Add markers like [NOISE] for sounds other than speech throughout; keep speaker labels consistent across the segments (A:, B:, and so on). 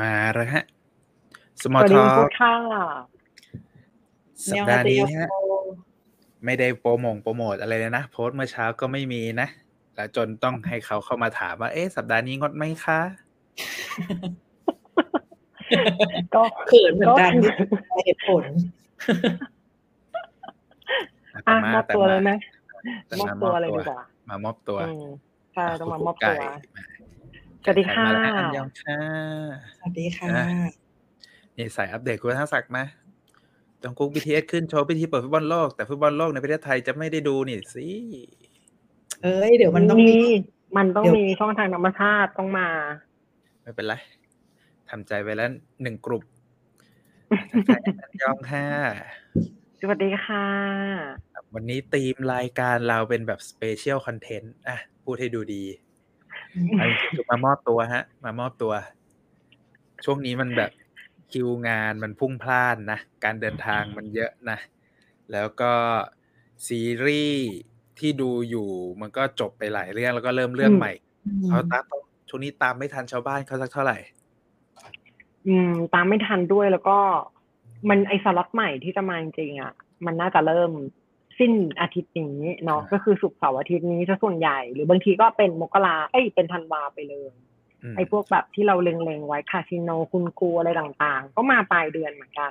A: มาแล้วฮะ สมอ
B: สวั
A: ลท
B: สดี
A: อ
B: คุณ
A: ก
B: ค่ะ
A: สัปดาห์นี้ฮะ ไม่ได้โปรโมงโปรโมทอะไรเลยนะโพสต์เมื่อเช้าก็ไม่มีนะแล้วจนต้องให้เขาเข้ามาถามว่า เอ๊ะสัปดาห์นี้งดไหมคะ
B: ก็
C: เขินเหมือนกันเหตุผล
B: อ่ะมอบตัวเลยไหม
A: แต่
B: มอบ
A: มาม
B: ตัว
A: มอบ
B: เลย
A: ตัว
B: ดีกว่าม
A: ามอบตัว
B: อืมใช่ต้องมามอบ
A: คุ
B: ตั
A: ก
B: ว
A: ไก่มา
B: สวัสดี
A: ถั
B: ค่ะ
A: มาแล้วอันยองค่ะ
C: สวัสดีค่ะ
A: อ่ะ นี่สายอัปเดตคุณทักศักดิ์มาจองกุ๊กบีทีเอสขึ้นโชว์พิธีเปิดฟุตบอลโลก แต่ฟุตบอลโลกในประเทศไทยจะไม่ได้ดูนี่สิ
C: เอ้ย เดี๋ยวมันต้องมี
B: มันต้อง
C: เดี๋ยว
B: มีช่องทางธรรมชาติต้องมา
A: ไม่เป็นไร ทำใจไว้แล้วหนึ่งกลุ่มทักทายอัน [LAUGHS] ยองค่ะ
B: สวัสดีค่ะ
A: วันนี้ธีมรายการเราเป็นแบบสเปเชียลคอนเทนต์อ่ะ พูดให้ดูดีเอาจริงๆมามอบตัวฮะ มามอบตัว ช่วงนี้มันแบบคิวงานมันพุ่งพล่านนะ การเดินทางมันเยอะนะ แล้วก็ซีรีส์ที่ดูอยู่มันก็จบไปหลายเรื่องแล้วก็เริ่มเรื่องใหม่เขาตามช่วงนี้ตามไม่ทันชาวบ้านเขาสักเท่าไหร่
B: อืม ตามไม่ทันด้วยแล้วก็ มันไอสล็อตใหม่ที่จะมาจริงๆอ่ะ มันน่าจะเริ่มสิ้นอาทิตย์นี้เนาะ
A: อ่า
B: ก็คือสุกร์เสาร์อาทิตย์นี้จะส่วนใหญ่ หรือบางทีก็เป็นมกราเอ้ยเป็นธันวาไปเลย
A: ม
B: ไอ้พวกแบบที่เราเล็งๆไว้คาสิโนคุณครูอะไรต่างๆ ก็มาปลายเดือนเหมือนกัน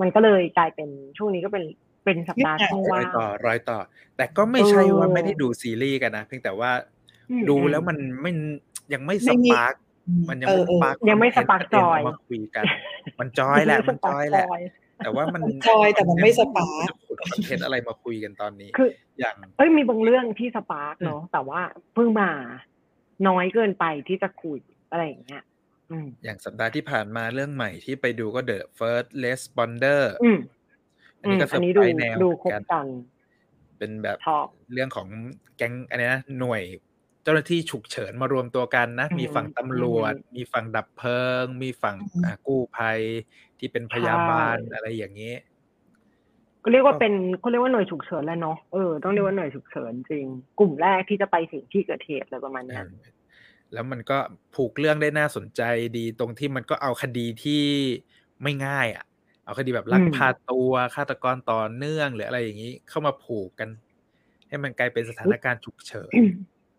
B: มันก็เลยกลายเป็นช่วงนี้ก็เป็นเป็นสัปดาห์ช่อง
A: ร
B: ว่า
A: อง ยต่อรอยต่อ แต่ก็ไม่ใช่ว่า
B: เออ
A: ไม่ได้ดูซีรีส์กันนะเพียงแต่ว่า
B: อืม
A: ดูแล้วมันไม่ยังไม่ส
C: ไม่มี
A: ปาร์กมันยังไม่
C: เอ
A: ส
C: อเออ
A: ปาร์ก
B: ยังไม่สปาร์ก
A: เน
B: จอย
A: เามาคุยกัน มันจอยแหละมันจอยแหละ แต่ว่า
B: [LAUGHS]
A: มัน
C: จอยแต่มันไม่สปาร์ก
A: ขุดคอนเทนต์อะไรมาคุยกันตอนนี้
B: คือ
A: อย่าง
B: เอ้ยมีบางเรื่องที่สปาร์กเนาะแต่ว่าเพิ่งมา น้อยเกินไปที่จะคุยอะไรอย่างเงี้ย อืม
A: อย่างสัปดาห์ที่ผ่านมาเรื่องใหม่ที่ไปดูก็ The First Responder
B: อืม
A: อันนี้ก็เซอ
B: อัน
A: ร์
B: นี้
A: ไพร
B: ดู
A: ส์แนว
B: ดู
A: เห
B: คร
A: มือบ นกัน
B: กัน
A: เป็นแบบ
B: ชอบ
A: เรื่องของแก๊งอันนี้นะหน่วย เจ้าหน้าที่ฉุกเฉินมารวมตัวกันนะ
B: อืม
A: มีฝั่งตำรวจ มีฝั่งดับเพลิง มีฝั่ง
C: อืม
A: อ่ะกู้ภัยที่เป็นพยาบาล
B: ใช่
A: อะไรอย่างนี้
B: ก็เรียกว่าเป็นเขาเรียกว่าหน่วยฉุกเฉินแหล้วเนาะเออต้องเรียกว่าหน่วยฉุกเฉินจริง กลุ่มแรกที่จะไปถึงที่เกิดเหตุอะไรประมาณเนี้ย
A: แล้วมันก็ผูกเรื่องได้น่าสนใจดีตรงที่มันก็เอาคดีที่ไม่ง่ายอะ่ะ เอาคดีแบบลัก
B: อืม
A: พาตัวฆาตกรต่อเนื่องหรืออะไรอย่างนี้เข้ามาผูกกัน ให้มันกลายเป็นสถานการณ์ฉุกเฉิน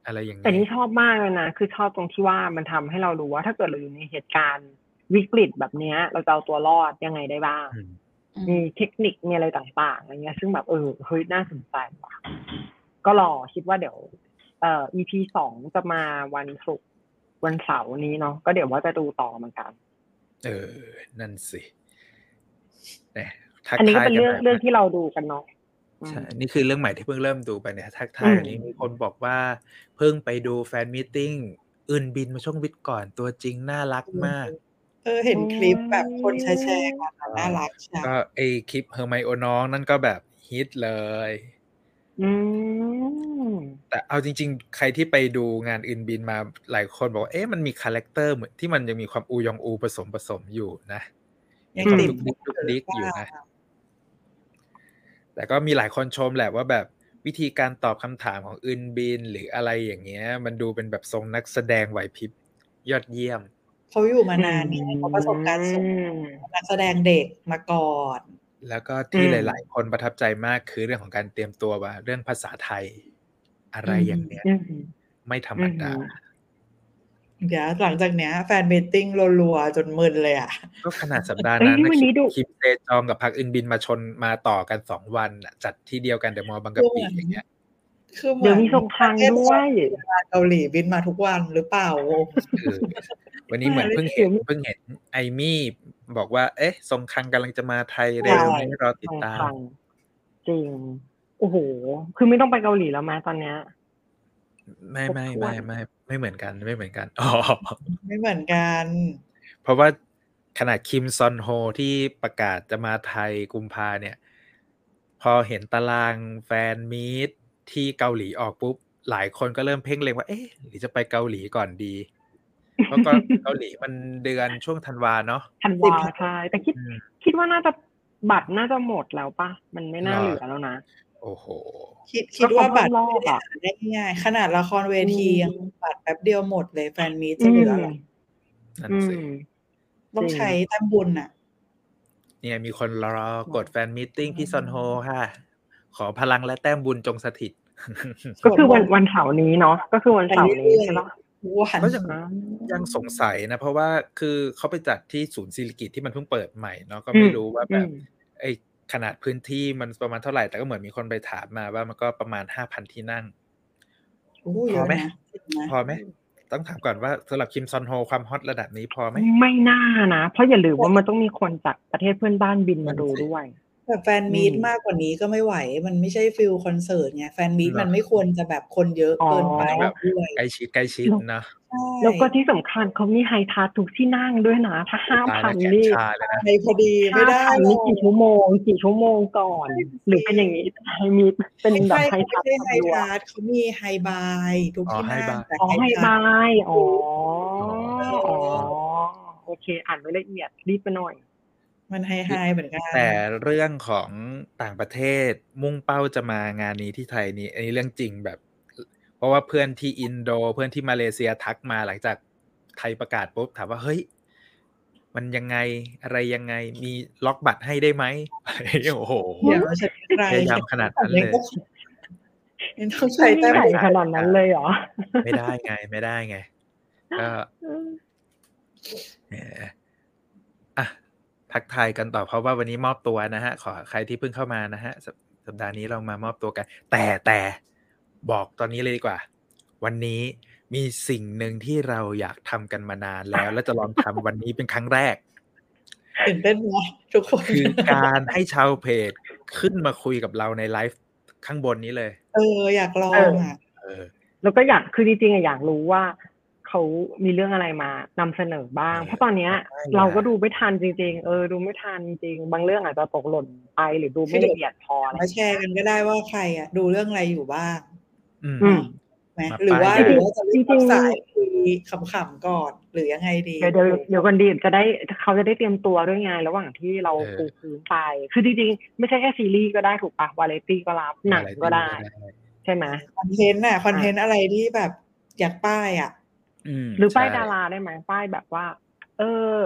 A: อะไรอย่าง
B: แต่นี่
A: นี้
B: ชอบมากเลยนะ คือชอบตรงที่ว่ามันทำให้เรารู้ว่า ถ้าเกิดเราอยู่ในเหตุการณ์วิกฤตแบบเนี้ย เราจะเอาตัวรอดยังไงได้บ้าง
A: อืม
B: มีเทคนิค มีอะไรต่างๆอะไรเงี้ย ซึ่งแบบเออเฮ้ยน่าสนใจว่ะก็รอคิดว่าเดี๋ยว เอ่อ EP สองจะมาวันศุกร์วันเสาร์นี้เนาะก็เดี๋ยวว่าจะดูต่อเหมือนกัน
A: เออ นั่นสิเนี่ยทัก
B: อันนี้ก็
A: ทาย
B: เป็น
A: กัน
B: เรื่อง
A: มา
B: เรื่องที่เราดูกันเนาะอืม
A: ใช่นี่คือเรื่องใหม่ที่เพิ่งเริ่มดูไปเนี่ยทักทาย
B: อืม
A: อันนี้มีคนบอกว่า เพิ่งไปดูแฟนมิทติ้งอื่นบินมาช่วงวิทย์ก่อนตัวจริงน่ารักมาก
C: เออเห็นคลิปแบบคนแชร์ๆกันอะน่ารักใช่
A: ก็ไอคลิปเฮอร์ไมโอน้องนั่นก็แบบฮิตเลย
B: อืม
A: แต่เอาจริง ๆ ใครที่ไปดูงานอื่นบินมาหลายคนบอกว่าเอ๊ะมันมีคาแรคเตอร์เหมือนที่มันยังมีความอูยองอูผสมผสมอยู่นะ
C: ยัง
A: ความ
C: ติด
A: ดุกดิกดุกดิกอยู่นะ แต่ก็มีหลายคนชมแหละว่าแบบวิธีการตอบคำถามของอื่นบินหรืออะไรอย่างเงี้ย มันดูเป็นแบบทรงนักแสดงไหวพริบยอดเยี่ยม
C: เขาอยู่มานานเนี่ยเขาประสบการณ์สูงนักแสดงเด็กมาก่อน
A: แล้วก็ที่
B: อืม
A: หลาย ๆ คนประทับใจมากคือเรื่องของการเตรียมตัวว่าเรื่องภาษาไทย อะไรอย่างเนี้ย
B: อืม
A: ไม่ธรรมดา
B: อืม
C: เดี๋ยวหลังจากเนี้ย แฟนเมตติ้งรัวๆจนมึนเลยอ่ะ
A: ก็ขนาดสัปดาห์
B: เอ้ย
A: นั้นนะ
B: วันนี้ดู
A: คิมเซจองกับพักอินบินมาชนมาต่อกันสองวันน่ะจัดที่เดียวกันเดอะมอลล์บางกะปิ
C: เหมือน
A: อย่างเงี้ย
C: คือเหมื
B: เดี๋ย
C: อ
B: วนมีส่งทางด้วย
C: เกาหลีบินมาทุกวันหรือเปล่า
A: เออวันนี้เหมือนเพิ่งเห็นเพิ่งเห็นไอมี่บอกว่า เอ๊ะทรงคังกำลังจะมาไทยเร็ว
C: ใช่
A: นี้รอติดตาม
B: ฟังจริง โอ้โห คือไม่ต้องไปเกาหลีแล้วไหมตอนเนี้ย
A: ไม่ไม่
B: ทบทวน
A: ไม่ไม่ไม่เหมือนกันไม่เหมือนกันอ๋อ
C: ไม่เหมือนกัน
A: เพราะว่าขนาดคิมซอนโฮที่ประกาศจะมาไทยกุมภาเนี่ย พอเห็นตารางแฟนมีตที่เกาหลีออกปุ๊บ หลายคนก็เริ่มเพ่งเล็งว่าเอ๊ะหรือจะไปเกาหลีก่อนดี เพราะก็ เกาหลีมันเดือนช่วงธันวาเนาะ
B: ธันวาใช่แต่คิด
A: อืม
B: คิดว่าน่าจะบัตรน่าจะหมดแล้วปะมันไม่น่า
A: หรอ
B: เหลือแล้วนะ
A: โอ้โห
C: คิดคิดว่าบัตร
B: ก็เขาเพิ่งรอบอะ
C: ได้ง่ายขนาดละครเวทียังบัตรแป๊บเดียวหมดเลยแฟนมีต
B: อื
C: จะเห
B: ม
C: ลืออะไร
A: นั่น
B: อื
A: สิ
B: ม
C: ต้องใช้แต้มบุญอ่ะ
A: เนี่ยมีคนรอกดแฟนมิทติ้งพี่ซอนโฮค่ะ ขอพลังและแต้มบุญจงสถิต
B: ก็คือวันวันเสาร์นี้เนาะก็คือวันเสาร์
C: ไปเรื่
B: นี้
C: อยๆ
B: ใช่ปะ
C: ทุกวัน
A: ก็ยังยังสงสัยนะ เพราะว่าคือเขาไปจัดที่ศูนย์ศิริกิตที่มันเพิ่งเปิดใหม่เนาะก็ไม่รู้ว่าแบ
B: อื
A: บ
B: ม
A: ไอ้ขนาดพื้นที่มันประมาณเท่าไหร่ แต่ก็เหมือนมีคนไปถามมาว่ามันก็ประมาณห้าพันที่นั่ง
C: โอ้ยเย
A: พอ
C: อะ
A: ไหม
C: นะ
A: พอไหมต้องถามก่อนว่าสำหรับคิมซอนโฮความฮอตระดับนี้พอไหม
B: ไม่น่านะ เพราะอย่าลืมว่ามันต้องมีคนจากประเทศเพื่อนบ้านบินมาดูด้วย
C: แต่แฟนมีต
B: อืม
C: มากกว่านี้ก็ไม่ไหว มันไม่ใช่ฟิลคอนเสิร์ตไงแฟนมีตมันไม่ควรจะแบบคนเยอะเกินไป
A: อ๋อแบบ
C: ด้วย
A: ใกล้ชิดใกล้ชิดเนาะ
C: ใช่
B: แล้วก็ที่สำคัญเขามีไฮทัชทุกที่นั่งด้วยนะ ถ้าห้า
A: ตาย
B: พั
A: แล้
B: น
A: วแขน
B: นี่
A: ชาเลยนะ
C: ในพอดีไม่
B: ห้า
C: ได้
B: พัน
C: หร
B: นี่
C: อก
B: กี่ชั่วโมง กี่ชั่วโมงก่อน หรือเป็นอย่างนี้ไฮมีเป็นแบบไฮทัช
C: ไม่ใช่ไฮ
B: ด้วย
C: ทาร์ดเขามีไฮบายทุก
A: อ๋อ
C: ที่นั่
A: ไฮบาง ย
C: แต่
B: อ๋อไฮ
C: ไฮบา
B: บาย ยอ๋อ
C: อ๋อ
B: อ๋อโอเค อ่านไว้ละเอียดรีบไปหน่อย
C: มันไฮไฮเหมือนกัน
A: แต่เรื่องของต่างประเทศมุ่งเป้าจะมางานนี้ที่ไทยนี่อันนี้เรื่องจริงแบบ เพราะว่าเพื่อนที่อินโดเพื่อนที่มาเลเซียทักมาหลังจากไทยประกาศปุ๊บถามว่าเฮ้ย มันยังไงอะไรยังไงมีล็อกบัตรให้ได้ไหม โอ้โห
C: เดี๋ยวฉันไร
A: พยายามขนาดนั้นเลย
C: มันต้องใช้แต้ม
B: ไม่ได้ขนาดนั้นเลยเหรอ
A: ไม่ได้ไง ไม่ได้ไงก็เอ่ออ่ะทักทายกันต่อเพราะว่าวันนี้มอบตัวนะฮะ ขอใครที่เพิ่งเข้ามานะฮะสัปสัปดาห์นี้เรามามอบตัวกัน แต่แต่บอกตอนนี้เลยดีกว่า วันนี้มีสิ่งหนึ่งที่เราอยากทำกันมานานแล้ว และจะลองทำวันนี้เป็นครั้งแรก
C: ตื่นเต้นเนาะทุกคน
A: คือการให้ชาวเพจขึ้นมาคุยกับเราในไลฟ์ข้างบนนี้เลย
C: เอออยากลองอ่ะ
A: เออ
B: แล้วก็อยากคือจริงๆอะอยากรู้ว่าเขามีเรื่องอะไรมานำเสนอบ้าง
A: เออ
B: เพราะตอนเนี้ย
A: ใช่นะ
B: เราก็ดูไม่ทันจริงๆ เออ ดูไม่ทันจริงบางเรื่องอาจจะตกหล่นไปหรือดูไม่ละเอียดพออะไร
C: มาแชร์กันก็ได้ว่าใครอ่ะ ดูเรื่องอะไรอยู่บ้าง
A: อืม
B: อืม
C: ไหม
A: มา
C: หรือว่า
A: ไป
C: หรือว่าจะเรียก
B: จริงๆ
C: สายคุยขำๆก่อนหรือยังไงดี
B: เดี๋ยวเดี๋ยวเดี๋ยวกันดีจะได้เขาจะได้เตรียมตัวด้วยไงระหว่างที่เรา
A: เออ
B: ปูพื้นไป คือจริงๆ ไม่ใช่แค่ซีรีส์ก็ได้ถูกปะวาไรตี้ก็รับหนังก็ได้
A: อะไรที่
B: ใช่ไหม
C: คอนเทนต์อ่ะคอนเทนต์อะไรที่แบบอยากป้ายอ่ะ
A: ม
B: หรือป้าย
A: ใช่
B: ดาราได้ไหมป้ายแบบว่า เออ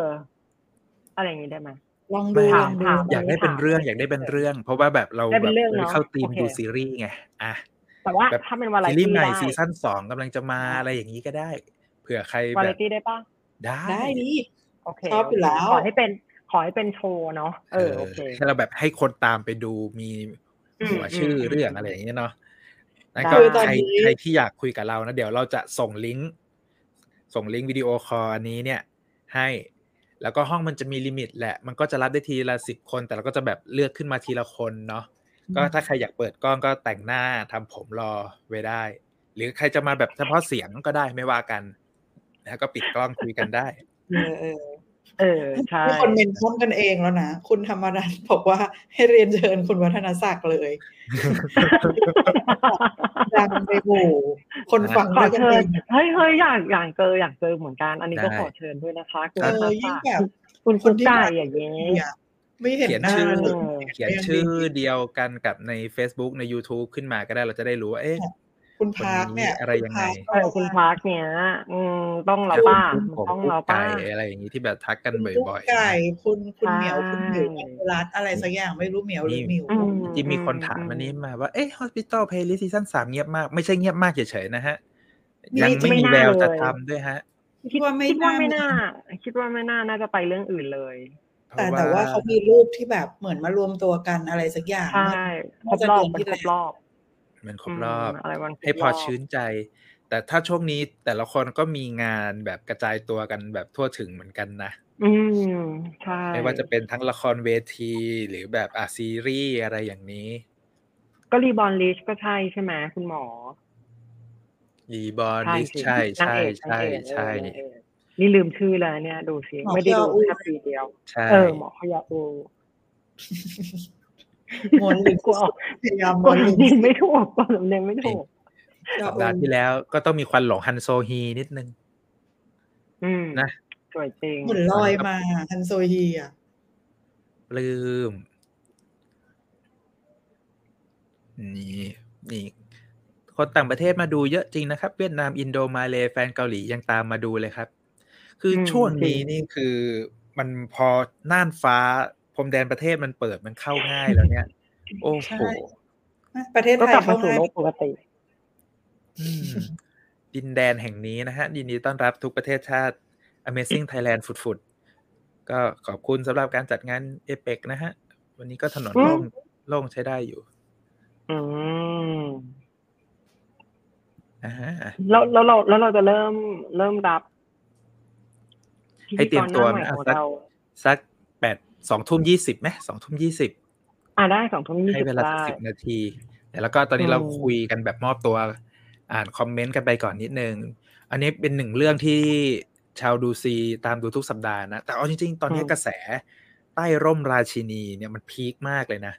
B: อะไรอย่างนี้ได้ไหม
C: ลองดู
A: ไม่
C: ลองดู
B: ถาม
A: อยากได้เป็นเรื่องอยากได้เป็นเรื่อง เพราะว่าแบบเรา
B: ได้
A: แบ
B: เป็
A: บ
B: นเรื่องเนอะ
A: เข้าทีม
B: โอเค
A: ดูซีรีส์ไงอ่ะ
B: แต่ว่า
A: แบบ
B: ถ้าเป็นวาไร
A: ซีรี
B: ตี้
A: ส์ใหม่
B: ได้
A: ซีซั่นสองกำลังจะมาอะไรอย่างนี้ก็ได้ เผื่อใคร
B: วา
A: แบ
B: ไร
A: บ
B: ตี้ได้ปะ
A: ได้
C: ได้นี่
B: โอเค
C: ชอบอยู่แล้ว
B: ขอให้เป็นขอให้เป็นโชว์เนาะเออโอเค
A: ให้เราแบบให้คนตามไปดูมี
B: อืม
A: หัวชื่ออ
B: ม
A: เรื่องอะไรอย่างเงี้ยเนาะนั่น
B: ได้
A: ก็
C: คือตอน
A: ใคร
C: นี้
A: ใครที่อยากคุยกับเรานะ เดี๋ยวเราจะส่งลิงก์ส่งลิงก์วิดีโอคอลอันนี้เนี่ย ให้ แล้วก็ห้องมันจะมีลิมิตแหละ มันก็จะรับได้ทีละสิบคน แต่เราก็จะแบบเลือกขึ้นมาทีละคนเนาะ ก็ถ้าใครอยากเปิดกล้องก็แต่งหน้าทำผมรอไว้ได้ หรือใครจะมาแบบเฉพาะเสียงก็ได้ไม่ว่ากันนะก็ปิดกล้องคุยกันได้
C: เออเออ
B: เออใช่
C: มีคนเมนชั่นกันเองแล้วนะ คุณธรรมรัตน์บอกว่าให้เรียนเชิญคุณวัฒนศักดิ์เลยดังในหมู่คนฟัง
B: ขอ
C: ด้วยกัน
B: เชิ
C: เอง
B: ญเฮ้ยเฮ้ยอยากอยากเจออยากเจอเหมือนกัน อันนี้ก็
A: ได้
B: ขอเชิญด้วยนะคะคุณ
C: เออยิ่งแบบ
B: คุณ
C: คน
B: ณ
C: ที่
B: ไก่
C: มา
B: อย่างเงี้ย
C: เนี่ยไม่เห็น
A: เขียน
C: หน้า
A: ชื่อ
C: เลย
A: เขียนชื่อเดียวกันกับใน Facebook ใน YouTube ขึ้นมาก็ได้เราจะได้รู้ว่าเอ๊ะ
C: คุณพาร์คเนี่ย
A: คนนี้อะไรยังไง
B: เออคุณพาร์คเนี้ยอืมต้องเราป้า
A: ผม
B: ต้อง
A: กุ๊
B: เรา
A: กไก่
B: ป้า
A: อะไรอย่างนี้ที่แบบทักกัน
C: คุณ
A: บ
C: ลูก่
A: อย
C: ไก่
A: ๆ
C: คุณคุณ
B: ใช่
C: เหมียวคุณหมิวคุณรัตอะไรสักอย่างไม่รู้เหมียวหรือหมิว
B: อืม
A: ที่มีคนถามอันนี้มาว่าเอ๊ะ Hospital Playlist ซีซั่นสามเงียบมาก ไม่ใช่เงียบมากเฉยๆนะฮะ ยังไม่มีแววจะทำด้วยฮะ
C: คิดว่าไม่
B: คิดว่า
C: น่า
B: ไม่น่า คิดว่าไม่น่าน่าจะไปเรื่องอื่นเลย
C: แต่แต่ว่าเขามีรูปที่แบบเหมือนมารวมตัวกันอะไรสักอย่าง
B: ใช่ครบรอบเป็นครบรอบ
A: มันครบรอบ
B: มอะไรวันครบรบ
A: ให้พอชื้นใจ แต่ถ้าช่วงนี้แต่ละคนก็มีงานแบบกระจายตัวกันแบบทั่วถึงเหมือนกันนะ
B: อืม ใช่
A: ไม่ว่าจะเป็นทั้งละครเวที หรือแบบอ่ะซีรีส์อะไรอย่างนี้
B: ก็รีบอ l ลิชก็ใช่ใช่ไหมคุณหมอ
A: รีบอล
B: ใช่
A: ลิส
B: สิ
A: ใช่ใช่
B: นางเอกนาง
A: ใช่
B: เอก
A: ใช่
B: เออเออนี่ลืมชื่อแล้วเนี่ย ดูสิ
C: หมอ
B: ไม่ได้ดู
C: เคียวอู
B: แค่ปีเดียว
A: ใช่
B: เออ หมอขยะอู
C: มวนลิน
B: กลัวออก
C: พยายามม
B: กลัว
C: วนลิ
B: สำ
C: น
B: เนียงไม่ถูกกลัวสำเนียงไม่ถูก
A: สัปดาห์ที่แล้วก็ต้องมีควันหลงฮันโซฮีนิดนึง
B: อืม
A: นะ
B: สวยจริง
C: เหมือนลอยมาฮันโซฮีอ่ะ
A: ลืม นี่นี่ คนต่างประเทศมาดูเยอะจริงนะครับ เวียดนามอินโดมาเลย์แฟนเกาหลียังตามมาดูเลยครับ คืออ
B: ม
A: ช่วง
B: จริ
A: นี้
B: ง
A: นี่คือมันพอน่านฟ้าพรมแดนประเทศมันเปิดมันเข้าง่ายแล้วเนี่ย โอ้
C: ใช่
A: โห
C: ประเทศ
B: ก็
C: ไทย
B: กลับมา
C: เข้า
B: สู่
C: ง่าย
B: โลกปกติ
A: อืมดินแดนแห่งนี้นะฮะยินดีต้อนรับทุกประเทศชาติ Amazing Thailand ฝุดๆ ก็ขอบคุณสำหรับการจัดงานเอเปกนะฮะ วันนี้ก็ถนน
B: อืม
A: โล่งโล่งใช้ได้อยู่
B: อืม
A: นะฮะ
B: แล้วแล้วเราแล้วเราจะเริ่มเริ่มรับ
A: ให้เตรียมตัว
B: พิธีกหน้าใหม่
A: นะ
B: ของ
A: สัก
B: เรา
A: สักแปดสองทุ่มยี่สิบไหมสองทุ่มยี่สิบ
B: อ่าได้สองทุ่มยี่
A: ให้
B: สิบ
A: เวลาสั
B: ได้
A: กสิบนาทีแต่แล้วก็ตอนนี้
B: อืม
A: เราคุยกันแบบมอบตัว อ่านคอมเมนต์กันไปก่อนนิดนึง อันนี้เป็นหนึ่งเรื่องที่ชาวดูซีตามดูทุกสัปดาห์นะ แต่เอาจริงๆ ตอนนี้กระแสใต้ร่มราชินีเนี่ยมันพีคมากเลยนะ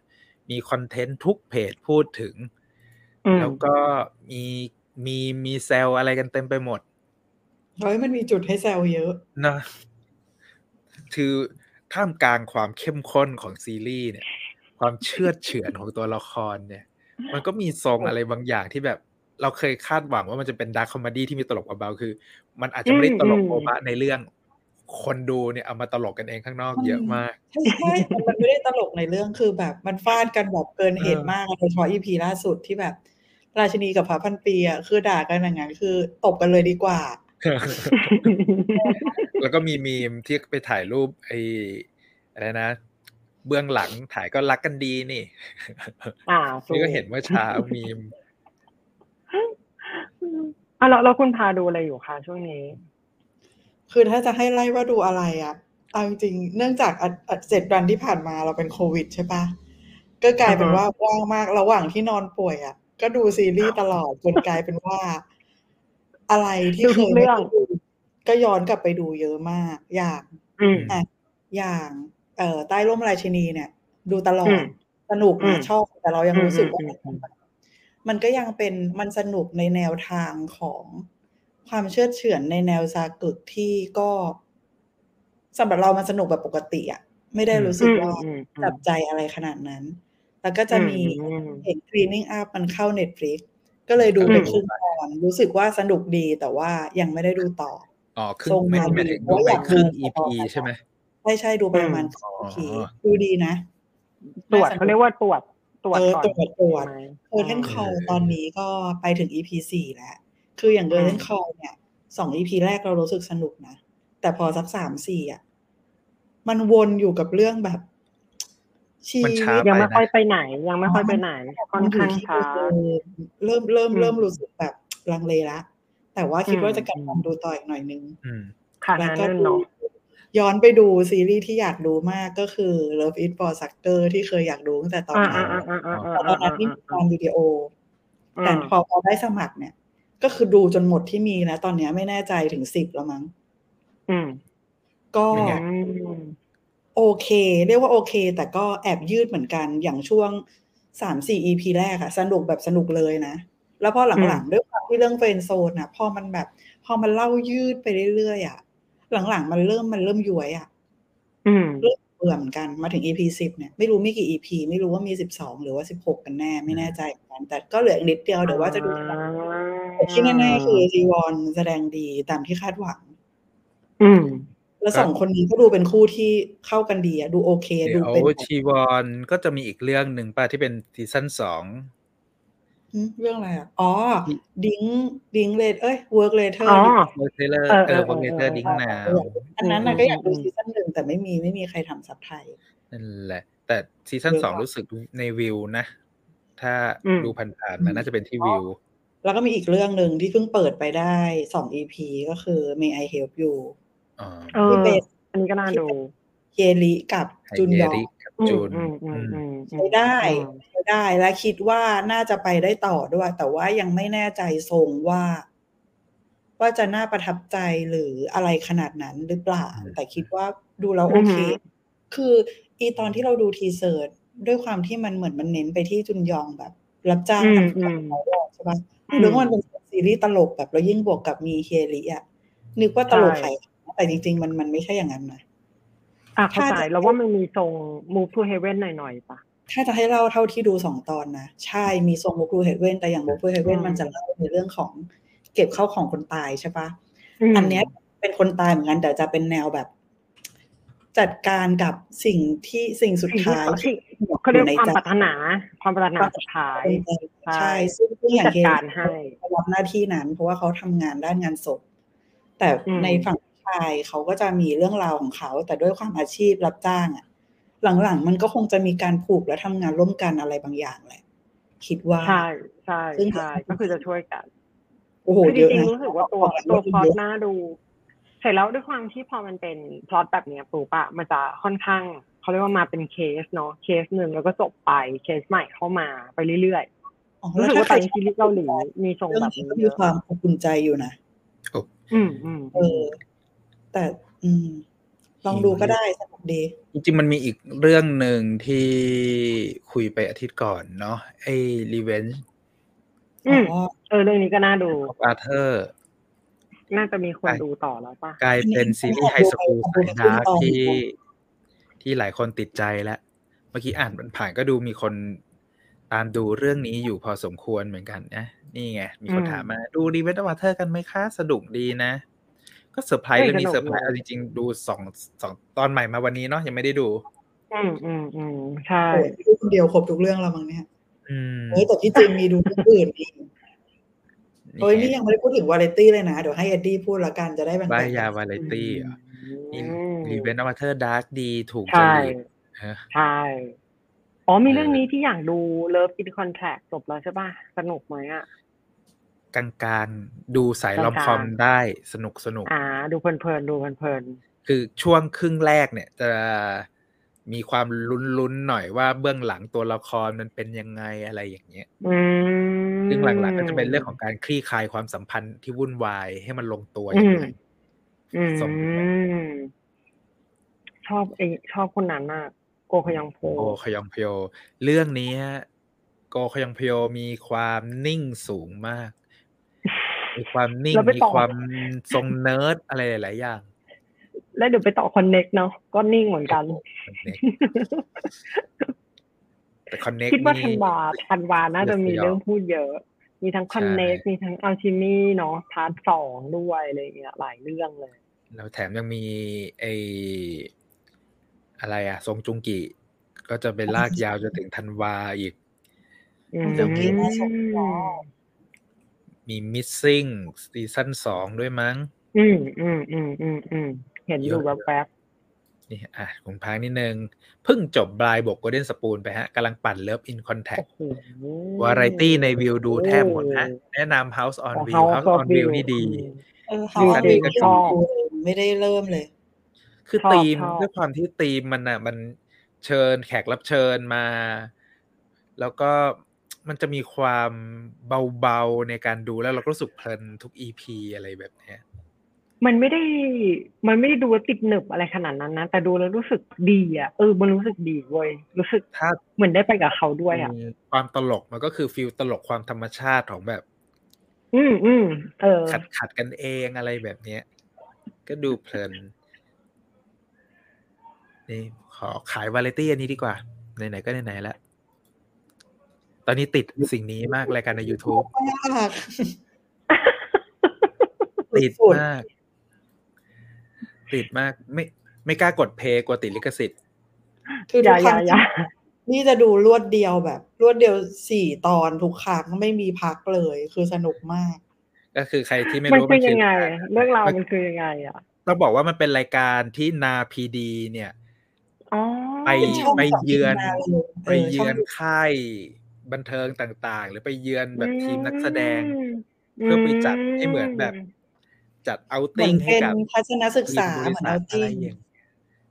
A: มีคอนเทนต์ทุกเพจพูดถึง
B: อืม
A: แล้วก็มีมีมีแซลอะไรกันเต็มไปหมด
C: เฮ้ยมันมีจุดให้แซวเยอะ
A: นะคือท่ามกลางความเข้มข้นของซีรีส์เนี่ย ความเชื่อดเฉือนของตัวละครเนี่ย มันก็มีทรงอะไรบางอย่างที่แบบ เราเคยคาดหวังว่ามันจะเป็นดาร์คคอมเมดี้ที่มีตลกเบาๆคือ มันอาจจะไม่ได้ตลกโอบะในเรื่อง คนดูเนี่ยเอามาตลกกันเองข้างนอกเยอะมาก [LAUGHS]
C: ใช่ใช่แต่มันไม่ได้ตลกในเรื่องคือแบบมันฟาดกันแบบเกินเหตุมากโดยเฉพาะอีพีล่าสุดที่แบบ ราชินีกับพระพันปีอ่ะคือด่ากันอย่างนั้นคือตบกันเลยดีกว่า
A: แล้วก็มีมีมที่ไปถ่ายรูปไอ้อะไรนะ เบื้องหลังถ่ายก็รักกันดีนี่
B: อ่า
A: นี่ก็เห็นเมื่อเช้ามีม
B: อ่ะเราเราคุณพาดูอะไรอยู่คะช่วงนี้
C: คือถ้าจะให้ไล่ว่าดูอะไรอ่ะเอาจริงๆเนื่องจากอัดอัดเจ็ดวันที่ผ่านมาเราเป็นโควิดใช่ปะก็กลายเป็น
B: อ่าฮะ
C: ว่าว่างมากระหว่างที่นอนป่วยอ่ะ ก็ดูซีรีส์ตลอดจนกลายเป็นว่า อะไรที่
B: ดู
C: เคย
B: ทุก
C: ไม่
B: เรื่อง
C: ได้ดูก็ย้อนกลับไปดูเยอะมาก อย่าง
B: อืม
C: อย่างเอ่อใต้ร่มราชินีเนี่ย ดูตลอ
B: อื
C: ด
B: ม
C: สนุก
B: อื
C: นะ
B: ม
C: ชอบ แต่เรายัง
B: อืม
C: รู้สึกว่า
B: อืมอืม
C: มันก็ยังเป็นมันสนุกในแนวทางของความเชื่อเฉือนในแนวซากึกที่ก็สำหรับเรามันสนุกแบบปกติอะไม่ได้รู้สึกว่า
B: อืมอืม
C: จับใจอะไรขนาดนั้น แล้วก็จะมี
B: อืม
C: เห็น Cleaning Up มันเข้า Netflix ก็เลยดูไป
B: อืม
C: ครึ่งตอนรู้สึกว่าสนุกดีแต่ว่ายังไม่ได้ดูต่อ
A: อ๋อครึ่
C: ทรง ง
A: ไม่
C: มา
A: ไม่
C: ดี
A: ถึง
C: เพ
A: ดู
C: ราะ
A: ไป
C: อยาก
A: ครึ่ง
C: ดู
A: EP ใช่ไหม
C: ใช่ใช่ดูไปประมาณ
A: อ๋อ
C: โอเคดูดีนะ
B: ตรวจเขาเรียกว่าตรวจตรวจ
C: เออ
B: ก่
C: ต
B: อน
C: รวจตรวจ
B: ไหม
C: g o l d e n
B: อ่า
C: Call ตอนนี้ก็ไปถึง EP สี่แล้ว คืออย่าง g o l d e n Call เนี่ยสอง EP แรกเรารู้สึกสนุกนะ แต่พอสักสามสี่อ่ะ มันวนอยู่กับเรื่องแบบชี
A: มัน
C: วิต
A: ช้า
B: ยังไม่ค่อยไปไหน ยังไม่ค่อยไปไหน ค่อนข้างช้า
C: เริ่มเริ่ม
B: อืม
C: เริ่มรู้สึกแบบลังเลละ แต่ว่าคิด
B: อืม
C: ว่าจะกลับมาดูต่ออีกหน่อยนึง
A: อืม
B: ค่ะ
C: แล้ว
B: นั่น
C: ก็
B: เนาะ
C: ย้อนไปดูซีรีส์ที่อยากดูมากก็คือ Love It for Sucker ที่เคยอยากดูตั้งแต่ตอน
B: อ่า
C: นั้
B: อ่าน อ่าอ่าอ่า
C: แต่ตอนนั้นที่มีตามวิดีโอ
B: อื
C: แต่
B: ม
C: พอพอได้สมัครเนี่ย ก็คือดูจนหมดที่มีนะตอนเนี้ยไม่แน่ใจถึงสิบแล้วมั้ง
B: อืม
C: ก็
A: เป็นไง
B: อืม
C: โอเค เรียกว่าโอเค แต่ก็แอบยืดเหมือนกันอย่างช่วงสามสี่ EP แรกอะสนุกแบบสนุกเลยนะ แล้วพอหลังๆด้วยความที่เรื่องเฟรนด์โซนอะพอมันแบบ พอมันเล่ายืดไปเรื่อยๆอะหลังๆ มันเริ่มมันเริ่มย้วยอะ
B: อืม
C: เริ่มเบื่อเหมือนกันมาถึง EP สิบเนี่ยไม่รู้มีกี่ EP ไม่รู้ว่ามีสิบสองหรือว่าสิบหกกันแน่ไม่แน่ใจเหมือนกันแต่ก็เหลืออีกนิดเดียวเดี๋ยวว่าจะดู
B: อ่า
C: แต่ที่แน่ๆคือจีวอนแสดงดีตามที่คาดหวัง
B: อืม
C: แล้วสองคนนี้ก็ดูเป็นคู่ที่เข้ากันดีอะดูโอเค
A: เดี๋
C: ดู
A: ยว
C: เป็น
A: ชีวอนก็จะมีอีกเรื่องหนึ่งป่ะที่เป็นซีซั่นสอง
C: หืมเรื่องอะไรอะอ๋อ ดิ้งดิ้งเลดเอ้ย work later
B: อ๋อ
A: เวอร์เทเลอร์
B: เออ
A: เออ
B: เออ
A: วงเลเตอ
B: เอ
A: ร์
B: อ
A: ดิ้งนาว
C: อันนั้นนะก็อยากดู
B: อืม
C: ซีซั่นหนึ่งแต่ไม่มีไม่มีใครทำซับไทย
A: นั่นแหละ แต่ซีซั่น
C: เยอะ
A: สอง
C: ว่ะ
A: รู้สึกในวิวนะ ถ้า
B: อืม
A: ดูผ่าน
C: อื
A: ๆ
C: ม
A: มันน่าจะเป็นที่วิว
C: แล้วก็มีอีกเรื่องหนึ่งที่เพิ่งเปิดไปได้สอง EP ก็คือ May I Help You
A: อ๋อ
B: เอ
C: ที่
B: อ
C: เป็น
B: อันนี้ก็น่าดู
C: เยลิกับ
A: ไฮ
C: จุน
A: เย
C: ยอง
A: ริกับ
B: อืม
A: จูน
B: อืมอืมอืม
C: ใช้ได้ใช้ได้และคิดว่าน่าจะไปได้ต่อด้วย แต่ว่ายังไม่แน่ใจทรงว่า ว่าจะน่าประทับใจหรืออะไรขนาดนั้นหรือเปล่า แต่คิดว่าดูแล้วโอเค คืออีตอนที่เราดูทีเซอร์ด้วยความที่มันเหมือนมันเน้นไปที่จุนยองแบบ รับจ้าง
B: อืม
C: ทำ
B: อื
C: กับ
B: ม
C: เขาอะใช่ปะหรือว่ามันเป็นซีรีส์ตลกแบบแล้วยิ่งบวกกับมีเฮลิอ่ะนึกว่าตลก
B: ใช่
C: ไข่แต่จริง ๆ มันมันไม่ใช่อย่างนั้นนะ
B: อ่ะเข้าใจ
C: ถ้าจะ
B: แล้วว่ามันมีทรง move to heaven หน่อยๆป่ะ
C: ถ้าจะให้เล่าเท่าที่ดูสองตอนนะ ใช่มีทรงโมกูเฮเว่นแต่อย่างโมกูเฮเว่น
B: อืม
C: มันจะเล่าในเรื่องของเก็บเข้าของคนตายใช่ปะ
B: ม
C: อันเนี้ย เป็นคนตายเหมือนกันแต่จะเป็นแนวแบบ จัดการกับสิ่งที่สิ่งสุด
B: สิ่งที่
C: ท้าย
B: เขา
C: ที่
B: เขาเรียก
C: อ
B: ความ
C: ใจ
B: ปรารถนา ความปรารถนาสุดท้าย ใช่
C: ใช่ซึ่งซึ่งอย่าง
B: จัดการให้
C: เขารับหน้าที่นั้น เพราะว่าเขาทำงานด้านงานศพ แต่
B: อืม
C: ในฝั่งชายเขาก็จะมีเรื่องราวของเขา แต่ด้วยความอาชีพรับจ้างอะหลังๆมันก็คงจะมีการผูกและทำงานร่วมกันอะไรบางอย่างแหละ คิดว่า
B: ใช่ใช่
C: ซึ่ง
B: ใช่ก็คือจะช่วยกัน
C: โอ้โห
B: คือจ
C: เยอะ
B: ริง
C: นะ
B: ๆรู้สึกว่าตัวตัวพล็อตน่าดู เสร็จแล้วด้วยความที่พอมันเป็นพล็อตแบบเนี้ยปูปะมันจะค่อนข้างเขาเรียกว่ามาเป็นเคสเนาะเคสหนึ่งแล้วก็จบไปเคสใหม่เข้ามาไปเรื่อย
C: อ๋อ
B: ๆ
C: แล้วถ้า
B: รู้สึกว่า
C: ใคร
B: ตอนนี้ซีรีส์เกาหลีมีทรง
C: เรื่อง
B: แบบ
C: นี้
B: นี้
C: ก็
B: เย
C: มี
B: อะ
C: ความอบอุ่นใจอยู่นะ
B: อืมอืม
C: เออ แต่ อืม ลองดูก็ได้สนุกดี
A: จริงๆมันมีอีกเรื่องหนึ่งที่คุยไปอาทิตย์ก่อนเนาะไอ้ Revenge
B: อืม
C: อ๋อ
B: เออเรื่องนี้ก็น่าดู
A: of Arthur
B: น่าจะมีคนดูต่อแล้วปะ
A: กลายเป็นซีรีส์ไฮสคูลสายดาร์กที่ที่หลายคนติดใจแล้วเมื่อกี้อ่านผ่านๆก็ดูมีคนตามดูเรื่องนี้อยู่พอสมควรเหมือนกันนะ นี่ไง มีคนถามมาดูรีเวนต์วัเทอร์กันไหมคะสนุกดีนะ ก็เซอร์ไพรส์เรื่องนี้เซอร์ไพรส์เอาจริงๆ ดูสองสองตอนใหม่มาวันนี้เนาะยังไม่ได้ดู
B: อืมอืมอืมใช่
C: โอ้ยดูคนเดียวครบทุกเรื่องแล้วมั้งเนี่ย
A: อืม
C: เฮ้ยแต่ที่จริงมีดูเรื่องอื่นอีกเฮ้ยนี่
A: ไง
C: ยังไม่ได้พูดถึงวาไรตี้เลยนะ เดี๋ยวให้เอ็ดดี้พูดละกันจะได้แบ่งๆ
A: บ้า
C: กัน
A: ยาวาไรตี้เหรอนี่
B: อืม
A: รีเวนต์วัเทอร์ดาร์กดีถูกจ
B: ใช่
A: ริตฮะ
B: ใช่ อ๋อ มี
A: เออ
B: เรื่องนี้ที่อยากดู Love in Contract จบแล้วใช่ป่ะ สนุกไหมอ่ะ
A: กลางๆดูสายลอมคอม
B: กลางๆ
A: ได้สนุกสนุก
B: อ่า ดูเพลินๆ ดูเพลิน
A: คือช่วงครึ่งแรกเนี่ย จะมีความลุ้นๆหน่อยว่าเบื้องหลังตัวละครมันเป็นยังไงอะไรอย่างเงี้ย
B: ๆ อืม
A: ซึ่งหลังๆก็จะเป็นเรื่องของการคลี่คลายความสัมพันธ์ที่วุ่นวายให้มันลงตัว
B: อื
A: ยัง
B: ม
A: ไง
B: อื
A: ส่ง
B: ม ชอบไอชอบคนนั้นอ่ะ โกขยังโพ
A: โกคยองพโยเรื่องนี้ฮะโกคยองพโยมีความนิ่งสูงมาก
B: [LAUGHS]
A: มีความนิ่ง
B: แล้วไป
A: มี
B: ต่อ
A: ความทรงเนิร์ดอะไรหลายๆอย่าง
B: แล้วเดี๋ยวไปต่อคอนเน็กเนาะ ก็นิ่งเหมือนกัน
A: Connect แต่คอนเน็ก
B: คิดว่าธันวาธันวาน่าจะมีเรื่องพูดเยอะ มีทั้งคอนเน็ก
A: ใช่
B: มีทั้งอัลชิมี่เนาะพาร์ทสองด้วยอะไรอย่างเงี้ย หลายเรื่องเลย
A: แล้วแถมยังมีไออะไรอะทรงจุงกิ ก็จะไปลากยาวจนถึงธันวาอีก
B: อื
C: มันจะมีน่าสนใจ
B: ม
A: มี missing ซีซั่นสองด้วยมั้ง
B: อืมอืมอืมอืมอืมเห็นอยู่
A: เย
B: แว
A: อะ
B: บๆบ
A: นี่อ่ะผมพังนิดนึง เพิ่งจบบลายบก Golden Spoon ไปฮะกำลังปั่น Love in
B: โอ้
A: Contact
B: โห
A: วาไรตี้ในวิวดูแทบหมดฮะ
B: โอ้
A: แนะนำ House on
B: ของ
A: View
B: House
A: House
B: of
A: on View
B: Will
A: นี่ดี
B: อืม
C: เออ
A: ที่
C: ฮา
A: อั
C: วนเด
A: นี้
C: น
A: ก็
C: ชอบไม่ได้เริ่มเลย
A: คือ
B: ชอบ
A: ธีม
B: ชอบ
A: ด้วยความที่ธีมมันอ่ะมันเชิญแขกรับเชิญมา แล้วก็มันจะมีความเบาๆในการดูแล้วเราก็รู้สึกเพลินทุก EP อะไรแบบเนี้ย
B: มันไม่ได้ มันไม่ได้ดูว่าติดหนึบอะไรขนาดนั้นนะ แต่ดูแล้วรู้สึกดีอ่ะ เออ มันรู้สึกดีเว้ย รู้สึก
A: ถ้า
B: เหมือนได้ไปกับเขาด้วยอ่ะ
A: มีความตลกมันก็คือฟิลตลกความธรรมชาติของแบบ
B: อืมอืมเออ
A: ขัดขัดกันเองอะไรแบบเนี้ย ก็ดูเพลิน นี่ขอขายวาไรตี้อันนี้ดีกว่า ไหนๆก็ไหนๆแล้ว ตอนนี้ติดสิ่งนี้มากรายการใน YouTube
C: มาก
A: ติด
C: สุด
A: มาก ติดมากไม่ไม่กล้ากดเพย์กลัวติดลิขสิทธิ์
C: ๆคือ
B: อ
C: ทุ
B: ย่าก อ
C: ครั้
B: ย่าง อย่า
C: นี่จะดูรวดเดียวแบบ รวดเดียวสี่ตอนทุกครั้งไม่มีพักเลย คือสนุกมาก
A: ก็คือใครที่ไม่
B: มัน
A: รู้
B: คือยังไง เรื่องราว
A: มั
B: มัน นคือยังไง อ่ะ
A: ต้องบอกว่ามันเป็นรายการที่นาพีดีเนี่ย
B: อ๋อ
A: ไป
C: เป็นช่อง
A: ไปเยือน
C: ของทีมงานเลย
A: ไปเยือน
C: เออช่อง
A: ค่ายบันเทิงต่างๆ หรือไปเยือนแบบทีมนักแสดง
B: อืม
A: เพื่อไปจัดให้เหมือนแบบ จัดเอา
C: เหมื
A: ติ้
C: อง น
A: ให้
C: เป็น
A: กับ
C: ทัศนศึกษา
A: ทีมบริษั
C: เหมือนเอา
A: ท
C: จ
A: อะ
C: ริ
A: ไรอย่าง
C: ง
A: เงี้ย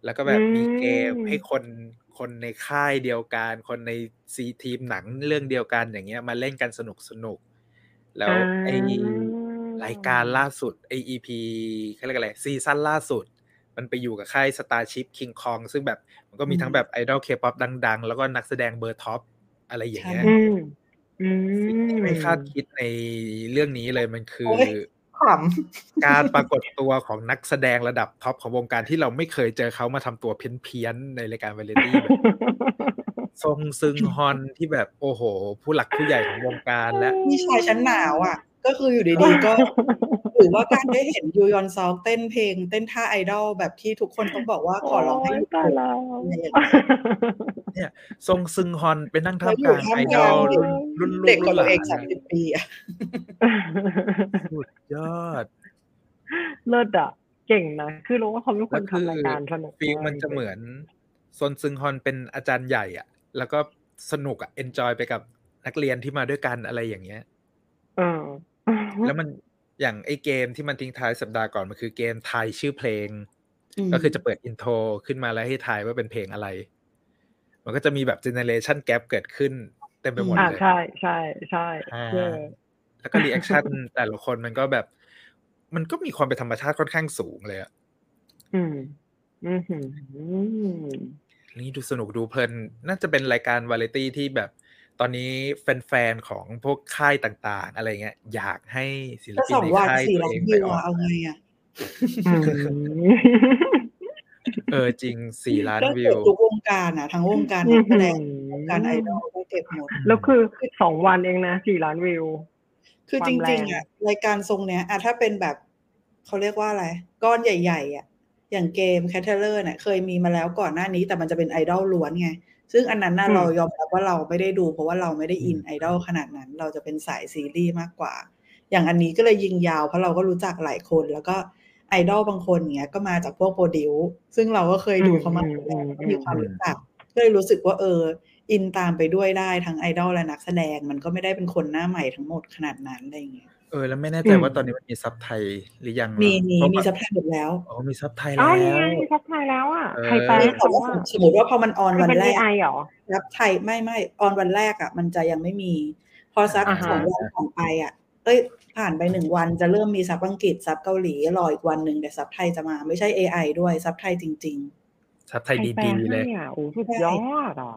A: แล้วก็แบบมีเกมให้คนคนในค่ายเดียวกัน คนในซีทีมหนังเรื่องเดียวกันอย่างเงี้ยมาเล่นกันสนุกสนุกๆแล้วไอ รายการล่าสุดไอ EP เขาเรียกอะไรซีซั่นล่าสุด มันไปอยู่กับค่าย Starship King Kong ซึ่งแบบมันก็มี
C: อืม
A: ทั้งแบบไอดอลเคป๊อปดัง ๆ แล้วก็นักแสดงเบอร์ท็อปอะไรอย่างเงี้ย
B: อืมอื
A: สิ่ง
B: ม
A: ที่ไม่คาดคิดในเรื่องนี้เลยมันคือ
C: โอ๊ย ข
A: การปรากฏตัวของนักแสดงระดับท็อปของวงการที่เราไม่เคยเจอเขามาทำตัวเพี้ยนๆในรายการวาไร
C: [LAUGHS]
A: ตี้แบบ ทรงซึงฮอนที่แบบโอ้โห ผู้หลักผู้ใหญ่ของวงการและ
C: ำนี่ชายชั้นหนาวอ่ะ ก็คืออยู่ดีๆก็ หรือว่าการได้เห็นยูยอนซอกเต้นเพลง เต้นท่าไอดอลแบบที่ทุกคนต้องบอกว่าขอร้องให้หยุด
B: โยตายแล้ว
A: ทรงซึงฮอนเป็นนั่งท่ามกลางไอดอลรุ่นรุ่นลู
C: เด็ก
A: ก
C: กว่า
A: รุ่นหลา
C: ตัวนเองสาม
A: นะ
C: สิบปีอะ
A: สุดยอด
B: เลิศอ่ะ เก่งนะ คือรู้ว่าเขาเป็นคนทำรายการสนุก
A: ฟิลมันจะเหมือนซนซึงฮอนเป็นอาจารย์ใหญ่อ่ะ แล้วก็สนุกอ่ะเอนจอยไปกับนักเรียนที่มาด้วยกันอะไรอย่างเงี้ย
B: เออ
A: แล้วมันอย่างไอเกมที่มันทิ้งท้ายสัปดาห์ก่อน มันคือเกมทายชื่อเพลง
C: ม
A: ก็คือจะเปิดอินโทรขึ้นมาแล้วให้ทายว่าเป็นเพลงอะไร มันก็จะมีแบบเจเนเรชันแก p เกิดขึ้นเต็มไปหมด
B: อ่า
A: เลย
B: ใช่ใช่ใช่
A: อ่า
B: เออ
A: แล้วก็รีแอคชั่น [LAUGHS] แต่ละคนมันก็แบบ มันก็มีความเป็นธรรมชาติค่อนข้างสูงเลยอะ
B: อืม อืมหืม
A: นี่ดูสนุกดูเพลิน น่าจะเป็นรายการวาไรตี้ที่แบบ ตอนนี้แฟนๆของพวกค่ายต่างๆ อะไรเงี้ย อยากให้ศิล
C: ก็
A: ปิน
C: สอง
A: ใน
C: วัน
A: ค่าย
C: สี่
A: ตัว
C: ล้า
A: เอนงไป
C: วิว
A: ออ
C: อะ
A: ก
C: เอาไงอะ
B: อืม
A: เออจริงสี่ล้าน
C: ก็
A: วิ
C: เก็บ
A: ว
C: [LAUGHS] ทุกวงการอะทั้งวงการนักแสดงวงการไอดอลก็เก็บหมด
B: แล้วคือสองวันเองนะสี่ล้านวิว
C: คือ
B: ความ
C: จริง ๆ
B: แรง
C: อ่ะรายการทรงเนี้ยอ่ะถ้าเป็นแบบเขาเรียกว่าอะไร ก้อนใหญ่ ๆ อ่ะ อย่างเกมแคทเทเลอร์เนี่ยเคยมีมาแล้วก่อนหน้านี้แต่มันจะเป็นไอดอลล้วนไง ซึ่งอันนั้นน่ะ
B: อืม
C: เรายอมรับว่าเราไม่ได้ดู เพราะว่าเราไม่ได้อิน
A: อืม
C: ไอดอลขนาดนั้น เราจะเป็นสายซีรีส์มากกว่า อย่างอันนี้ก็เลยยิงยาวเพราะเราก็รู้จักหลายคน แล้วก็ไอดอลบางคนเนี้ยก็มาจากพวกโปรดิวซ์ซึ่งเราก็เคยดูเขามาอยู่แล้วก็มีความรู้จัก ก็เลยรู้สึกว่าเออ อินตามไปด้วยได้ทั้งไอดอลและนักแสดง มันก็ไม่ได้เป็นคนหน้าใหม่ทั้งหมดขนาดนั้นอะไรอย่างเงี้ย
A: เออแล้วไม่แน่ใจ
B: อืม
A: ว่าตอนนี้มันมีซับไทยหรือยัง
C: มีมี
A: เพราะ
C: มี
A: ว่า
C: ซับไทยหมดแล้ว
A: อ๋อมีซับไทย
B: อ้า
A: แล้ว
B: นี่ไง
A: ว
B: ทักทายแล้วอ่ะ
A: เออ
B: ใครแปล
A: ช่
B: ให้
C: แต่
B: เขา
C: ว่า
B: อ่ะ
C: สมมติว่าพอมันออน
B: ใคร
C: วัน
B: เป็น
C: แร
B: ไอก ไอเหรอ
C: ซับไทยไม่ไม่ออนวันแรกอ่ะ มันจะยังไม่มี พอซับ
B: อ่าฮะ
C: สองวันผ่านไปอ่ะ เอ้ย ผ่านไปหนึ่งวันจะเริ่มมีซับอังกฤษซับเกาหลีรออีกวันหนึ่งแต่ซับไทยจะมาไม่ใช่ AI ด้วยซับไทยจริง
A: ซับไท
B: ใคร
A: ย
B: แปล
A: ดีๆเล
B: ให้
A: ย
B: อ่ะโอ้สุดยอดอ่ะ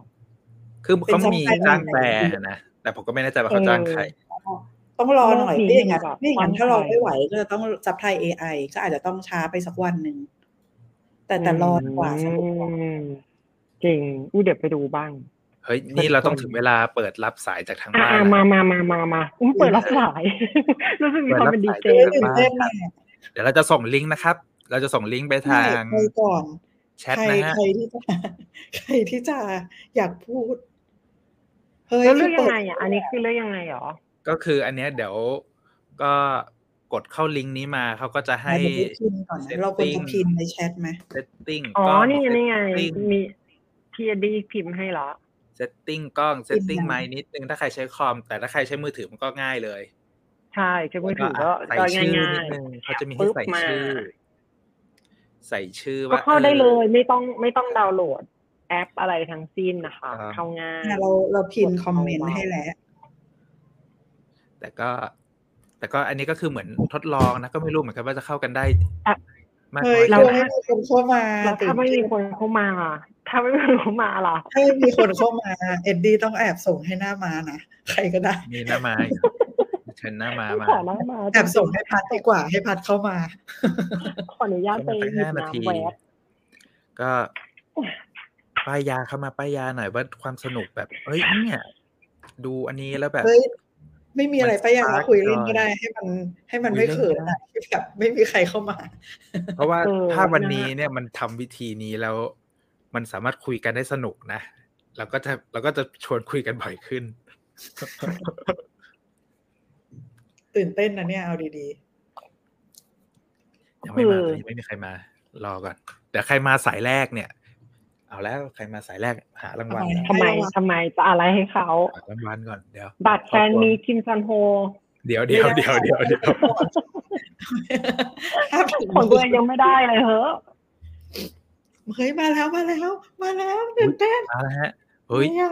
A: คือ
C: เป็น
A: เขา
C: ซับ
A: มี
C: ไทย
A: จ้างแปล
C: แบบไหน
A: นะ แต่ผมก็ไม่แน่ใจว่าเขาจ้างใคร
C: ๆ ต้องรอหน่อย
B: รอบ
C: ไม่
B: นี้
C: อย่างนั้น
B: แบบ
C: ไม่อย่างนั้น
B: ความ
C: ถ้าเรา
B: ไทย
C: ไม่ไหวก็จะต้องซับไทย AI ก็อาจจะต้องช้าไปสักวันหนึ่งแต่แต่รอดีกว่าสนุกกว่า
B: มจริงอู้เดี๋ยวไปดูบ้าง
A: เฮ้ย นี่เราต้องถึงเวลาเปิดรับสายจากทาง
B: อ่า
A: บ้าน
B: มา
A: แล้ว
B: มามามามาอุ้ยเปิดรับสาย [LAUGHS] รู้สึกมีความเป็นดีเจ
A: เปิดรับสาย
C: ตื่น
B: ด้วยนะ
C: เต้นมาก
A: เดี๋ยวเราจะส่งลิงก์นะครับ เราจะส่งลิงก์ไป
C: ใช่
A: ทาง
C: ไปก่อน
A: แชท
C: ใคร
A: นะฮะ
C: ใครที่จะ [LAUGHS] ใครที่จะอยากพูด เฮ้ย
B: แล้วเลือกยั
C: คื
B: ง
C: เปิด
B: ไงอ่ะ อันนี้คือเลือกยังไงหรอ
A: ก็คืออันเนี้ยเดี๋ยวก็กดเข้าลิงก์นี้มาเขาก็จะให้
C: เดี๋ยวพิมพ์ก่อนนะ
A: setting
C: เราควรจะพิมพ์ในแชทไหม
A: setting
B: อ๋อก
A: ล้อง
B: นี่ไงนี่ไง
A: setting
B: มีพีดีพิมพ์ให้เหรอ
A: setting กล้อง
C: พิมพ์
A: setting ไมค์นิดนึงถ้าใครใช้คอม แต่ถ้าใครใช้มือถือมันก็ง่ายเลย
B: ใช่จะมือถือก็
A: แล้วใส่
B: ก็
A: ชื่อ
B: ง่า
A: นิ
B: ย
A: ดนึงเขาจะมีให้ใส่
B: ปึ๊บมา
A: ชื่อ ใส่ชื่อ
B: ๆ ก็
A: ว่า
B: เข้าได้เลยไม่ต้องไม่ต้องดาวน์โหลด แอปอะไรทั้งสิ้นนะคะ
A: ครับ
B: เข้าง่าย
C: อ่ะเราเราพิมพ์คอมเมนต์ให้แล้ว
A: แต่ก็ แต่ก็อันนี้ก็คือเหมือนทดลองนะ ก็ไม่รู้เหมือนกันว่าจะเข้ากันได้
B: อ่ะ
A: มากน้
C: เฮ้ย
A: อย
C: เรา
A: แค่ไหน
C: ให้มีคนเข้ามา
B: แล้วถ้าไม่มีคนเข้ามา ถ้าไม่มีคนเข้ามาล่ะ
C: ให้มีคนเข้ามา เอ็ดดี้ต้องแอบส่งให้หน้ามานะ ใครก็ได้
A: มีหน้ามาอีกเชิญห
B: [LAUGHS]
A: น้ามา
B: ต้อง
A: มา
B: ขอน้องมา
C: แอบส่งให้พัดดีกว่า ให้พัดเข้ามา
B: ขออนุญาตไป
A: เข้ามา
B: ห
A: สักห้า
B: ยิบ
A: นาที
B: น้ำแวบ
A: ก็ป้ายยาเข้ามาป้ายยาหน่อยว่าความสนุกแบบ เฮ้ยเนี่ย ดูอันนี้แล้วแบบ
C: เฮ้ย ไม่มีอะไรไปะอยาง
A: มัน
C: เรา
A: spark
C: คุยเล่
A: ห
C: น
A: น่อย
C: ก็ได้ ให้มัน ให้มัน
A: คุย
C: ไม่
A: เล่น
C: เขิน
A: ก็ได้
C: อะที่แบบไม่มีใครเข้ามา
A: เพราะว่า
B: เออ
A: ถ้าวัน
B: นะ
A: นี้เนี่ยมันทำวิธีนี้แล้ว มันสามารถคุยกันได้สนุกนะเราก็จะเราก็จะชวนคุยกันบ่อยขึ้น
C: ตื่นเต้นนะเนี่ยเอาดี
A: ยังไม่มา
B: คือ
A: ยังไม่มีใครมา รอก่อนเดี๋ยวใครมาสายแรกเนี่ย เอาแล้วใครมาสายแรกหารางวัลนะ
B: ทำไมทำไมจะอะไรให้เขา
A: หารางวัลก่อนเดี๋ยว
B: บัตรแฟนมีคิมซันโฮ
A: เดี๋ยวเดี๋ยวเดี๋ยวเดี๋ยวเดี๋ยว
C: ๆถ้าผิด
B: ของตัวเองยังไม่ได้เลยเหอะ
C: เฮ้ยมาแล้วมาแล้ว มาแล้วตื่นเต้น
A: มาแล้วฮะเฮ้ย
C: เนี่ย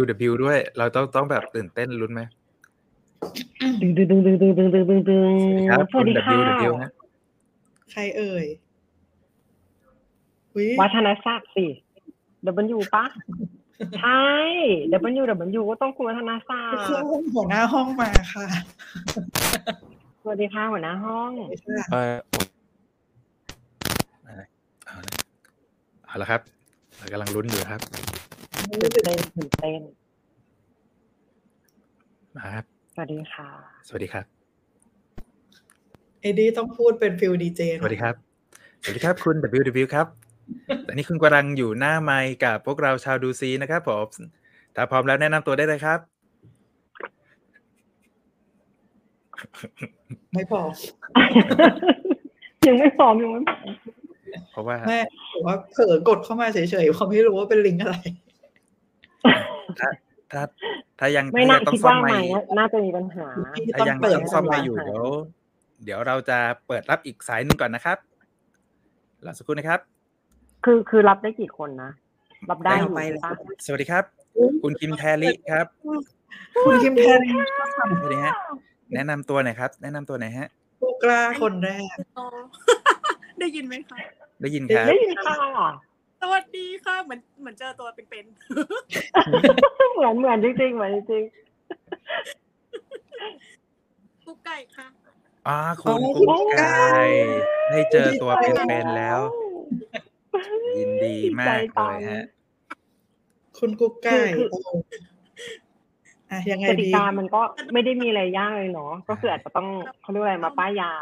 A: W W ด้วย เราต้องต้องแบบตื่นเต้นลุ้นไหม
B: ดึงดึงดึงดึงดึงดึงดึงดึงดึงสวัสดี
A: คุณ W
B: ค่ะ
A: W นะ
C: ใครเอ่ยอุย
B: วัฒนศักดิ์สิ W ปะใช่ W W ก็ต้องคุณวัฒนศัก
C: ทุกคน
B: ดิ์
C: หัวหน้าห้องมาค่ะ
B: สวัสดีค่ะหัวหน้าห้อง
A: เออเอาละเอาละครับเรากำลังลุ้นอยู่ครับ
B: ตื่นเต้นตื่นเต้น
A: มาครับ
B: สวัสดีค่ะ
A: สวัสดีครับ
C: เอ็ดดี้ต้องพูดเป็นฟิลดีเจ
A: สวัสดีครับ สวัสดีครับคุณ WW ครับ ตอนนี้คุณกำลังอยู่หน้าไมค์กับพวกเราชาวดูซีนะครับผม ถ้าพร้อมแล้วแนะนำตัวได้เลยครับ
C: ไม่พอ
B: ยังไม่พร้อมยังไม่พร้อม
A: เพราะว่า
C: แม่บอกว่าเผลอกดเข้ามาเฉยๆเพราะไม่รู้ว่าเป็นลิงก์อะไร
A: ถ้าถ้ายัง
B: ไม่
A: ถ้า
B: น่า
A: ยังต้อง
B: คิด
A: ซ่อม
B: ว่า
A: ไม
B: ไม่
A: ค์
B: น่าจะมีปัญหา
A: ถ้ายัง
C: ต้องเปิด
A: ต้องซ่อมไมค์อยู่
B: ให้
A: เดี๋
B: เรา
A: ยวเดี๋ยวเราจะเปิดรับอีกสายหนึ่งก่อนนะครับรอสักครู่นะครับ
B: คือคือรับได้กี่คนนะรับได้อ
C: ได้
B: ยู่
C: ไปเลย
B: ใช่ปะ
A: สวัสดีครับ คุณคิมแทลิครับ
C: คุณคิมแทน
A: สวัสดีฮะ แนะนำตัวหน่อยครับ แนะนำตัวหน่อยฮะ
C: ผู้กล้าคนแรก
D: อ๋อ ได้ยินไหมคะ
A: ได้ยินครับ
B: ได้ยินค่ะ
D: สวัสดีค่ะ เหมือนเหมือนเจอตัวเป็น
B: เหมือนเหมือนจริงๆเหมือนจริง [LAUGHS]
D: ๆกุ๊กไก่ค่ะ
A: อ่าคุณ
C: อ๋อ
A: กุ๊กไก่ได้เจอตัวเป็นๆแล้ว ยินดีมากเลยฮะ
C: คุณกุ๊กไก่
B: คือคือ
C: อ่ะยังไง
B: กติ
C: ดี
B: กามันก็ไม่ได้มีอะไรยากเลยเนาะก็คืออาจจะต้องเขาเรียกว่าอะไรมาป้ายยา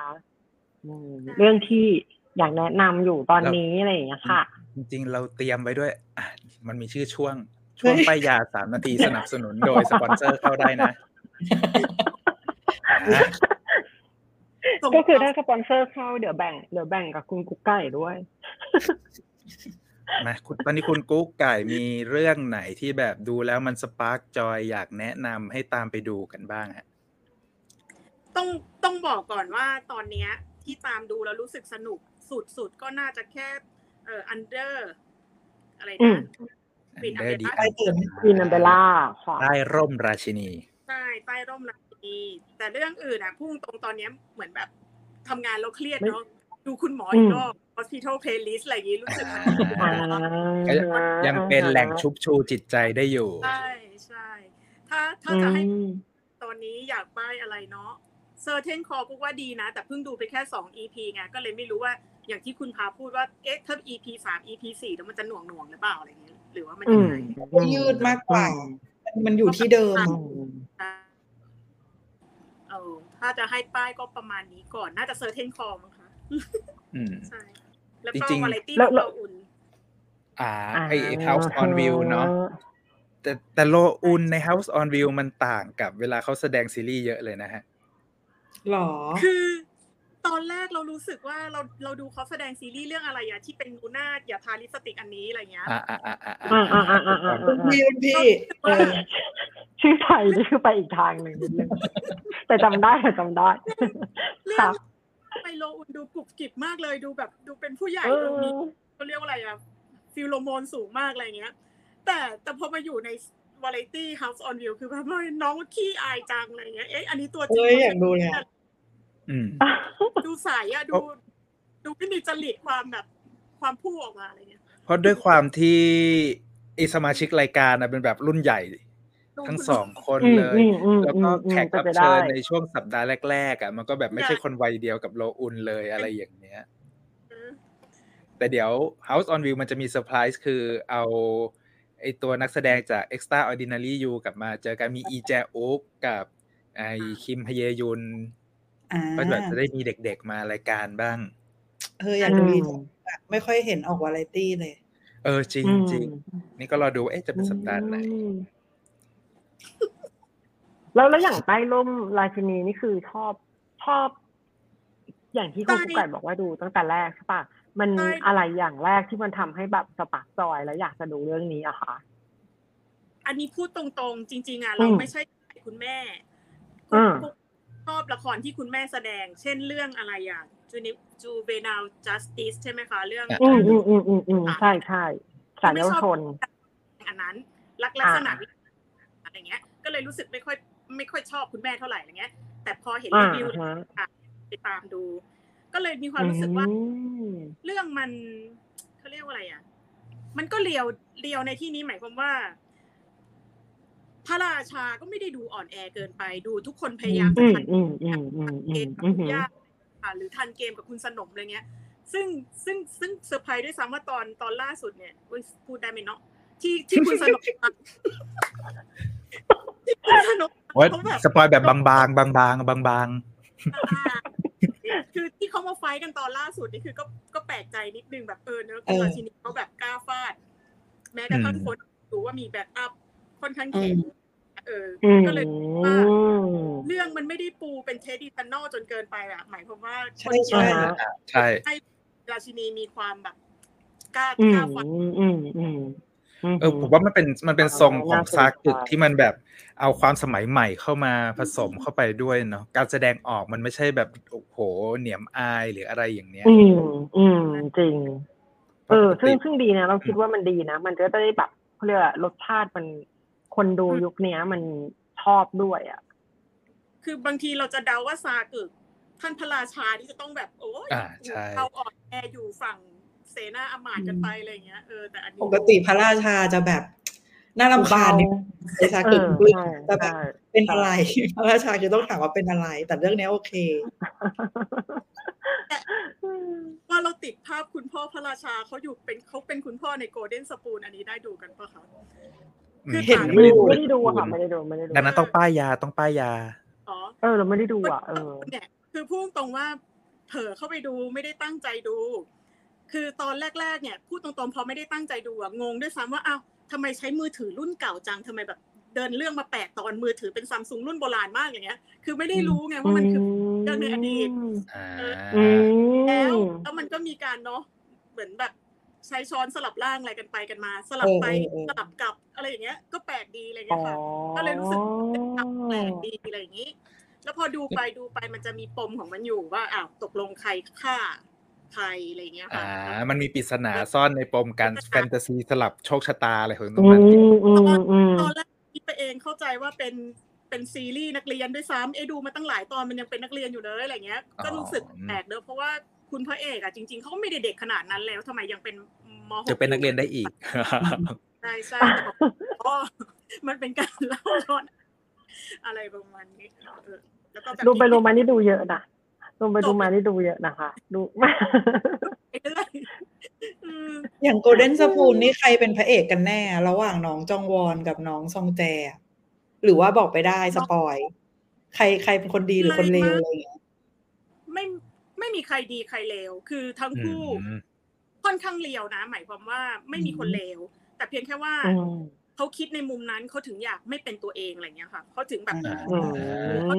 B: อืมเรื่องที่อยากแนะนำอยู่ตอนนี้อะไรอย่างเงี้ยค่ะ
A: จริงๆ เราเตรียมไว้ด้วยอ่ะมันมีชื่อช่วง ช่วงป้ายยาสามนาทีสนับสนุนโดยสปอนเซอร์เข้าได้นะอ่ะ
D: ส่ง
B: ก็คือถ้าสปอนเซอร์เข้าเดี๋ยวแบ่งเดี๋ยวแบ่งกับคุณกุ๊กไก่ด้วย
A: มาคุณตอนนี้คุณกุ๊กไก่มีเรื่องไหนที่แบบดูแล้วมันสปาร์กจอยอยากแนะนำให้ตามไปดูกันบ้างฮะ
D: ต้องต้องบอกก่อนว่าตอนเนี้ยที่ตามดูแล้วรู้สึกสนุกสุดสุดๆก็น่าจะแค่เอ่ออันเดอร์ อะไร
B: อืม
D: นะ ปิด
A: Under the
C: ไปเติม
B: อินันเบล่าค่ะ
A: ใต้ร่มราชินี
D: ใต้ใต้ร่มราณีแต่เรื่องอื่นอ่ะพุ่งตรงตอนเนี้ยเหมือนแบบทำงานแล้วเครียดเนาะดูคุณหมออีกรอบ hospital playlist อะไรอย่างงี้รู้สึกมัน
A: อ่า ยังเป็นแหล่งชุบชูจิตใจได้อยู่
D: ใช่ใช่ถ้าถ้าจะให้ ตอนนี้อยากป้ายอะไรเนาะเซอร์เทนคอกูว่าดีนะ แต่เพิ่งดูไปแค่ 2 EP ไงก็เลยไม่รู้ว่าอย่างที่คุณพาพูดว่า เอ๊ะถ้า EP 3 EP 4แล้วมันจะหน่วงหน่วงๆหรือเปล่าอะไรอย่างเงี้ยหรือว่ามัน
B: อื
D: ยัง
B: ม
D: ไง
C: ยืดมากกว่า มันอยู่ที่เดิม
B: อืม
D: เออถ้าจะให้ป้ายก็ประมาณนี้ก่อน น่าจะเซอร์เทนคอมั้งคะ
A: อืม
D: ใช่ แล้ว
A: จ
D: ก็
A: ริงๆ
D: วาไรตี้เราอุ่น
A: อ่าไอ House on View เนาะแต่แต่โลอุนใน House on View มันต่างกับเวลาเขาแสดงซีรีส์เยอะเลยนะฮะ
C: หรอ
D: คือตอนแรกเรารู้สึกว่าเราเราดูเขาแสดงซีรีส์เรื่องอะไรอะที่เป็นนูน่าอย่าทาลิปสติกอันนี้อะไรเงี้ย
A: อ่าอ่าอ่าอ่า
B: อ่าอ่าอ่าอ่า
C: คุ
B: อ่า
C: ณพี่คุณพี่เออ
B: ชื่อไทยนี่คือไปอีกทางหนึ่งนิดนึงแต่จำได้แต่จำได้
D: เรื่
B: ครั
D: อง
B: บ
D: ไมโลอุ่นดูกรุบกริบมากเลยดูแบบดูเป็นผู้ใหญ่
B: เอ
D: ดูมี
B: อ
D: เขาเรียกว่าอะไรอะฟิลโลโมนสูงมากอะไรเงี้ย แต่แต่พอมาอยู่ในวาไรตี้ House on View คือแบบเฮ้ยน้องขี้อายจังอะไรเงี้ยเอ๊ะอันนี้ตัวจริง
C: เอ้ยอยากดูเลยอะ
A: อืม
D: ดูใสายอะดูดูไม่มีจริตความแบบความพูดออกมาอะไรเงี้ย
A: เพราะด้วยความที่ไอสมาชิกรายการนะเป็นแบบรุ่นใหญ่
D: ดู
A: ทั้ง
D: คุณ
A: สองคน
B: อืม
A: เลย
B: อืมอืม
A: แล้วก็
B: อืม
A: แขก
B: เป็น
A: รับเชิญ
B: ไปได้
A: ในช่วงสัปดาห์แรกๆอ่ะมันก็แบบไม่ใช่คนวัยเดียวกับโลอุนเลยอะไรอย่างเนี้ย
D: นะ
A: แต่เดี๋ยว House on View มันจะมีเซอร์ไพรส์คือเอาไอตัวนักแสดงจาก Extraordinary You กลับมาเจอกันมีอีแจอุกกับไอคิมฮเยยุน
C: อ่า
A: ก็แบบจะได้มีเด็กๆมารายการบ้าง
C: เอออยากดูดีจังอะไม่ค่อยเห็นออกวาไรตี้เลย
A: เออจริง
B: อืม
A: จริงนี่ก็รอดูว่าเอ๊ะจะเป็นสัปดาห์ไหน
B: อืมแล้วแล้วอย่างใต้ร่มราชินีนี่คือชอบชอบ อย่างที่คุณ
D: ใต้
B: กุ๊กไก่บอกว่าดูตั้งแต่แรกใช่ปะมัน
D: ใต้
B: อะไรอย่างแรกที่มันทำให้แบบสปาร์กจอยแล้วอยากจะดูเรื่องนี้อะค่ะ
D: อันนี้พูดตรงๆ จริง ๆอ่ะเรา
B: อืม
D: ไม่ใช่คุณแม่
B: อืม
D: ชอบละครที่คุณแม่แสดง เช่นเรื่องอะไรอ่ะจูนิจูเบนาลจัสติสใช่ไหมคะ เรื่อง
A: อ่ะ
B: อืมอืมอืมอืมอืมใช่ใช่สายเยาวชน
D: อันนั้นลักลักษณะวิอะไรเงี้ย ก็เลยรู้สึกไม่ค่อยไม่ค่อยชอบคุณแม่เท่าไหร่อะไรเงี้ย แต่พอเห็น
B: อ่า
D: รีวิว
B: ฮะ
D: ไปตามดู ก็เลยมีความ
B: อื
D: รู้สึกว่า
B: ม
D: เรื่องมันเขาเรียกว่าอะไรอ่ะ มันก็เลียวเลียวในที่นี้หมายความว่า พระราชาก็ไม่ได้ดูอ่อนแอเกินไปดูทุกคนพยายามจะ
B: อืม
D: ทัน
B: อืมอืมอืมอื
D: เก
B: ม
D: มกับ
B: อืม
D: คุณย่าค่ะหรือทันเกมกับคุณสนมอะไรเงี้ย ซึ่งซึ่งซึ่งเซอร์ไพรส์ด้วยซ้ำว่าตอนตอนล่าสุดเนี่ยอุ๊ยพูดได้ไหมเนาะที่ที่คุณสนม [LAUGHS] ที่คุณสนม
A: ว่า
D: เขาแบบ
A: สปอยแบบบางๆ บางๆ บาง
D: เขามาไฟท์กันตอนล่าสุดนี่คือก็ก็แปลกใจนิดนึงแบบเออเนอะคือมาชินีเขาแบบกล้าฟาด แม้กระทั่ง
A: อืม
D: คนรู้ว่ามีแบ็กอัพค่อนข้างเก่ง
C: อืม
D: เออ
B: อืม
D: ก็เลยว่า เรื่องมันไม่ได้ปูเป็นเทดิทันนอลจนเกินไปอะหมายความว่าคนเขี
C: ใช่
D: ยน
B: อ่าฮะ
A: ใช่
D: ให้ราชินีมีความแบบกล้า
B: อื
D: ก
B: ม
D: ล้าฟัน
B: อืมอืมอืม
A: เออผมว่ามันเป็นมันเป็นทรงของ
B: น่าสนใจ
A: ซากิที่มันแบบเอาความสมัยใหม่เข้ามาผสมเข้าไปด้วยเนาะการแสดงออกมันไม่ใช่แบบโอ้โหเหนียมอายหรืออะไรอย่างเนี้ย
B: อืมอืมจริง เออ
A: ปกติ
B: ซึ่งซึ่งดีนะ เราคิดว่ามันดีนะ มันก็จะได้แบบเขาเรียกว่ารสชาติมันคนดูยุคเนี้ย มันชอบด้วยอ่ะ
D: คือบางทีเราจะเดาว่าซาเกิดท่านพระราชาที่จะต้องแบบโอ้ย
A: อ่าใช่
D: เขาอ่อนแออยู่ฝั่งเสนาอามาตย์กันไปอะไรอย่างเงี้ยเออแต่อันนี้
C: ปกติพระราชาจะแบบ น่ารำคาญนิดนึงไอ้ซา
B: เอ
C: กิ
B: อ
C: คือ
B: ใช่
C: จะแบบ
B: ใช่
C: เป็นอะไร พระราชาคือต้องถามว่าเป็นอะไร แต่เรื่องเนี้ยโอเค
D: ว่าเราติดภาพคุณพ่อพระราชาเขาอยู่เป็นเขาเป็นคุณพ่อในโกลเด้นสปูนอันนี้ได้ดูกันปะคะ
A: อืม
D: คือ
C: เห็น
A: ไม่ได้ดู
B: ไม่ได้ดูอะค่ะไม่ได้ดูไม่ได้ดู
A: ดังนั้นต้องป้ายยาต้องป้ายยา
D: อ๋อ
B: เออเราไม่ได้ดูอ่ะเออ
D: เนี่ยคือพูดตรงว่าเผลอเข้าไปดูไม่ได้ตั้งใจดู คือตอนแรก ๆ เนี่ยพูดตรงๆพอไม่ได้ตั้งใจดูอะงงด้วยซ้ำว่าอ้าวทำไมใช้มือถือรุ่นเก่าจังทำไมแบบ เดินเรื่องมาแปะตอนมือถือเป็นซัมซุงรุ่นโบราณมากอย่างเงี้ย คือไม่ได้รู้ไงว่ามันคือ เรื่องในอดีต
A: อ่า
B: อืม
D: แล้วแล้วมันก็มีการเนาะเหมือนแบบใช้ช้อนสลับล่างอะไรกันไปกันมา สลับไป
C: เออเออเออ
D: สลับกลับอะไรอย่างเงี้ย ก็แปลกดีอะไร
B: อ๋
D: เงี้
B: อย
D: ค่ะ ก็เลยรู้สึกแปลกดีอะไรอย่างนี้ แล้วพอดูไปดูไปมันจะมีปมของมันอยู่ว่าอ้าวตกลงใครฆ่าใครอะไรอย่างเงี้ย
A: อ่า
D: ค่ะ
A: มันมีปริศนาซ่อนในปม
B: [LAUGHS]
A: การแฟนตาซีสลับโชคชะตาอะไรของตร
B: อื
A: งนั้น
B: มอืมอืม
D: ตอนแรกคิดไปเองเข้าใจว่าเป็นเป็นซีรีส์นักเรียนด้วยซ้ำเอ้ยดูมาตั้งหลายตอนมันยังเป็นนักเรียนอยู่เลยอะไรเงี้ย ก็รู้สึกแปลกเนอะเพราะว่าคุณพระเอกอะจริง ๆเขาก็ไม่ได้เด็กขนาดนั้นแล้วทำไมยังเป็นมหก
A: จะเป็นนักเรียนได้อีก [LAUGHS]
D: ใช่ใช่แต่บอกอ๋ [LAUGHS] อมันเป็นการเล่าย้อนอะไรประมาณนี้เออแล้วก็แบบ
B: ดูไปดูมานี่ดูเยอะนะดูไปดูมานี่ดูเยอะนะคะ ดู
D: ไปเรื่อยอืม
C: อย่างโกลเด้นสปูนนี่ใครเป็นพระเอกกันแน่ ระหว่างน้องจองวอนกับน้องซองแจ หรือว่าบอกไปได้สปอย ใครใครเป็นคนดีหรือคนเลวอะไรอย่างเงี้ย
D: ไม่ไม่มีใครดีใครเลว คือทั้งคู่
A: อืม
D: ค่อนข้างเลวนะ หมายความว่าไม่มีคนเลว แต่เพียงแค่ว่า
B: อืม
D: เขาคิดในมุมนั้นเขาถึงอยากไม่เป็นตัวเองอะไรเงี้ยค่ะเขาถึงแบบ
C: อ่า
B: อื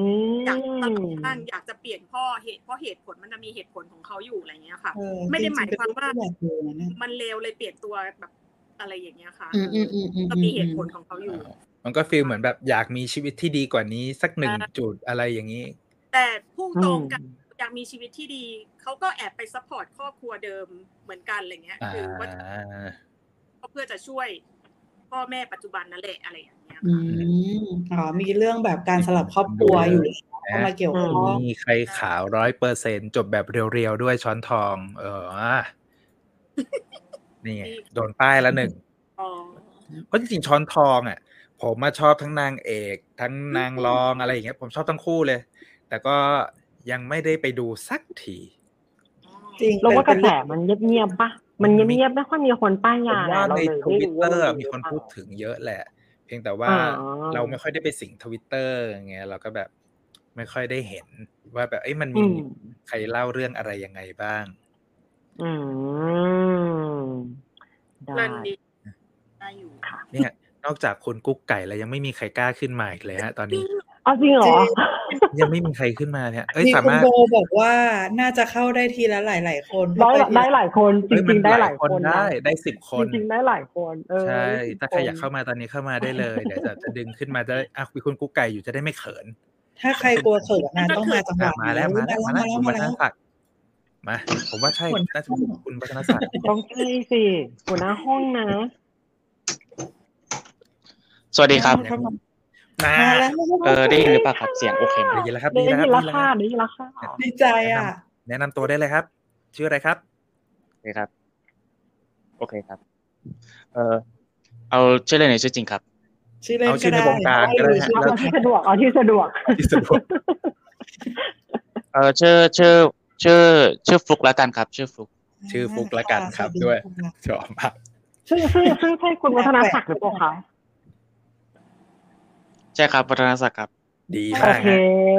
B: ม
D: อยากตั้งบ้างอยากจะเปลี่ยนพ่อเหตุเพราะเหตุผลมันจะมีเหตุผลของเขาอยู่อะไรเงี้ยค่ะ
C: เออ
D: ไม่ได้หมายความว่า
C: จริงๆเป็นเรื่องที่แบบเลวนะเนี่ย
D: มันเลวเลยเปลี่ยนตัวแบบอะไรอย่างเงี้ยค่ะ
C: อืมอืมอืมอืม
D: ก็มีเหตุผลของเขาอยู่
A: มันก็ฟีลเหมือนแบบอยากมีชีวิตที่ดีกว่านี้ สักหนึ่ง
D: อ่า
A: จุดอะไรอย่างนี้
D: แต่พุ่งตรงกันอยากมีชีวิตที่ดีเขาก็แอบไปซัพพอร์ตครอบครัวเดิมเหมือนกันอะไรเงี้ย
A: อ่า
D: คือว่า ก็เพื่อจะช่วยพ่อแม่ปัจจุบันนั่นแหละอะไรอย่างเงี้ย
C: อืมอ๋อมีเรื่องแบบการสลับครอบครัวอยู่แล้วเข้ามาเกี่ยวข้อง
A: มีใครขาวร้อยเปอร์เซ็นจบแบบเรียวๆด้วยช้อนทอง เออ
C: [LAUGHS]
A: นี่ไงโดนป้ายละหนึ่ง
D: อ๋อ
A: เพราะจริงๆช้อนทองอ่ะ ผมมาชอบทั้งนางเอก ทั้งนางรองอะไรอย่างเงี้ย ผมชอบทั้งคู่เลย แต่ก็ยังไม่ได้ไปดูสักที
C: จริง
B: เราว่ากระแส
C: แต่
B: มันเงียบๆปะมันเงียบๆไม่ค่อยมีคนป้าย
A: ผ
B: ยาม
A: ว่า
B: เรา
A: ใน
B: เลย
A: ท
B: ไม่
A: วิต
B: รู้
A: เต
B: ว่า
A: อร์
B: น
A: มี
B: ห
A: คน
B: เปล่า
A: พูดถึงเยอะแหละ เพียงแต่ว่า
B: อ๋อ
A: เราไม่ค่อยได้ไปสิงทวิตเตอร์ไงเราก็แบบไม่ค่อยได้เห็น ว่าแบบเอ้ยมันมี
B: อืม
A: ใครเล่าเรื่องอะไรยังไงบ้าง
B: อืมได้
D: เรื่องดีได้อยู่ค่ะ
A: เนี่ย นอกจากคุณกุ๊กไก่แล้วยังไม่มีใครกล้าขึ้นมาอีกเลยฮะ ตอนนี้
B: เอาจริงเหรอ
A: ยังไม่มีใครขึ้นมาเนี่ยเอ้ย
C: มี
A: สา
C: คุณ
A: มารถ
C: โบบอกว่าน่าจะเข้าได้ทีละหลาย ๆ คน
B: ได้
C: เข้าป
B: ได้หลายคนจ
A: เอ้ยมั
B: ริ
A: น
B: งๆได้หลายคนนะ
A: ได้ได้สิบคน
B: จริงๆได้หลายคนเออ
A: ใช่ ถ้าใครอยาก
B: สิบ
A: เข้ามาตอนนี้เข้ามาได้เลย เดี๋ยวจะจะดึงขึ้นมาจะได้อ่ะคุยคุณกุ๊กไก่อยู่จะได้ไม่เขิน
C: ถ้าใครกลัวเขินนะต้องมาจังห
A: อ่ะ
C: วะ
A: มาแล้วมา
C: นี้
A: แล้วมา
C: มา
A: แล้ว
C: แล้
A: คุณวัฒน
C: วมาแล้ว
A: ศักดิ์มา ผมว่าใช่
C: คน
A: น่าจะเป็นคุณวัฒนศักดิ์
B: ต้องใช่สิหัวหน้าห้องนะ
E: สวัสดีครับ
A: ครับมา
C: มาแล้ว
E: เออได้ยินหรือเปล่าครับ เสียงโอเคไหม
A: ได้ยินแล้วครับ
B: ได้
A: ดีแล้วค
B: ยิ
A: รับ
B: นรา
A: ดีแล้ว
B: คา
A: ครับ
B: ได้ยิน
C: ดี
B: ราคา
C: ใจอ่ะ
A: แนะนำตัวได้เลยครับ ชื่ออะไรครับ
E: โอเคครับ โอเคครับ เออเอาชื่อเล่นหรือชื่อจริงครับ
C: ชื่อเล่น
A: เอาชื่อ
C: ก็
A: ใน
C: ได้
A: วงการก็ได้ฮะ
B: เอาที่สะดวกเอาที่สะดวก
A: ที่สุด
E: เออชื่อชื่อชื่อชื่อฟลุกแล้วกันครับ ชื่อฟลุก
A: ชื่อฟุกละกันครับด้วยชอบมาก
B: ซึ่งซึ่งซึ่งใช่คุณวัฒนศักดิ์หรือเปล่าคะ
E: ใช่ครับวัฒนศักดิ์ครับ
A: ดี
B: โอ
A: มาก
B: เค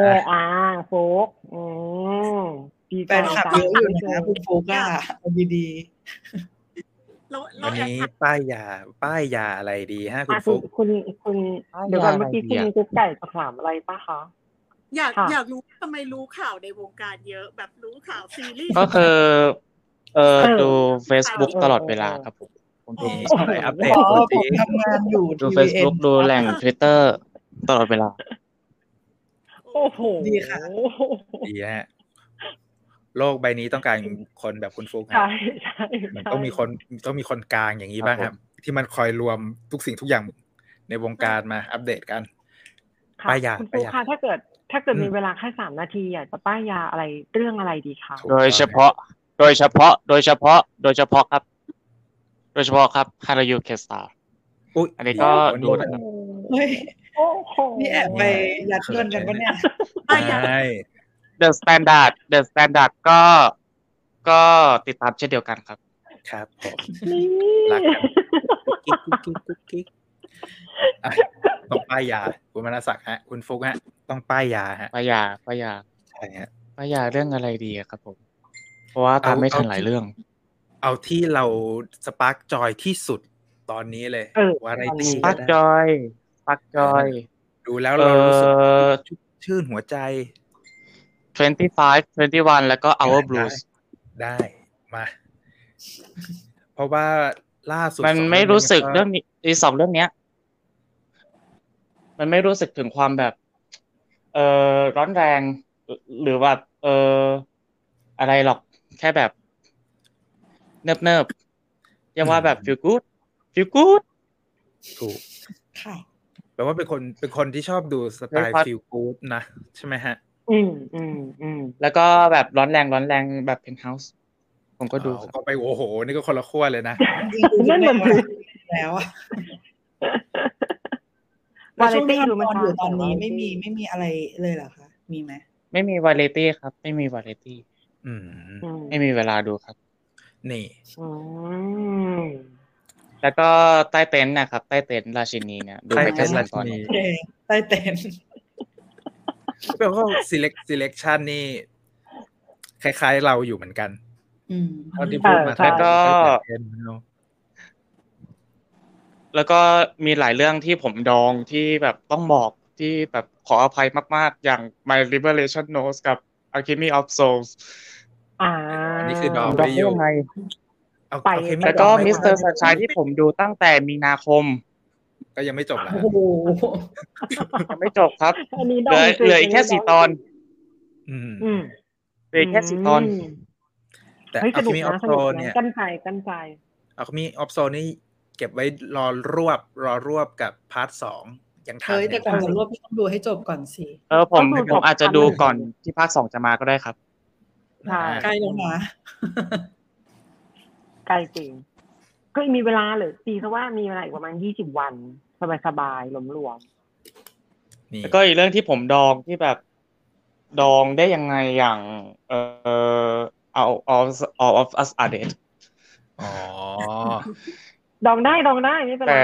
A: ฮะ
B: อ่าโฟกอืม ดีใจ
C: แฟนคลับ
B: จ้ะ
C: เยอะอยู่
B: ดีใจ
C: นะคุณโฟก้าเอาดี
D: เราเรา
A: วัน
D: แอบ
A: นี้
D: ถาม
A: ป้ายยาป้ายยาอะไรดีฮะคุ
B: อ่ะ
A: ณ
B: คุ
A: ฟุ
B: ณ
A: ก
B: คุณคุณ
E: อ่ะ
B: เดี๋ยวก่อน
E: ยาอะไร
B: เมื่อกี้
E: ดี
B: คุณ
E: อ่ะ
B: กุ๊กไก่จะถามอะไรปะคะ
D: อยาก
B: ค่ะ
D: อยากรู้ทำไมรู้ข่าวในวงการเยอะแบบรู้ข่าวซีรีส์
E: ก็คือ เออ
B: เออ
E: ดู Facebook
B: เออ
E: ตลอดเวลา
B: เออ
E: ครับผมผม
D: โอ้
E: ดู
D: โห
A: มีอะไรอัป
C: ๆ
A: เด
C: อ๋
A: ต
C: อ
A: คุณ
C: ผ
A: จี
C: มทำงานอยู่
E: ดู
C: TVN
E: Facebook ดูแหล่ง Twitter ตลอดเวลา
B: โอ้โห
C: ดีค่ะ
A: ดีฮะโลกใบนี้ต้องการคนแบบคุณฟุกฮะ
B: ใช่ใช่
A: มันต้องมีคนต้องมีคนกลางอย่างนี้บ้างครับ ที่มันคอยรวมทุกสิ่งทุกอย่างในวงการมาอัปเดตกัน
B: ค่ะ
A: ป้ายยา
B: คุณ
A: ป้าย
B: ปุ๊
A: ยา
B: ค่ะถ้าเกิด ถ้าเกิด
A: อืม
B: มีเวลาแค่สามนาทีอยากจะป้ายยาอะไรเรื่องอะไรดีคะ
E: โดยเฉพาะ โดยเฉพาะ โดยเฉพาะ โดยเฉพาะครับ โดยเฉพาะครับฮารายูเคสตา
A: อุ๊ย
E: อันนี้
A: เดี๋
E: ก็
A: ยว
E: ดู
A: วั
E: นะ
A: นนี้
C: เฮ้ย
B: โอ้โห
C: นี่แอบไปยัดเงินกันปะเนี่ย
D: ป้ายยา
A: ใช่
E: เดอะสแตนดาร์ดเดอะสแตนดาร์ดก็ก็ติดตามเช่นเดียวกันครับ
A: ครับผม
B: นี่
A: รักกัน กิ๊กกิ๊กกิ๊กกิ๊กกิ๊กอ่ะต้องป้ายยา คุณมณศักดิ์ฮะ คุณฟุกฮะ ต้องป้ายยาฮะ
E: ปายาปายา
A: ใช่ฮะ
E: ปายาเรื่องอะไรดีอะครับผม เพราะว่าตามไม่ทันหลายเรื่อง
A: เอาที่เราสปาร์กจอยที่สุดตอนนี้เลย
B: เออ
A: ว่าไรตี้
E: ปักจอย ปักจอย
A: ดูแล้ว
E: เอ
A: เรารู้สึก
E: อ
A: ชื่นหัวใจ
E: 25 21 แล้วก็ Hour Blues
A: ได้มา เพราะว่าล่าสุด
E: มัน
A: สอง
E: ไม่รู้สึกเรื่
A: เรื่อ
E: อง
A: งนี้
E: นี้ไอ้สองเรื่องเนี้ย มันไม่รู้สึกถึงความแบบ เออร้อนแรง หรือแบบเอออะไรหรอกแค่แบบเนิบเนิบๆเรียกว่าแบบ feel good feel good
A: ถูก
C: ค่ะ
A: แปลว่าเป็นคนเป็นคนที่ชอบดูสไตล์
E: เฮ้ยพอ
A: ฟิลกู๊ดนะ ใช่ไหมฮะ
B: อืมอืมอืม
E: แล้วก็แบบร้อนแรงร้อนแรงแบบเพนท์เฮาส์ผมก็ดู
A: อ๋อ
E: ครับ
A: ก็ไปโอ้โห นี่ก็คนละขั้วเลยนะ [LAUGHS]
C: จริงๆดู
B: นั่น
C: ทุก
B: มันคือ
C: แล้วอะ
B: วา
C: แล้ว
B: ไร
C: ช่วง
B: ตี้
C: ที่
B: [LAUGHS] รู้ไหม
C: ทำตอน
B: คะ
C: อยู่ตอนนี้ไม่มีไม่มีอะไรเลยเหรอคะ มีไหม
E: ไม่มีวาเลตี้ครับ ไม่มีวาเลตี้
A: อืม
B: อืม
E: ไม่มีเวลาดูครับ
A: นี่
B: อืม
E: แล้วก็ใต้เต็นท์นะครับ ใต้เต็นท์ราชินีเนี่ยดูไปแค่
C: ใต้เต็นท์
E: สามตอนเอ
A: รา
E: ง
A: ชินี
C: โอเคใต้เต็นท์
A: แปลว่า select selection นี่ คล้ายๆเราอยู่เหมือนกัน
C: อืม
A: เท่าที่พูดมา
E: แล้วก็
A: เต็มๆเนอะ
E: แล้วก็มีหลายเรื่องที่ผมดองที่แบบต้องบอกที่แบบขออภัยมากๆ อย่าง My Liberation Notes กับ Alchemy of Souls
B: อ่า
A: อันนี้คือดอ
E: ผ
A: ง
E: มดอง
A: ไม่
E: ได้
A: อยู่
E: ยังไง
A: เอา
B: ไป
A: เอาเคมี
E: แล้ว
A: ด
E: ก็
A: องไ
E: มิสเตอร์สัชายที่ผมดูตั้งแต่มีนาคม
A: ก็ยังไม่จบนะ
C: โอ้โห
E: ยังไม่จบครับ
B: อันนี้
E: เห
B: ดจริง
E: ลือเหลืออีกแค่สี่ตอน
A: อืม
B: อืม
E: เหลืออีกแค่สี่ตอน
B: ม
A: แต่
B: เฮ้ยส
A: เอา
B: นุ
A: เค
B: ก
A: มีออ
B: นะ
A: ฟ
B: ส
A: โซ
B: นุกนะ
A: เนี่ย
B: กันใจกันใจ
A: เอาเคมีออฟโซนี่เก็บไว้รอรวบ รอรวบกับพาร์ทสองยังทัน
C: เฮ้ยแต่ก่อน
A: อ
C: จะ
A: ยู่
C: รวบต้องดูให้จบก่อนสิ
E: เออผม
B: ก็ดูจบ
E: ผมอาจจะ
B: ทัน
E: ดู
B: เลย
E: ก่อนที่ภาคสองจะมาก็ได้ครับ
B: ใช่
A: นะ
C: ใกล้แล้วนะ
B: ไกลจริงก็มีเวลาเหรือตีซะว่ามีเวลาอีกประมาณยี่สิบวัน สบายสบายหลวมหลวม
A: นี่
E: แล้วก็อีกเรื่องที่ผมดองที่แบบดองได้ยังไงอย่าง เออเอา all all of us are dead
A: อ๋อ
B: ๆดองได้ดองได้ไม่เป็นไร
E: แต่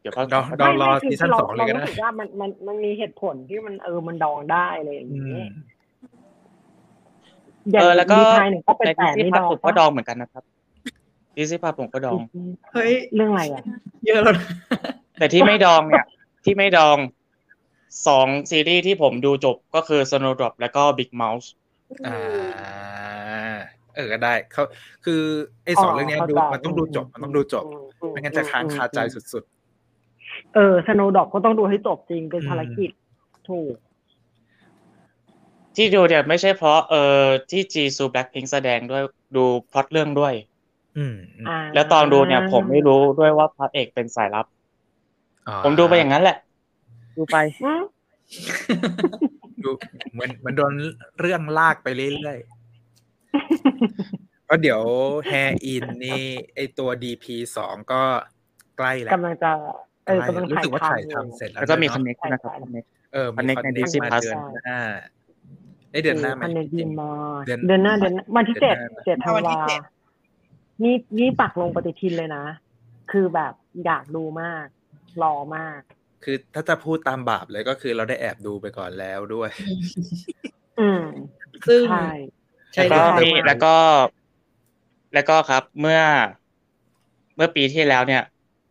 E: เดี๋ยวภาคส
A: ด
E: อ
A: อง ง
E: ก็
A: ด
E: ได้
A: อง ร
B: คื
A: ซีซั่น
B: คื
A: สองเลยก็ได้
B: รารู้สึว่ามันมันมันมีเหตุผลที่มันเออมันดองได้อะไรอย่าง
A: อื
B: นี้
A: ม
B: ย่าง
E: เออแล้วก็
B: ดีไทยเนี่ยก็เป็น
E: ใน
B: แต่
E: ดิซี่
B: ไม่
E: พา
B: ดอง
E: ผมก็ดองเหมือนกันนะครับดิซี่พาผมก็ดอง
C: เฮ้ย
B: เรื่องอะไรอ่ะ
C: เยอะแล้วนะ
E: แต่ที่ไม่ดองเนี่ย ที่ไม่ดองสองซีรีส์ที่ผมดูจบก็คือ Snowdrop แล้วก็ Big Mouth
A: อ่า เออก็ได้เขาคือไอ้สองเรื่องเนี้ยดู
B: ข้าใจ
A: มันต้องดูจบ มันต้องดูจบ
B: อื
A: ไม่งั้นจะค้างคาใจสุด
B: เออสโนดอกก็ต้องดูให้จบจริงเป็น
A: อืม
B: ภารกิจถูก
E: ที่ดูเนี่ยไม่ใช่เพราะเออที่จีซู Blackpink แสดงด้วยดูพล็อตเรื่องด้วย
A: ๆ อืมอืม
B: อ่า
E: แล้วตอนดูเนี่ยผมไม่รู้ด้วยว่าพระเอกเป็นสายลับ ผมดูไปอย่างนั้นแหละ ดูไป
B: อืม
A: ดูเหมือนเหมือนโดนเรื่องลากไปเรื่อยๆ ก็เดี๋ยวแฮอินนี่ ไอตัวดีพีสองก็ใกล้แล้ว
B: กำลังจะเออกำลัง
A: รู้สึกว่าถ่าย
B: อยู่
A: ทำเสร็จแล้ว
E: แล้วก็มีคอน
A: ด้วย
E: เน็กนะครับคอนเน็
A: เน
E: ก
A: อะเออมี
E: Connect
A: คอน
E: ใน
A: เน
E: Disney
A: มา
E: Plus
A: เดือนหน้าไอยเดือนหน้าไหม
B: อันเดือนดีมา
A: เดือน
B: เดือนหน้าเดือนหน้าวันที่
A: เดื
B: เจ็
A: อ
B: ด
A: นหน้า
B: เจ็ดธันวานี่นี่ปักลงปฏิทินเลยนะ คือแบบอยากดูมาก รอมาก
A: คือถ้าจะพูดตามบาปเลยก็คือเราได้แอบดูไปก่อนแล้วด้วย
B: อืม
C: ซึ่ง
B: ใช่
C: ใช่
E: แล้
C: ค
E: วก็
C: รับ
E: มีแล้วก็ แล้วก็ครับเมื่อเมื่อปีที่แล้วเนี่ย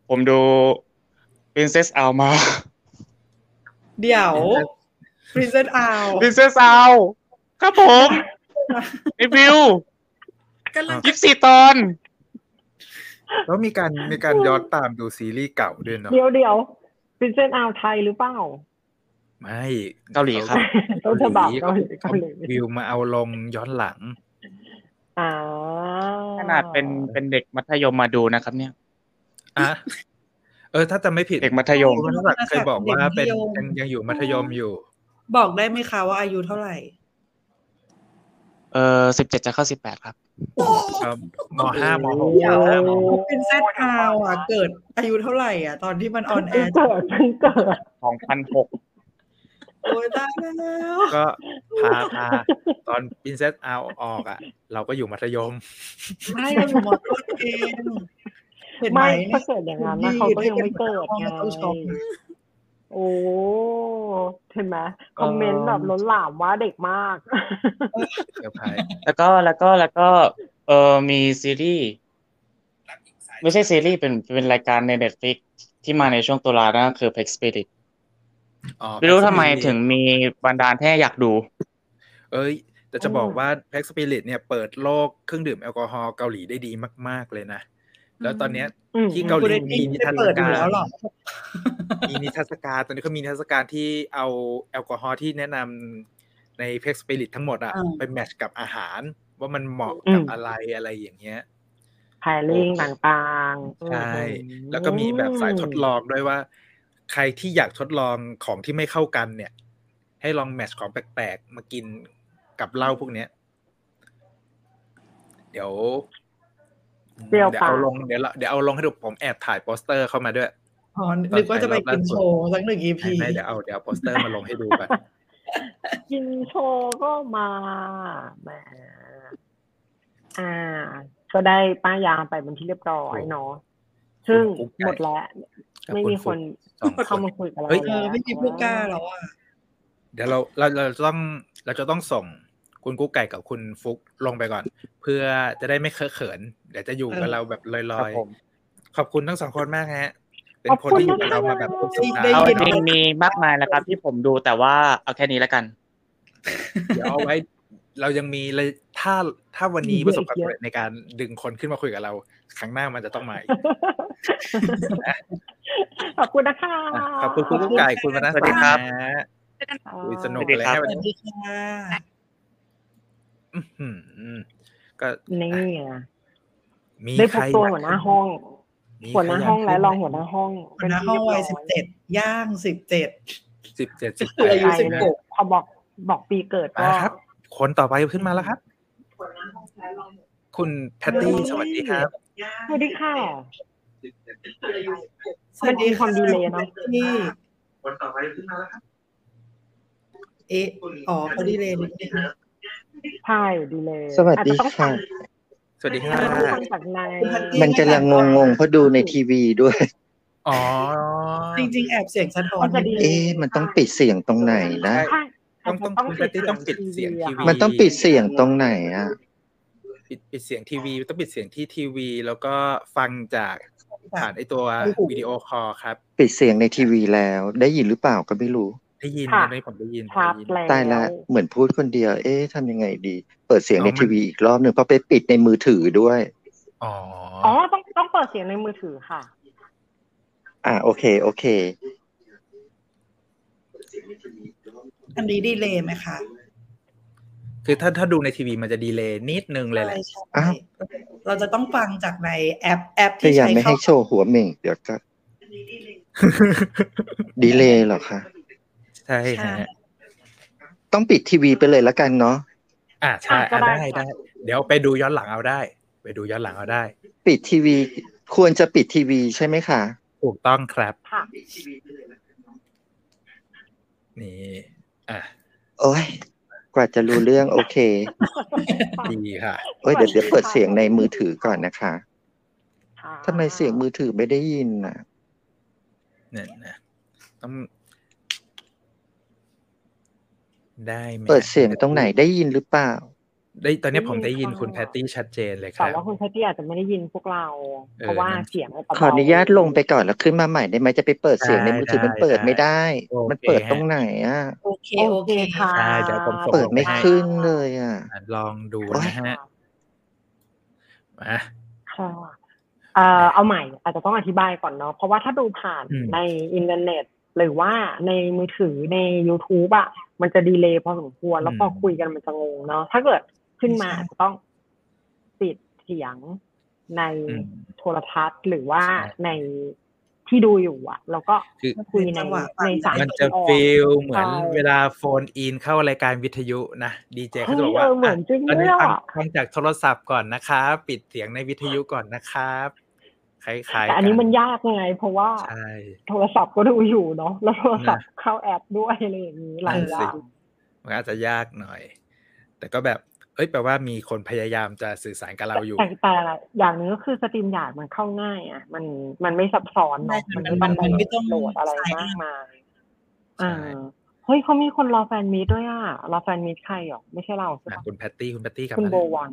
E: ผมดู Princess Al มา
C: เดี๋ยว Prison Owl
E: Princess Al ครับผมรีวิว
D: กำลัง
E: ยี่สี่ตอน
A: แล้วมีการมีการย้อนตามดูซีรีส์เก่าด้วยเนาะ
B: เดี๋ยวเดี๋ยวพินเซนอาไทยหรือเปล่า
A: ไม่
E: เกาหลีครับ
B: ต้นฉบับเกาหลี
A: เขา
B: เกาหลี
A: วิวมาเอาลงย้อนหลัง
B: อ่า
E: ขนาดเป็นเป็นเด็กมัธยมมาดูนะครับ เนี่ย
A: อ่ะ เออ ถ้าจะไม่ผิด
E: เด็กมัธยม
A: คุณวัฒนศักดิ์เคยบอกว่าเป็น
C: เด็กมัธยม
A: ยังยังอยู่มัธยมอยู่
C: บอกได้ไหมคะว่าอายุเท่าไหร่
E: เออสิบเจ็ดจะเข้าสิบแปดครับ
A: เอ่อมห้ามหก
C: เดี๋ยว
A: มห้ามหก
C: Prison Owl อ่ะเกิดอายุเท่าไหร่อ่ะ ตอนที่มันออนแอ
B: เพิ่ง
C: ร์
B: เกิดเพิ่งเกิด
E: สองพันหก
C: โอ้ยตายแล้ว
A: ก็พาพาตอน Princess Out ออกอ่ะ เราก็อยู่มัธยม
C: ไม่เราอยู่มอต้นเองเห็นไหม
B: ไม่ถ้าเกิดอย่างนั้นนะเขาก็ยังไม่เกิดไง
C: ตู้ช็อปนะ
B: โอ้เห็นไหมคอมเมนต์แบบล้นหลามว่าเด็กมาก
A: เซอร์ไพรส์
E: แล้วก็แล้วก็แล้วก็เออมีซีรีส์ไม่ใช่ซีรีส์เป็นเป็นรายการใน Netflix ที่มาในช่วงตุลานะคือ p e x p i r i t
A: อ๋อ
E: ไม่รู้ทำไมถึงมีบันดาลให้อยากดู
A: เอ้ย แต่จะ
B: อืม
A: บอกว่า p พ็กสปิริตเนี่ยเปิดโลกเครื่องดื่มแอลกอฮอล์เกาหลีได้ดีมาก ๆ เลยนะ แล้วตอนเนี้ย
B: อืม
A: ที่เกาหลี
C: คุณได้
A: มีนิทรรศการ
C: เปิดอยู่แล้วเหรอ
A: มีนิทรรศการ ตอนนี้เขามีนิทรรศการที่เอาแอลกอฮอล์ที่แนะนำในเพ็กสปิริตทั้งหมดอ่ะ
C: อ่า
A: ไปแมทช์กับอาหาร ว่ามันเหมาะกับอะไรอะไรอย่างเงี้ย
B: แพรลิงต่างๆ
A: ใช่
B: อื
A: แล้วก็มีแบบสายทดลองด้วยว่า ใครที่อยากทดลองของที่ไม่เข้ากันเนี่ย ให้ลองแมทช์ของแปลกๆ มากินกับเหล้าพวกเนี้ย เดี๋ยว
B: เปรี้ยว
A: เดี๋ยว
B: ปา
A: เอา
B: ก
A: ลงเดี๋ยวเราเดี๋ยวเอาลงให้ดูผมแอบถ่ายโปสเตอร์เข้ามาด้วย
C: อ๋อนึกว่าจะไปกินโชว์สักหนึ่ง EP
A: ไม่ไม่เดี๋ยวเอาเดี๋ยวเอาโปสเตอร์มาลงให้ดูกัน
B: กินโชว์ก็มาแหมอ่า ก็ได้ป้ายยางไปเป็นที่เรียบร้อยเนาะซึ่ง
A: คุณฟุ๊กไก่
B: หมดแล้ว ไม่มีคน
A: สองค
B: เข้าน มาคุยกับเรา
A: เฮ้ย
C: เออไม่มีผู้กล้าแล้วอ่ะ
A: เดี๋ยวเราเราเราจะต้องเราจะต้องส่งคุณกุ๊กไก่กับคุณฟุกลงไปก่อน เพื่อจะได้ไม่เคอะเขิน เดี๋ยวจะอยู่กับ
C: เออ
A: เราแบบลอยๆ
E: ค
A: ข
E: รับผม
A: อบคุณทั้งสองคนมากฮะ เป็นคนที่อยู่กับเรามาแบบทุกสัปดาห์
C: ได้
E: เอา
C: ยิ
E: จ
C: น
E: ริง
A: เนาะ
E: ๆมีมากมายแล้วครับที่ผมดูแต่ว่าเอาแค่นี้แล้วกัน
A: เดี๋ยวเอาไว้ เรายังมีเลยถ้าถ้าวันนี้ประสบความสำเร็จในการดึงคนขึ้นมาคุยกับเรา ครั้งหน้ามันจะต้องมาอีก
B: ขอบคุณนะคะ
A: อ่ะขอบคุณคุณกุ๊กไก่คุณมานะ
E: สวัสดีครับ
A: นะฮะ อุ๊ยสนุก
E: สวัสดีครับ
C: สวัสดีค่ะ
A: อื้อหือก็
B: นี่ไง
A: มี
B: ได้พ
A: ใคร
B: บตัวหัวหน้าห้อง
A: มี
B: หัวหน้า
A: ใครยก
B: ห้องและ
A: ขึ้
B: ร
A: ไม
B: องหัวหน้าห้อง
C: วันน้าห้องวัยสิบเจ็ดย่างสิบเจ็ด
A: สิบเจ็ดสิบแป
C: คืออายุ
A: ด
C: สิบหก
B: พอบอกบอกปีเกิดก็
A: มาครับ คนต่อไปขึ้นมาแล้วครับ คุณแพตตี้สวัสดีครับ
B: สวัสดีค่ะ
C: สวัสดี
B: มันมีความดีเลยเนอะ
C: นี่
A: คนต่อไปขึ้นมาแล้วครับ
C: เอะอ๋อเขาดีเลยนิดนึง
B: ใช่ดีเลย
F: สวัสดี
B: อาจจต้องฟั
F: ค่ะ
B: ง
A: สวัสดีค่ะ
B: อาจจะต้องฟังจากใน
F: มันกำลังงงงๆเพราะดูในทีวีด้วย
A: อ๋อ
C: จริง ๆ แอบเสียงสะท้อ
B: มัน นจะดี
F: เอ๊ะมันต้องปิดเสียงตรงไหนนะ
B: ใช่
A: ต้องต้อง
B: อาจ
A: คุณแพต
B: จะ
A: ตี้ต้องปิดเสียงทีวี
F: มันต้องปิดเสียงตรงไหนอ่ะ
A: ปิดปิดเสียงทีวีต้องปิดเสียงที่ทีวี แล้วก็ฟังจากผ่านไอตัววิดีโอคอลครับ
F: ปิดเสียงในทีวีแล้ว ได้ยินหรือเปล่าก็ไม่รู้
A: ได้ยินไหมได้ผมได้ยิน
B: ชัด
A: ได้ยิน
B: แล้ว
F: ตายละเหมือนพูดคนเดียว เอ๊ะทำยังไงดี เปิดเสียงใน
A: เอามัน
F: ทีวีอีกรอบหนึ่งเพราะไปปิดในมือถือด้วย
A: อ๋อ
B: อ๋อต้องต้องเปิดเสียงในมือถือค่ะ
F: อ่ะโอเค โอเค
C: อันนี้ดีเลยไหมคะ
A: คือถ้าถ้าดูในทีวีมันจะดีเลย์นิดนึงเลยแหละ
C: ใช
F: อ้า
C: ่
F: ว
C: เราจะต้องฟังจากในแอปแอป
F: พยา
C: ที่
F: ยาม
C: ใช้
F: ไม่
C: เข้า
F: ให้โชว์หัวเหม่งเดี๋ยว
A: [LAUGHS]
F: ก็ดีเลยเหรอคะ
A: ใช่ฮะ
F: ต้องปิดทีวีไปเลยละกันเนาะ
A: อ่ะใช่อ่ะ
B: ก็ได้
A: ได้
B: ค่ะ
A: ได้ เดี๋ยวไปดูย้อนหลังเอาได้ ไปดูย้อนหลังเอาได้
F: ปิดทีวี ควรจะปิดทีวีใช่ไหมคะ
A: ถูกต้องครับ
B: ค่ะ
A: นี่อ่ะ
F: โอ้ย กว่าจะรู้เรื่องโอเค
A: [LAUGHS] ดีค่ะ
F: เอ้ยเดี๋ยวเดี๋ยวเปิดเสียงในมือถือก่อนนะคะ
B: ค่ะ
F: ทำไมเสียงมือถือไม่ได้ยินน่ะ
A: เนี่ยนะต้อง ได้ไหม
F: เปิดเสียงตรงไหนได้ยินหรือเปล่า
A: ได้ตอนเนี้ยผม
B: ได้
A: ได้
B: ยิ
A: ยิ
B: น
A: น
B: ค่ะ
A: คุณแพตตี้ชัดเจนเลยค
B: แต่
A: รับ
B: ว่าคุณแพตตี้อาจจะไม่ได้ยินพวกเรา
A: เออ
B: เพราะว่า
A: นั่น
B: เสียงมันเบาๆ
F: ขออนุญาตลงไปก่อนแล้วขึ้นมาใหม่ได้ไหมจะไปเปิดเสียงใน
A: ได้
F: มือถือ
A: ได้
F: มันเปิดไม่ได้
A: โอเค
F: มันเปิดตรงไหนอ่ะ
G: โอเค
B: โอ
G: โอ
B: เค
G: เค
B: ค่ะ
A: ใช่เดี๋ยวผมส่ง
F: เปิดไม่ขึ้นเลยอ่ะ
A: อ่ะลองดูนะฮะมา
B: ค่ะเอ่อเอาใหม่อาจจะต้องอธิบายก่อนเนาะเพราะว่าถ้าดูผ่าน
A: อืม
B: ในอินเทอร์เน็ต หรือว่าในมือถือใน YouTube อะมันจะดีเลย์พอสมควร แล้วพอคุยกันมันจะงงเนาะถ้าเกิดขึ้นมา
C: ใช่
B: อาจจะต้องปิดเสียงใน
A: อืม
B: โทรทัศน์หรือว่า
A: ใช่
B: ในที่ดูอยู่อะแล้วก็
A: คือ
B: คุยใน
C: จังหวะฟัง
B: ในสาย
A: มันจะ
B: ออก
A: ฟีลเหมือน
B: ใช่
A: เวลาโฟนอินเข้ารายการวิทยุนะดีเจเขาจะบอกว่า
B: เออเหมือนจริง
A: ะตอนนี้
B: เลย
A: ฟั
B: อะ
A: ฟังจากโทรศัพท์ก่อนนะครับ ปิดเสียงในวิทยุก่อนนะครับคล้ายๆ
B: แต่อันนี้
A: กั
B: มันยากไง เพราะว่า
A: ใช่
B: โทรศัพท์ก็ดูอยู่เนาะแล้วโทรศัพท์เข้าแอปด้วยอะไรอย่างนี้หลายอ
A: นั่นสิ
B: ย่าง
A: มันอาจจะยากหน่อย แต่ก็แบบ เอ้ยแปลว่ามีคนพยายามจะสื่อสารกับเราอยู่
B: แต่แต่อย่างหนึงก็คือสตรีมอยากมันเข้าง่ายอ่ะ มันมันไม่ซับซ้อนเนาะ
C: ใช่
B: มัน
C: มัน
B: มัน
C: ไม่
B: ไม่
C: ต้
B: ต้
C: อ
B: อง งโหลดอะไรมากมาย
A: ใช่
B: อ่าเฮ้ยเขามีคนรอแฟนมีตด้วยอ่ะรอแฟนมีตใครหรอไม่ใช่เราใช่
A: อ่ะ
B: ปะ
A: คุณแพตตี้คุณแพตตี้กลับ
B: คุณ
A: มา
B: โบ
A: แล้ว
B: วัน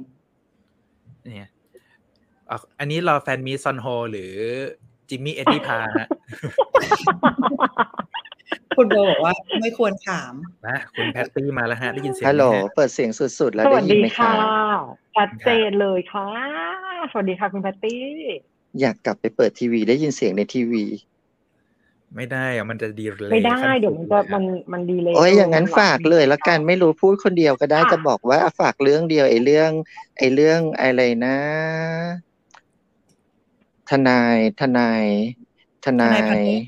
A: เนี่ยอ่ะอันนี้รอแฟนมีซอนโฮหรือจิมมี่เอ็ดดี้พาฮะ
C: คุณโบบอกว่าไม่ควรถาม
A: นะคุณแพตตี้มาแล้วฮะได้ยินเสียง
F: ฮัลโหล
A: ไมฮะ
F: เปิดเสียงสุดๆ แล้ว
B: ส
F: ได้
B: วัส
F: ยิน
B: ดี
F: ไหมคะ
B: ค่ะชัดเจนเลยค่ะ สวัสดีค่ะคุณแพตตี้
F: อยากกลับไปเปิดทีวีได้ยินเสียงในทีวี
A: ไม่ได้อะมันจะดีเลย
B: ไม่ได้
A: ขั้น
B: เดี๋ยวมันจะ
A: สูงเลยอะ
B: มันมันดีเลย
F: โอ้ยอย่างนั้นฝากเลยละกันไม่รู้พูดคนเดียวก็ได้
B: ค่ะ
F: จะบอกว่าฝากเรื่องเดียวไอ้เรื่อง ไอ้เรื่องอะไรนะ ทนายทนาย ทนาย
C: ทนายพันธุ์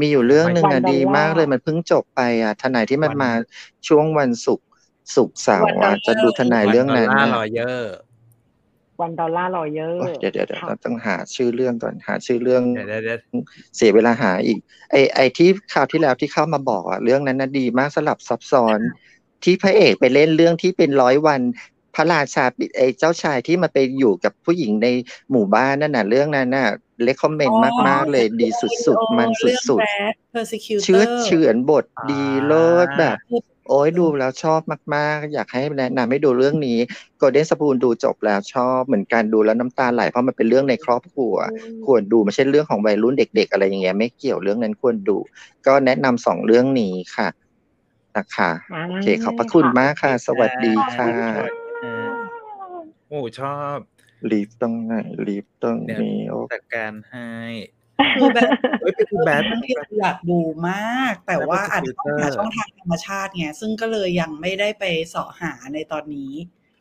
F: มีอยู่เรื่องหนึ่ง
B: วั
F: อ่ะ
B: นดอลลาร์
F: ดีมากเลยมันเพิ่งจบไปอ่ะ ทนายที่มัน
A: วัน
F: มาช่วงวันศุกร์ศุกร์เสาร์อ่ะจะดูทนายเรื่องนั้น
A: วันดอลลาร์ล
F: น่ะ
A: อเยอร์
B: วันดอลลาร์ลอยเยอร์
F: โอ้ยเดี๋ยวเดี๋ยวเดี๋ยว
B: ค่ะ
F: เราต้องหาชื่อเรื่องก่อนหาชื่อเรื่อง
A: เดี๋ยวเดี๋ยวเดี๋ยว
F: เสียเวลาหาอีก ไอไอที่คราวที่แล้วที่เข้ามาบอกอ่ะเรื่องนั้นนะดีมากสลับซับซ้อน
B: [LAUGHS]
F: ที่พระเอกไปเล่นเรื่องที่เป็นร้อยวัน พระราชาปิดไอเจ้าชายที่มาไปอยู่กับผู้หญิงในหมู่บ้านนั่นน่ะเรื่องนั้นน่ะเลคคอมเมนต์มากๆเลยดีสุดๆ มันสุดๆ
C: ๆ persecutor
F: เชื่อเฉือนบทดีเลิศแบบ โอ้ยดูแล้วชอบมาก ๆ อยากให้แนะนำให้ดูเรื่องนี้ Golden Spoon ดูจบแล้วชอบเหมือนกันดูแล้วน้ำตาไหลเพราะมันเป็นเรื่องในครอบครัว ควรดูไม่ใช่เรื่องของวัยรุ่นเด็ก ๆ อะไรอย่างเงี้ยไม่เกี่ยวเรื่องนั้นควรดู ก็แนะนำสองเรื่องนี้ค่ะนะคะ
B: อ่า
F: โอเคขอบพระคุณมากค่ะ สวัสดีค่ะ
A: โอ้ชอบ
F: รีบต้องไหนรีบต้องนี้โอ้
A: จัดการให้
C: คือแบบ
A: เฮ้ยเป็นคุณแบท
C: ทั้งที่อยากดูมาก แต่ว่าอาจจะต้องหา
A: persecutor
C: ช่องทางธรรมชาติไงซึ่งก็เลยยังไม่ได้ไปเสาะหาในตอนนี้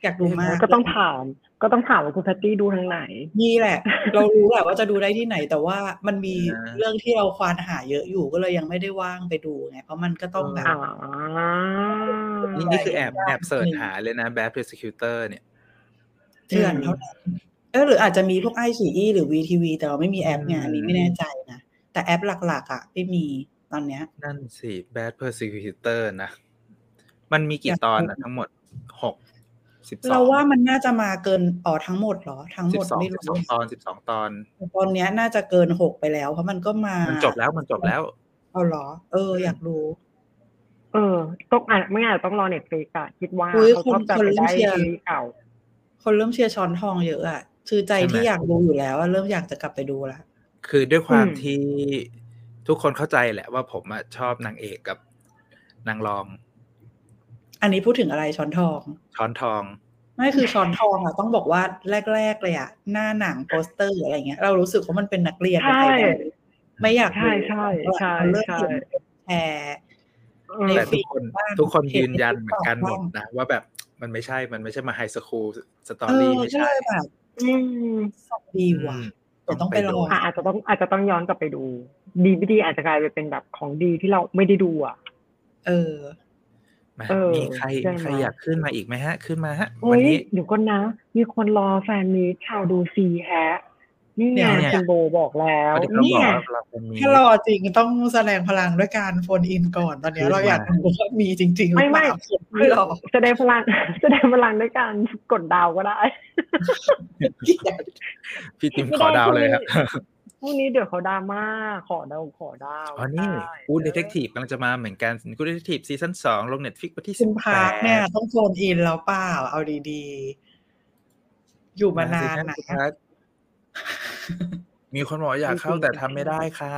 C: อยากดูมาก
B: ก็ต้องถามก็ต้องถามว่าคุณแพตตี้ดูทางไหน
C: นี่
A: [LAUGHS]
C: แหละ เรารู้แหละว่าจะดูได้ที่ไหน แต่ว่ามันมี
A: อ่า
C: เรื่องที่เราควานหาเยอะอยู่ก็เลยยังไม่ได้ว่างไปดูไงเพราะมันก็ต้องแบบ
B: อ่า
A: นี่นี่คือแอบแอบเสิร์ชหาเลยนะแบทเพสคิวเตอร์เนี่ย
C: เถื่อนเท่านั้นเออหรืออาจจะมีพวกไอซีอีหรือวีทีวีแต่เราไม่มีแอปไงอันนี้ไม่แน่ใจนะ แต่แอปหลักๆ อ่ะ ไม่มีตอนเนี้ย
A: นั่นสิแบทเพสคิวเตอร์นะ มันมีกี่ตอนนะทั้งหมดหกสิบสอง
C: เราว่ามันน่าจะมาเกินอ๋อทั้งหมดเหรอ ทั้งห
A: สิบ
C: มด
A: สอง
C: ไม่
A: สิบส
C: รู้
A: องตอนสิบสองตอน
C: ตอนเนี้ยน่าจะเกินหกไปแล้ว เพราะมันก็มา
A: มั
C: มัน
A: จบแล้วมันจบแล้ว
C: เอาเหรอ เออ อยากรู้
B: เออ ต้องอ่านไม่อาจต้องรอเน็ตฟลิกอะคิดว่า
C: อุ้ย
B: เขา
C: คน
B: ชอบจะ
C: ค
B: ไป
C: นเริ่ม
B: ได้
C: เชียร์
B: ซีรีส์เก่า
C: คนเริ่มเชียร์ช้อนทองเยอะอ่ะคือใจ
A: ใช่
C: ที่
A: ไหม
C: อยากดูอยู่แล้วอะเริ่มอยากจะกลับไปดูละ
A: คือด้วยความ
B: อืม
A: ที่ทุกคนเข้าใจแหละว่าผมอะชอบนางเอกกับนางรอง
C: อันนี้พูดถึงอะไรช้อนทอง
A: ช้อนทอง
C: ไม่คือช้อนทองอ่ะต้องบอกว่าแรกๆเลยอ่ะหน้าหนังโปสเตอร์หรืออะไรเงี้ยเรารู้สึกว่ามันเป็นนักเรียนเป็นไอ
B: ใช่
C: ดอล ไม่อยากดู
B: ใช่ใช่ใช่
C: เริ่ม
B: ใช่
C: เห็นแชร์
B: เออ
C: ใน
A: แต่ทุก
C: feed
A: คน
C: บ้าง
A: ทุกคน
C: เห็น
A: ยืนยันเห
C: ใน
A: มือนกัน
C: TikTok
A: หมด
C: บ้าง
A: นะว่าแบบมันไม่ใช่มันไม่ใช่มาไฮสคูลสตอ
C: เอ
A: รี่
C: อ
A: ไม่
C: ก็
A: ใช่
C: เลยแบบ
B: อืม
C: สองดี
A: อื
C: ว่ะ
A: ม
C: เดี๋ยวต้องไปลอง
B: อ่ะอาจจะต้องอาจจะต้องย้อนกลับไปดู ดีไม่ดีอาจจะกลายไปเป็นแบบของดีที่เราไม่ได้ดูอะ
C: เออ
A: มา
B: เออ
A: มีใคร
B: ใช่ไหม
A: ใครอยากขึ้นมาอีกไหมฮะ ขึ้นมาฮะ
B: เฮ้
A: วัน
B: ย
A: นี้
B: เดี๋ยวก่อนนะ มีคนรอแฟนมีตชาวดูซีแฮะ นี่ไง
A: เนี่ย
B: คุณโบบอกแล้ว
A: พอดีเรา
B: นี่
A: บอก
B: ไง
A: ว่าเราเป็นมี
C: ถ้ารอจริงต้องแสดงพลังด้วยการโฟนอินก่อนตอนเนี้ยเราอยากรู้ว่ามีจริงๆหรือเป
B: ไม่
C: ล่า
B: ไม่
C: ไม่หรอก
B: แสดงพ [LAUGHS] ลัง แสดงพลังด้วยการ [LAUGHS] กดดาวก็ได้ [LAUGHS]
A: พี่ติมขอดาวเลยครับ
B: คู่นี้เดี๋ยวเขาดราม่าขอเดาขอเดา
A: อ๋อนี่
B: ได้
A: กูเด t ท c ทีฟกำลังจะมาเหมือนกันกูเด t ท c ทีฟซีซั่นสองลงเน็ตฟิกวันที่
C: คุ
A: สิบ
C: ณ
A: แป
C: พาร์
A: ด
C: คเนี่ย ต้องโฟนอินแล้วเปล่าเอาดีๆ อยู่มานานนะ
A: มีคนบอกว่าอยากเข้าแต่ทำไม่ได้ค่ะ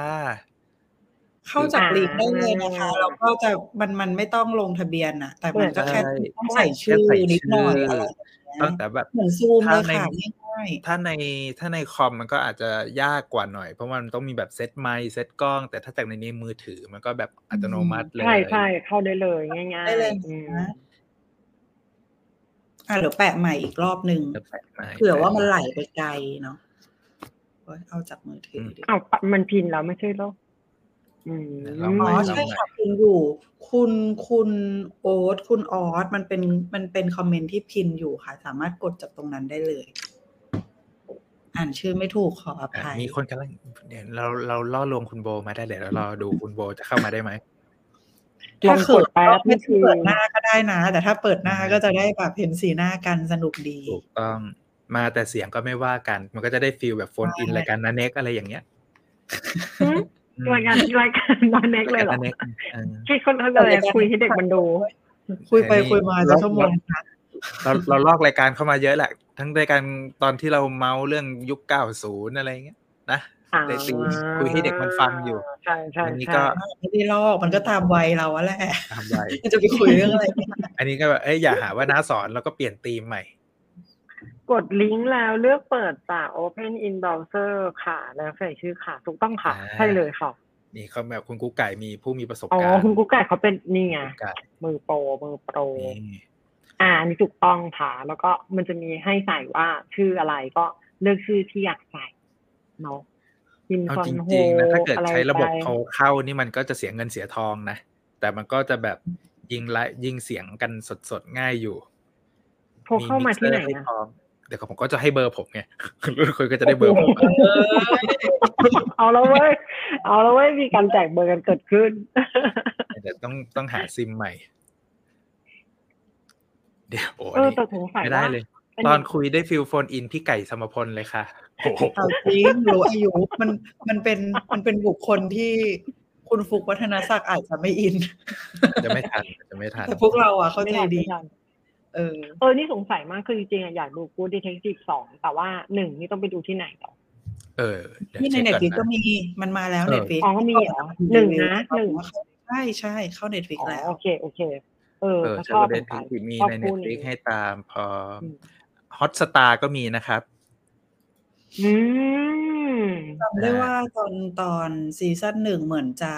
C: เข้าจากลิงก์ได้เลยนะคะแล้วก็จะมันมันไม่ต้องลงทะเบียนนะแต่มันก็แค่ต้องใส่ชื่อนิดหน่อยอะไรอย่างเงี้ย
A: ตั้งแต่แบบ
C: เหมือนซูมเลยค่ะ
A: ถ้าใน
C: ง่าย
A: ถ้าในถ้าในคอมมันก็อาจจะยากกว่าหน่อย เพราะมันต้องมีแบบเซตไมค์เซตกล้อง แต่ถ้าจากในนี้มือถือมันก็แบบอัตโนมัติเลย
B: ใช่ใช่เข้าได้เลยง่า
C: ๆ
B: ยๆ
C: ได้เลย
B: อืม
C: นะอ่ะเดี๋ยวแปะใหม่อีกรอบหนึ่ง
A: จะแปะไมค์
C: เผื่อว่ามันไหลไปไกลเนาะโอ๊ยเอาจากมือถือดีกว่า
B: อ้าวมันพินแล้วไม่ใช่เหรออืม
A: เรา
C: อ๋
A: มา
C: อใช่ค่ะพินอยู่คุณคุณโอ๊ตคุณออสมันเป็นมันเป็นคอมเมนต์ที่พินอยู่ค่ะ สามารถกดจากตรงนั้นได้เลย อ่านชื่อไม่ถูกขออ
A: อ่ะ
C: ภัย
A: มีคนกำลังเดี๋ยวเราเราล่อลวงคุณโบมาได้เดี๋ยวเรารอดูคุณโบจะเข้ามาได้ไหม
C: ถ้าเขิน
B: ลองกดแป๊
C: ก็
B: บ
C: ไม่
B: นี่คื
C: ต้อง
B: อ
C: เปิดหน้าก็ได้นะ แต่ถ้าเปิดหน้าก็จะได้แบบเห็นสีหน้ากันสนุกดี
A: ถูกต้องมาแต่เสียงก็ไม่ว่ากัน มันก็จะได้ฟีลแบบโฟนอินรายการนันเน็กอะไรอย่างเงี้ย
B: หืม
A: อืม
B: รายการรายการนอนเน็กเลยเหรอ
A: รายการ Nanek เออ
B: คิดคนเขาเลยคุยให้เด็กมันดู
C: คุยไปคุยมาจะชั่วโมงนะ
B: [LAUGHS]
A: เราเราลอกรายการเข้ามาเยอะแหละ ทั้งรายการตอนที่เราเมาเรื่องยุค 90 อะไรอย่างเงี้ยนะ ได้ตีคุยให้เด็กมันฟังอยู่
B: ใช่ใช่
A: อันนี้
B: ใช่
A: ก็
C: ไม่ได้ลอกมันก็ตามวัยเราอะแหละ [LAUGHS]
A: ตามวัย
C: มันจะไปคุยเรื่องอะไรกัน
A: อันนี้ก็แบบเอ้ยอย่าหาว่าน้าสอนแล้วก็เปลี่ยนธีมใหม่
B: กดลิงก์แล้วเลือกเปิดจาก Open in Browser ค่ะ แล้วใส่ชื่อค่ะ ถูกต้องค่ะ
A: อ่า
B: ใช่เลยค่ะ
A: นี่เขาแบบคุณกุ๊กไก่มีผู้มีประสบ
B: อ๋อ
A: การณ์
B: คุณกุ๊กไก่เขาเป็นนี่ไง
A: กุ๊กไก่
B: มือโปร มือโปร
A: นี่
B: อ่าอันนี่ถูกต้องค่ะ แล้วก็มันจะมีให้ใส่ว่าชื่ออะไรก็เลือกชื่อที่อยากใส่เนาะกิน
A: เอา
B: คอน
A: จ
B: โฮ
A: ริงๆนะถ้าเกิด
B: อไ
A: ใช้ระบบ
B: ไป
A: โทรเข้านี่มันก็จะเสียเงินเสียทองนะ แต่มันก็จะแบบยิงไละยิงเสียงกันสดๆง่ายอยู่
B: โทรเข้ามาที่ไหน
A: เซอร์ให้
B: นะ
A: พร้อมเดี๋ยวผมก็จะให้เบอร์ผมไง [LAUGHS] คุณก็จะได้เบอร์ผมอะ
B: เอาแล้วเว้ย เอาแล้วเว้ย มีการแจกเบอร์กันเกิดขึ้น
A: เดี๋ยวต้องต้องหาซิมใหม่ เดี๋ยวโอ้
B: เออ
A: นี่
B: แต่สงสัย
A: ไม่ได้
B: ว่า
A: เลย
B: อัน
A: ตอน
B: นี้
A: คุยได้ฟิลโฟนอินพี่ไก่สมพลเลยค่ะโอ้โห
C: เอาจริงรู้อายุมันมันเป็นมันเป็นบุคคลที่คุณฟุกวัฒนศักดิ์อาจจะไม่อิน
A: [LAUGHS] จะไม่ทันจะไม่ทัน
C: แต่พวกเราอ่ะเข้า
B: ไม่
C: ใจ
B: ทัน
C: ดี
B: ไม่ทัน
C: เออ
B: เออ นี่สงสัยมากคือจริงๆอะอยากดู Good Detective สองแต่ว่าหนึ่งนี่ต้องไปดูที่ไหนต่อ
A: เออเดี๋ยว
C: ที่ใน
A: ช็ค
C: เน็ต
A: ก่อ
C: ฟิกก็
A: ะ
C: มีมันมาแล้ว
A: เออ
C: เน็ตฟิก
B: อ๋อมีเหรอหนึ่งนะหนึ่ง
C: ใช่ใช่เข้าเน็ตฟิก
B: อ๋อ
C: แล้ว
B: โอเค โอเค เออ
A: เออ
B: ก็
A: ชา
B: ชอบ
A: เด
B: ส
A: น
B: งสัย
A: ที่มี
B: ชอบ
A: ในเน็
B: คู่
A: ตฟ i
B: นี้
A: กให้ตามพอ
B: อืม
A: ฮอตสตาร์ก็มีนะครับ
B: อืม
C: จำได้ว่าตอนตอนซีซั่นหนึ่งเหมือนจะ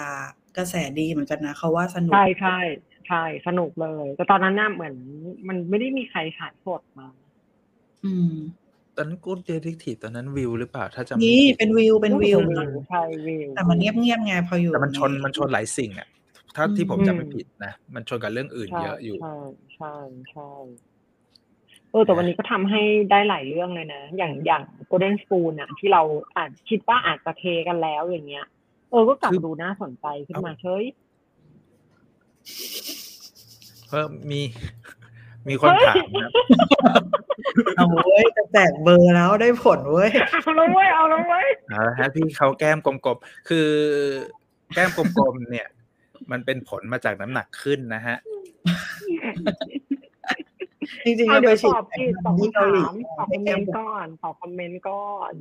C: กระแสดีเหมือนกันนะเขาว่าสนุก
B: ใช่ใช่ใช่สนุกเลย แต่ตอนนั้นน่าเหมือน มันไม่ได้มีใครขายสดมา
C: อืม
A: ตอนนั้นกูเดทิทีฟตอนนั้นวิวหรือเปล่า ถ้าจำไม่
C: นี่
A: ผิด
C: เป็นวิวเป็นวิว
A: อืม
B: ใช่วิว
C: แต่มันเงียบเงียบๆไงพออยู่
A: แต่มันชน
C: ใ
A: มันชนหลายสิ่งอ่ะ ถ้าที่ผม
B: อืม
A: จำไม่ผิดนะ มันชนกับเรื่องอื่นเยอะอยู่
B: ใช่ใช่ใช่เออแต่วันนี้ก็ทำให้ได้หลายเรื่องเลยนะ อย่างอย่าง Golden Spoon อะที่เราอาจคิดว่าอาจจะเทกันแล้วอย่างเงี้ย เออก็กลับ
A: คือ
B: ดูน่าสนใจขึ้นมา
A: เอา
B: เฮ้ย
A: เพิ่มมี [LAUGHS] มีคนถามนะ
C: เอาเว้ยจะแจกเบอร์แล้วได้ผลเว้ย
B: เอาแล้วเว้ยเอาแล้วเว้ย
A: เอาละฮะพี่เขาแก้มกลมๆ คือแก้มกลมๆเนี่ย [LAUGHS] มันเป็นผลมาจากน้ำหนักขึ้นนะฮะ
C: จริงๆ
B: เอา
C: เราไป
B: เดี๋ยว
C: ฉี
B: ต
C: ด
B: อบ
C: แผน
B: ผิดตอบ
C: ที่เกาห
B: คำถา
C: ลี
B: มตอบคอมเมนต์ก่อนตอบคอมเมนต์ก่อน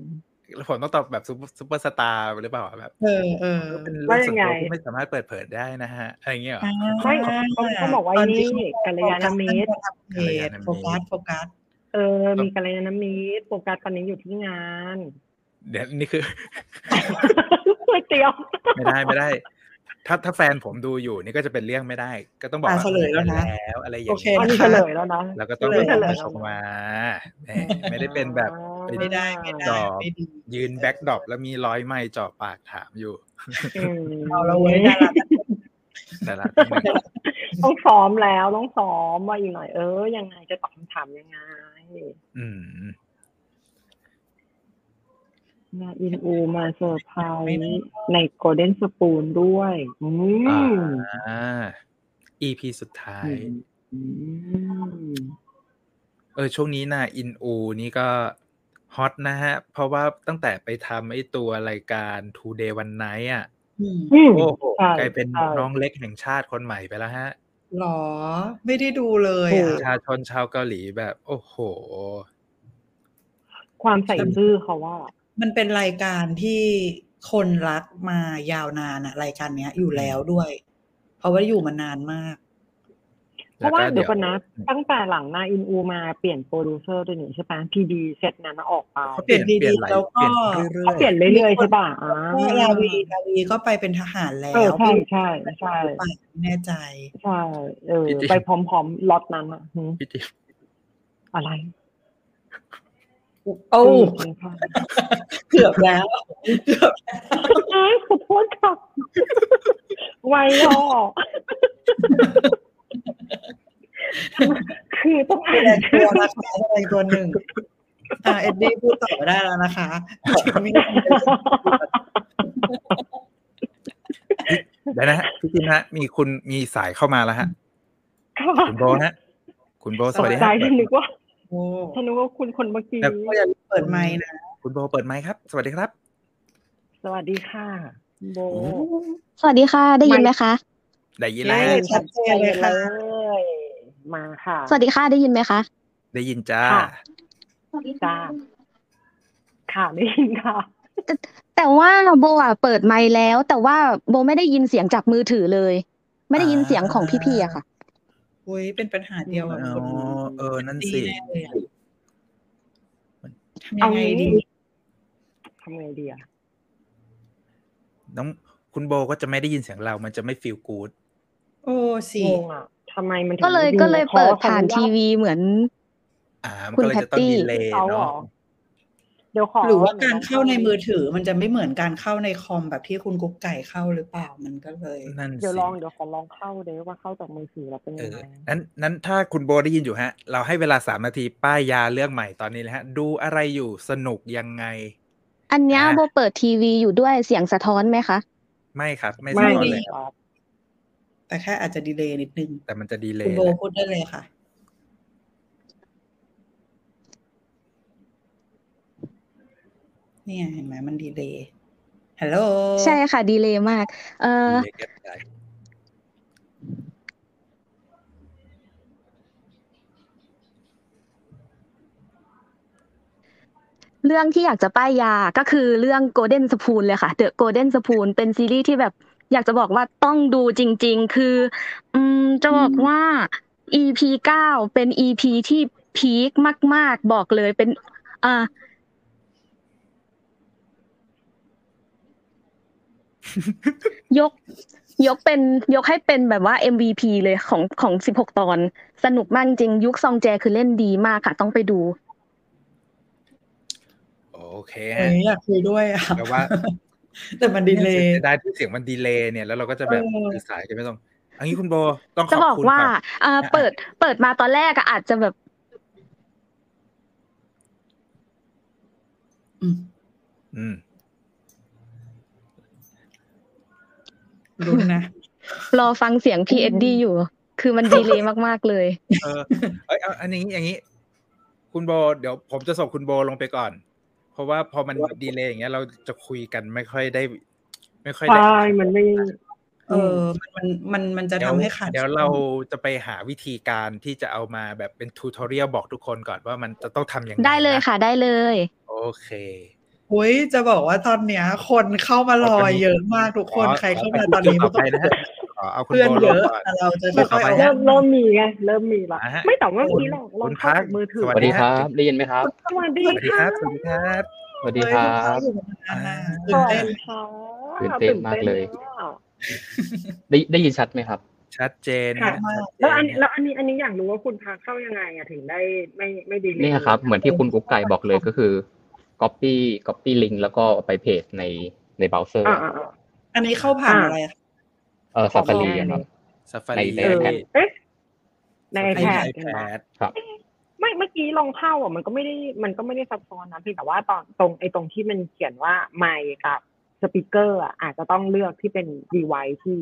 A: แล้วผมต้องตอบแบบซุปซุปเปอร์สตาร์หรือเปล่าอะแบบ
C: เออเออ
A: ก็เป็นเรื่องส่วนตัวที่ไม่สามารถเปิดเผยได้นะฮะ อะไรอย่างเงี้ยเหรอ
B: ไม่เขาเขาบอกว่า
C: ตน
B: นี่
C: ที่เขา
B: กัลยาณมิตร
C: กัลยาณมิตรโฟกัสโฟกัส
B: เออ มีกัลยาณมิตรโฟกัสตอนนี้อยู่ที่งาน [LAUGHS]
A: เดี๋ยวนี่คือ
B: ก๋วยเตี๋ยว
A: ไม่ได้ไม่ได้ ถ้าถ้าแฟนผมดูอยู่นี่ก็จะเป็นเรื่องไม่ได้ ก็ต้องบอก
C: อ่ะเฉลยแล้วนะ
A: แล้วอะไรอย่าง
C: โอเค
A: เงี้ย
B: อันนี้เฉลยแล้วนะ
A: แล้วก็ต้อง
C: เฉล
A: ล
C: ย
A: งมาย
B: เฉล
A: ชมมาแหมไม่ได้เป็นแบบ ไม่
C: ไม่ได้ไม่ได้ไม่ดี
A: ยืนแบ็กดรอปแล้วมีร้อยไม้จ่อปากถาม
C: [LAUGHS]
A: อยู่
B: อืม
C: เอาละเว้ยดารา
A: แต่ละทีหนึ่ง
B: [LAUGHS] ต้องซ้อมแล้วต้องซ้อมว่าอีกหน่อยเออยังไงจะตอบคำถามยังไง
A: อืม
B: มาอินอูมาเซอร์ไพรส์ในโกลเด้นสปูนด้วยอืม
A: อ่า EP สุดท้าย
B: อืม
A: เออช่วงนี้น่ะอินอูนี่ก็ ฮอตนะฮะ เพราะว่าตั้งแต่ไปทำไอ้ตัวรายการ Two Day One Night อ่ะ
C: อืม
B: อืม
A: โอ้โห
B: ใช่
A: กลายเป็น
B: ใช่
A: น้องเล็กแห่งชาติคนใหม่ไปแล้วฮะ
C: หรอ ไม่ได้ดูเลย
F: ถู
C: อ่ะ
F: ก
A: ชาชนชาวเกาหลีแบบ โอ้โห
B: ความใส่ซื่อเขาว่า
C: มันเป็นรายการที่คนรักมายาวนานอะรายการเนี้ย อยู่แล้วด้วย เพราะว่าอยู่มานานมาก
B: เพราะว่าเดี๋ยวก่อนนะ ตั้งแต่หลังหน้าอินอูมาเปลี่ยนโปรดิวเซอร์ด้วยนี่ใช่ปะพีดีเซตนั้นออกไป
A: เขาเปลี่ยน
C: เปลี่ยน
A: เปลี่ยนหลาย
C: แล้วก็
A: เปลี่ยนเรื่อย
B: เขาเปลี่ยนเรื่อยๆใช่ปะอ่า
C: เพราะลาวีลาวีก็ไปเป็นทหารแล้
B: เออ
C: ว
B: ใช่ใช่ใช่
C: ไปไม่แน่ใจ
B: ใช่เออไปพร้อมๆล็อตนั้นอ่ะหืม
A: ๆพี่จิ๊บ
B: อะไร
C: โอ้
B: จริงๆค่ะ
C: เกือบแล้วเกือบ
B: อ้าวขอโทษค่ะไวย่อคือต้องอ่า
C: แสด
B: น
C: ง
B: ชื่
C: ตั
B: อ
C: วนะคะแสดงตัวหนึ่งอ่าเอ็ดดี้พูดต่อได้แล้วนะคะ [LAUGHS] จิมมี่
A: เดี๋ยวนะฮะพี่จิ๊บฮะ มีคุณมีสายเข้ามาแล้วฮะ คุณโบฮะ คุณโบสวัสดี
B: ใจ
A: ฮะ
B: ฉันนึกว่า
C: โอ้
B: ฉันนึกว่าคุณคนเมื่อกี้
C: ก็อย่าลืมเปิดไมค์นะ
A: คุณโบเปิดไมค์ครับ สวัสดีครับ
B: สวัสดีค่ะคุณโบ
G: สวัสดีค่ะ ได้ยินไหมคะ
A: ได้ยินแล้
B: ได้
A: ว
B: ยิน
C: ชัดเจนเลยค่ะ
B: ชัดเจนเลยมาค่ะ
G: สวัสดีค่ะ ได้ยินไหมคะ
A: ได้ยินจ้า
B: ค่ะ จ้า ค่ะได้ยินค่ะ
G: แต่ว่าโบอ่ะเปิดไมค์แล้ว แต่ว่าโบไม่ได้ยินเสียงจากมือถือเลย ไม่ได้ยินเสียงของพี่ๆอะค่ะ
C: อุ้ยเป็นปัญหาเดียวกับ
A: อ๋อ
C: คน
A: เออ นั่น
C: ดี
A: สิ
C: แน่เลยอะทำยั
B: เอา
C: งไง
B: งี้
C: ดี
B: ทำไงดีอะ
A: น้องคุณโบก็จะไม่ได้ยินเสียงเรา มันจะไม่ฟีลกูด
C: โอ้สิ
B: งงอะทำไมมันถึง
G: ก็เลย
B: ไม่ดี
G: ก็เลย
B: พระ
G: เปิด
B: สม
G: ผ่าน
B: มุติ
G: ทีวีเหมือน
A: อ่า มัน
G: คุณ
A: ก็เลยจะต้อง
G: Patty
A: ดีเลย์
B: เขาเหรอ
A: เนาะ
B: เดี๋ยวขอ
C: หรือว่าการเข้าในมือถือมันจะไม่เหมือนการเข้าในคอมแบบที่คุณกุ๊กไก่เข้าหรือเปล่ามันก็เลย
A: นั่น
B: เดี๋ยว
A: สิ
B: ลองเดี๋ยวขอลองเข้าเดี๋ยวว่าเข้าจากมือถือแล้วเป็น
A: เอ
B: ยัง
A: อ
B: ไง
A: นั้น นั้นถ้าคุณโบได้ยินอยู่ฮะ เราให้เวลาสามนาทีป้ายยาเรื่องใหม่ตอนนี้เลยฮะ ดูอะไรอยู่ สนุกยังไง
G: อันเนี้ย
A: อ่า
G: โบเปิดทีวีอยู่ด้วยเสียงสะท้อนไหมคะ
A: ไม่ครับ ไม่สะ
B: ไม่
A: ท้อน
B: ดี
A: เลย
B: ค
A: ครับ
B: รับ
C: แต่แค่อาจจะดีเลย์นิดนึง
A: แต่มันจะดีเล
C: คุณ
A: ย์
C: โบ
A: แหละ
C: พูดได้เลยค่ะ เนี่ยเห็นไหมมันดีเลย์ฮัลโหล
G: ใช่ค่ะ ดีเลยมาก เออ
A: ดีเลย์แก็ได้
G: เรื่องที่อยากจะป้ายยาก็คือเรื่อง Golden Spoon เลยค่ะ The Golden Spoon เป็นซีรีส์ที่แบบอยากจะบอกว่าต้องดูจริง ๆ คือ อืมจะบอกว่า EP เก้าเป็น EP ที่พีคมาก ๆ บอกเลยเป็น อ่า ยก ยกเป็นยกให้เป็นแบบว่า MVP เลยของของ 16 ตอน สนุกมากจริง ยุคซองแจคือเล่นดีมากค่ะ ต้องไปดู
A: โอเค
C: เฮ้
A: ฮะ
C: ยอยากคุยด้วยอ่ะ
A: แต่ว่า
C: แต่มันดีเลย์
A: เสียดายที่เสียงมันดีเลย์เนี่ยแล้วเราก็จะแบบ
C: เออ
A: สื่อสารกันไม่ต้องอันนี้คุณโบต้องข
G: จะ
A: อบบ
G: อ
A: คุ
G: ก
A: ณ
G: ว่า
A: ครับ
G: เอ่อ
A: อ่ะ
G: เปิด เปิดมาตอนแรกอะอาจจะแบบ
C: อืม
A: อืม
C: รู้นะ
G: รอฟังเสียงพี่เอ็ดดี้อยู่ คือมันดีเลย์มากๆเลย
A: เออเอยเอาอันนี้อย่างนี้ คุณโบเดี๋ยวผมจะส่งคุณโบลงไปก่อน เพราะว่าพอมันดีเลย์อย่างเงี้ยเราจะคุยกันไม่ค่อยได้ ไม่ค่อยได้
B: ใช่มันไม่
C: เออ มันมันมันจะ
A: เดี๋ยว
C: ทำให้ขาด
A: เดี๋ยวเราจะไปหาวิธีการที่จะเอามาแบบเป็นทูทอเรียลบอกทุกคนก่อนว่ามันจะต้องทำยังไง
G: [LAUGHS] ได้เลย
A: น
G: ค่ะ ได้เลย
A: โอเค
C: อุ้ยจะบอกว่าตอนเนี้ย คนเข้ามารอเยอะมากทุกคน
A: ขอ
C: ใครเข้า
A: ข
C: มา
A: พูด
C: ตอนนี้
A: ต่อไปนะฮะขอเอาคุณ
C: เพื่อน
A: โบล
C: เย
A: ง
C: อะ
A: ก่อน
C: แต่เราจะค่อยๆเอา
B: เริ่มเริ่มมีไงเริ่มมีละ
A: อ่าฮะ
B: ไม่แต่ว่าเมื่อกี้เราเรา
A: คุณ
B: เข้า
A: พั
B: จาก กมือถือ
A: ส
E: ส
A: วั
E: วัสดีครับ ได้ยินไหมครับ
B: สวัสดี
A: สวัสดีค
B: ค่ะ
A: รับสวัสดีครับ
E: สวัสดีครับ
C: เฮ้ยลูก
A: อ่า
C: ค้าอยู่มานานนะตื่นเต้น
B: ค่ะ
E: ตื่นเต้นมากเลย
B: ตื่นต้นอะ
E: ได้ได้ยินชัดไหมครับ
A: ชัดเจนฮะชัดเจ
B: แล้วอัน
A: ฮะ
B: แล้วอันนี้อันนี้อยากรู้ว่าคุณพาเข้ายังไงอะถึงได้ไม่ไม่ดีเลย
E: นี่ครับ เหมือนที่คุณกุ๊กไก่บอกเลยก็คือ copy copy link แล้วก็ไปเพจในในเบราว์เซอร์
B: อ่าอ่าอ่า
C: อันนี้เข้าผ่าน
B: อ่ะ
C: อะไรอะ
E: เออ
B: ของ
E: Safari
B: แม่
E: อะครับ
A: ซาฟา
E: ใน
A: รี
E: ใน
B: เออ
E: iPad
B: เอ๊ะใน
C: ใน
B: ไอแพด
C: iPad
A: แพด
E: ครับ
B: ไม่เมื่อกี้ลองเข้าอ่ะมันก็ไม่ได้มันก็ไม่ได้ซับซ้อนนะเพียงแต่ว่าตอนตรงไอ้ตรงที่มันเขียนว่าไมค์กับสปีกเกอร์อ่ะอาจจะต้องเลือกที่เป็นดีไวที่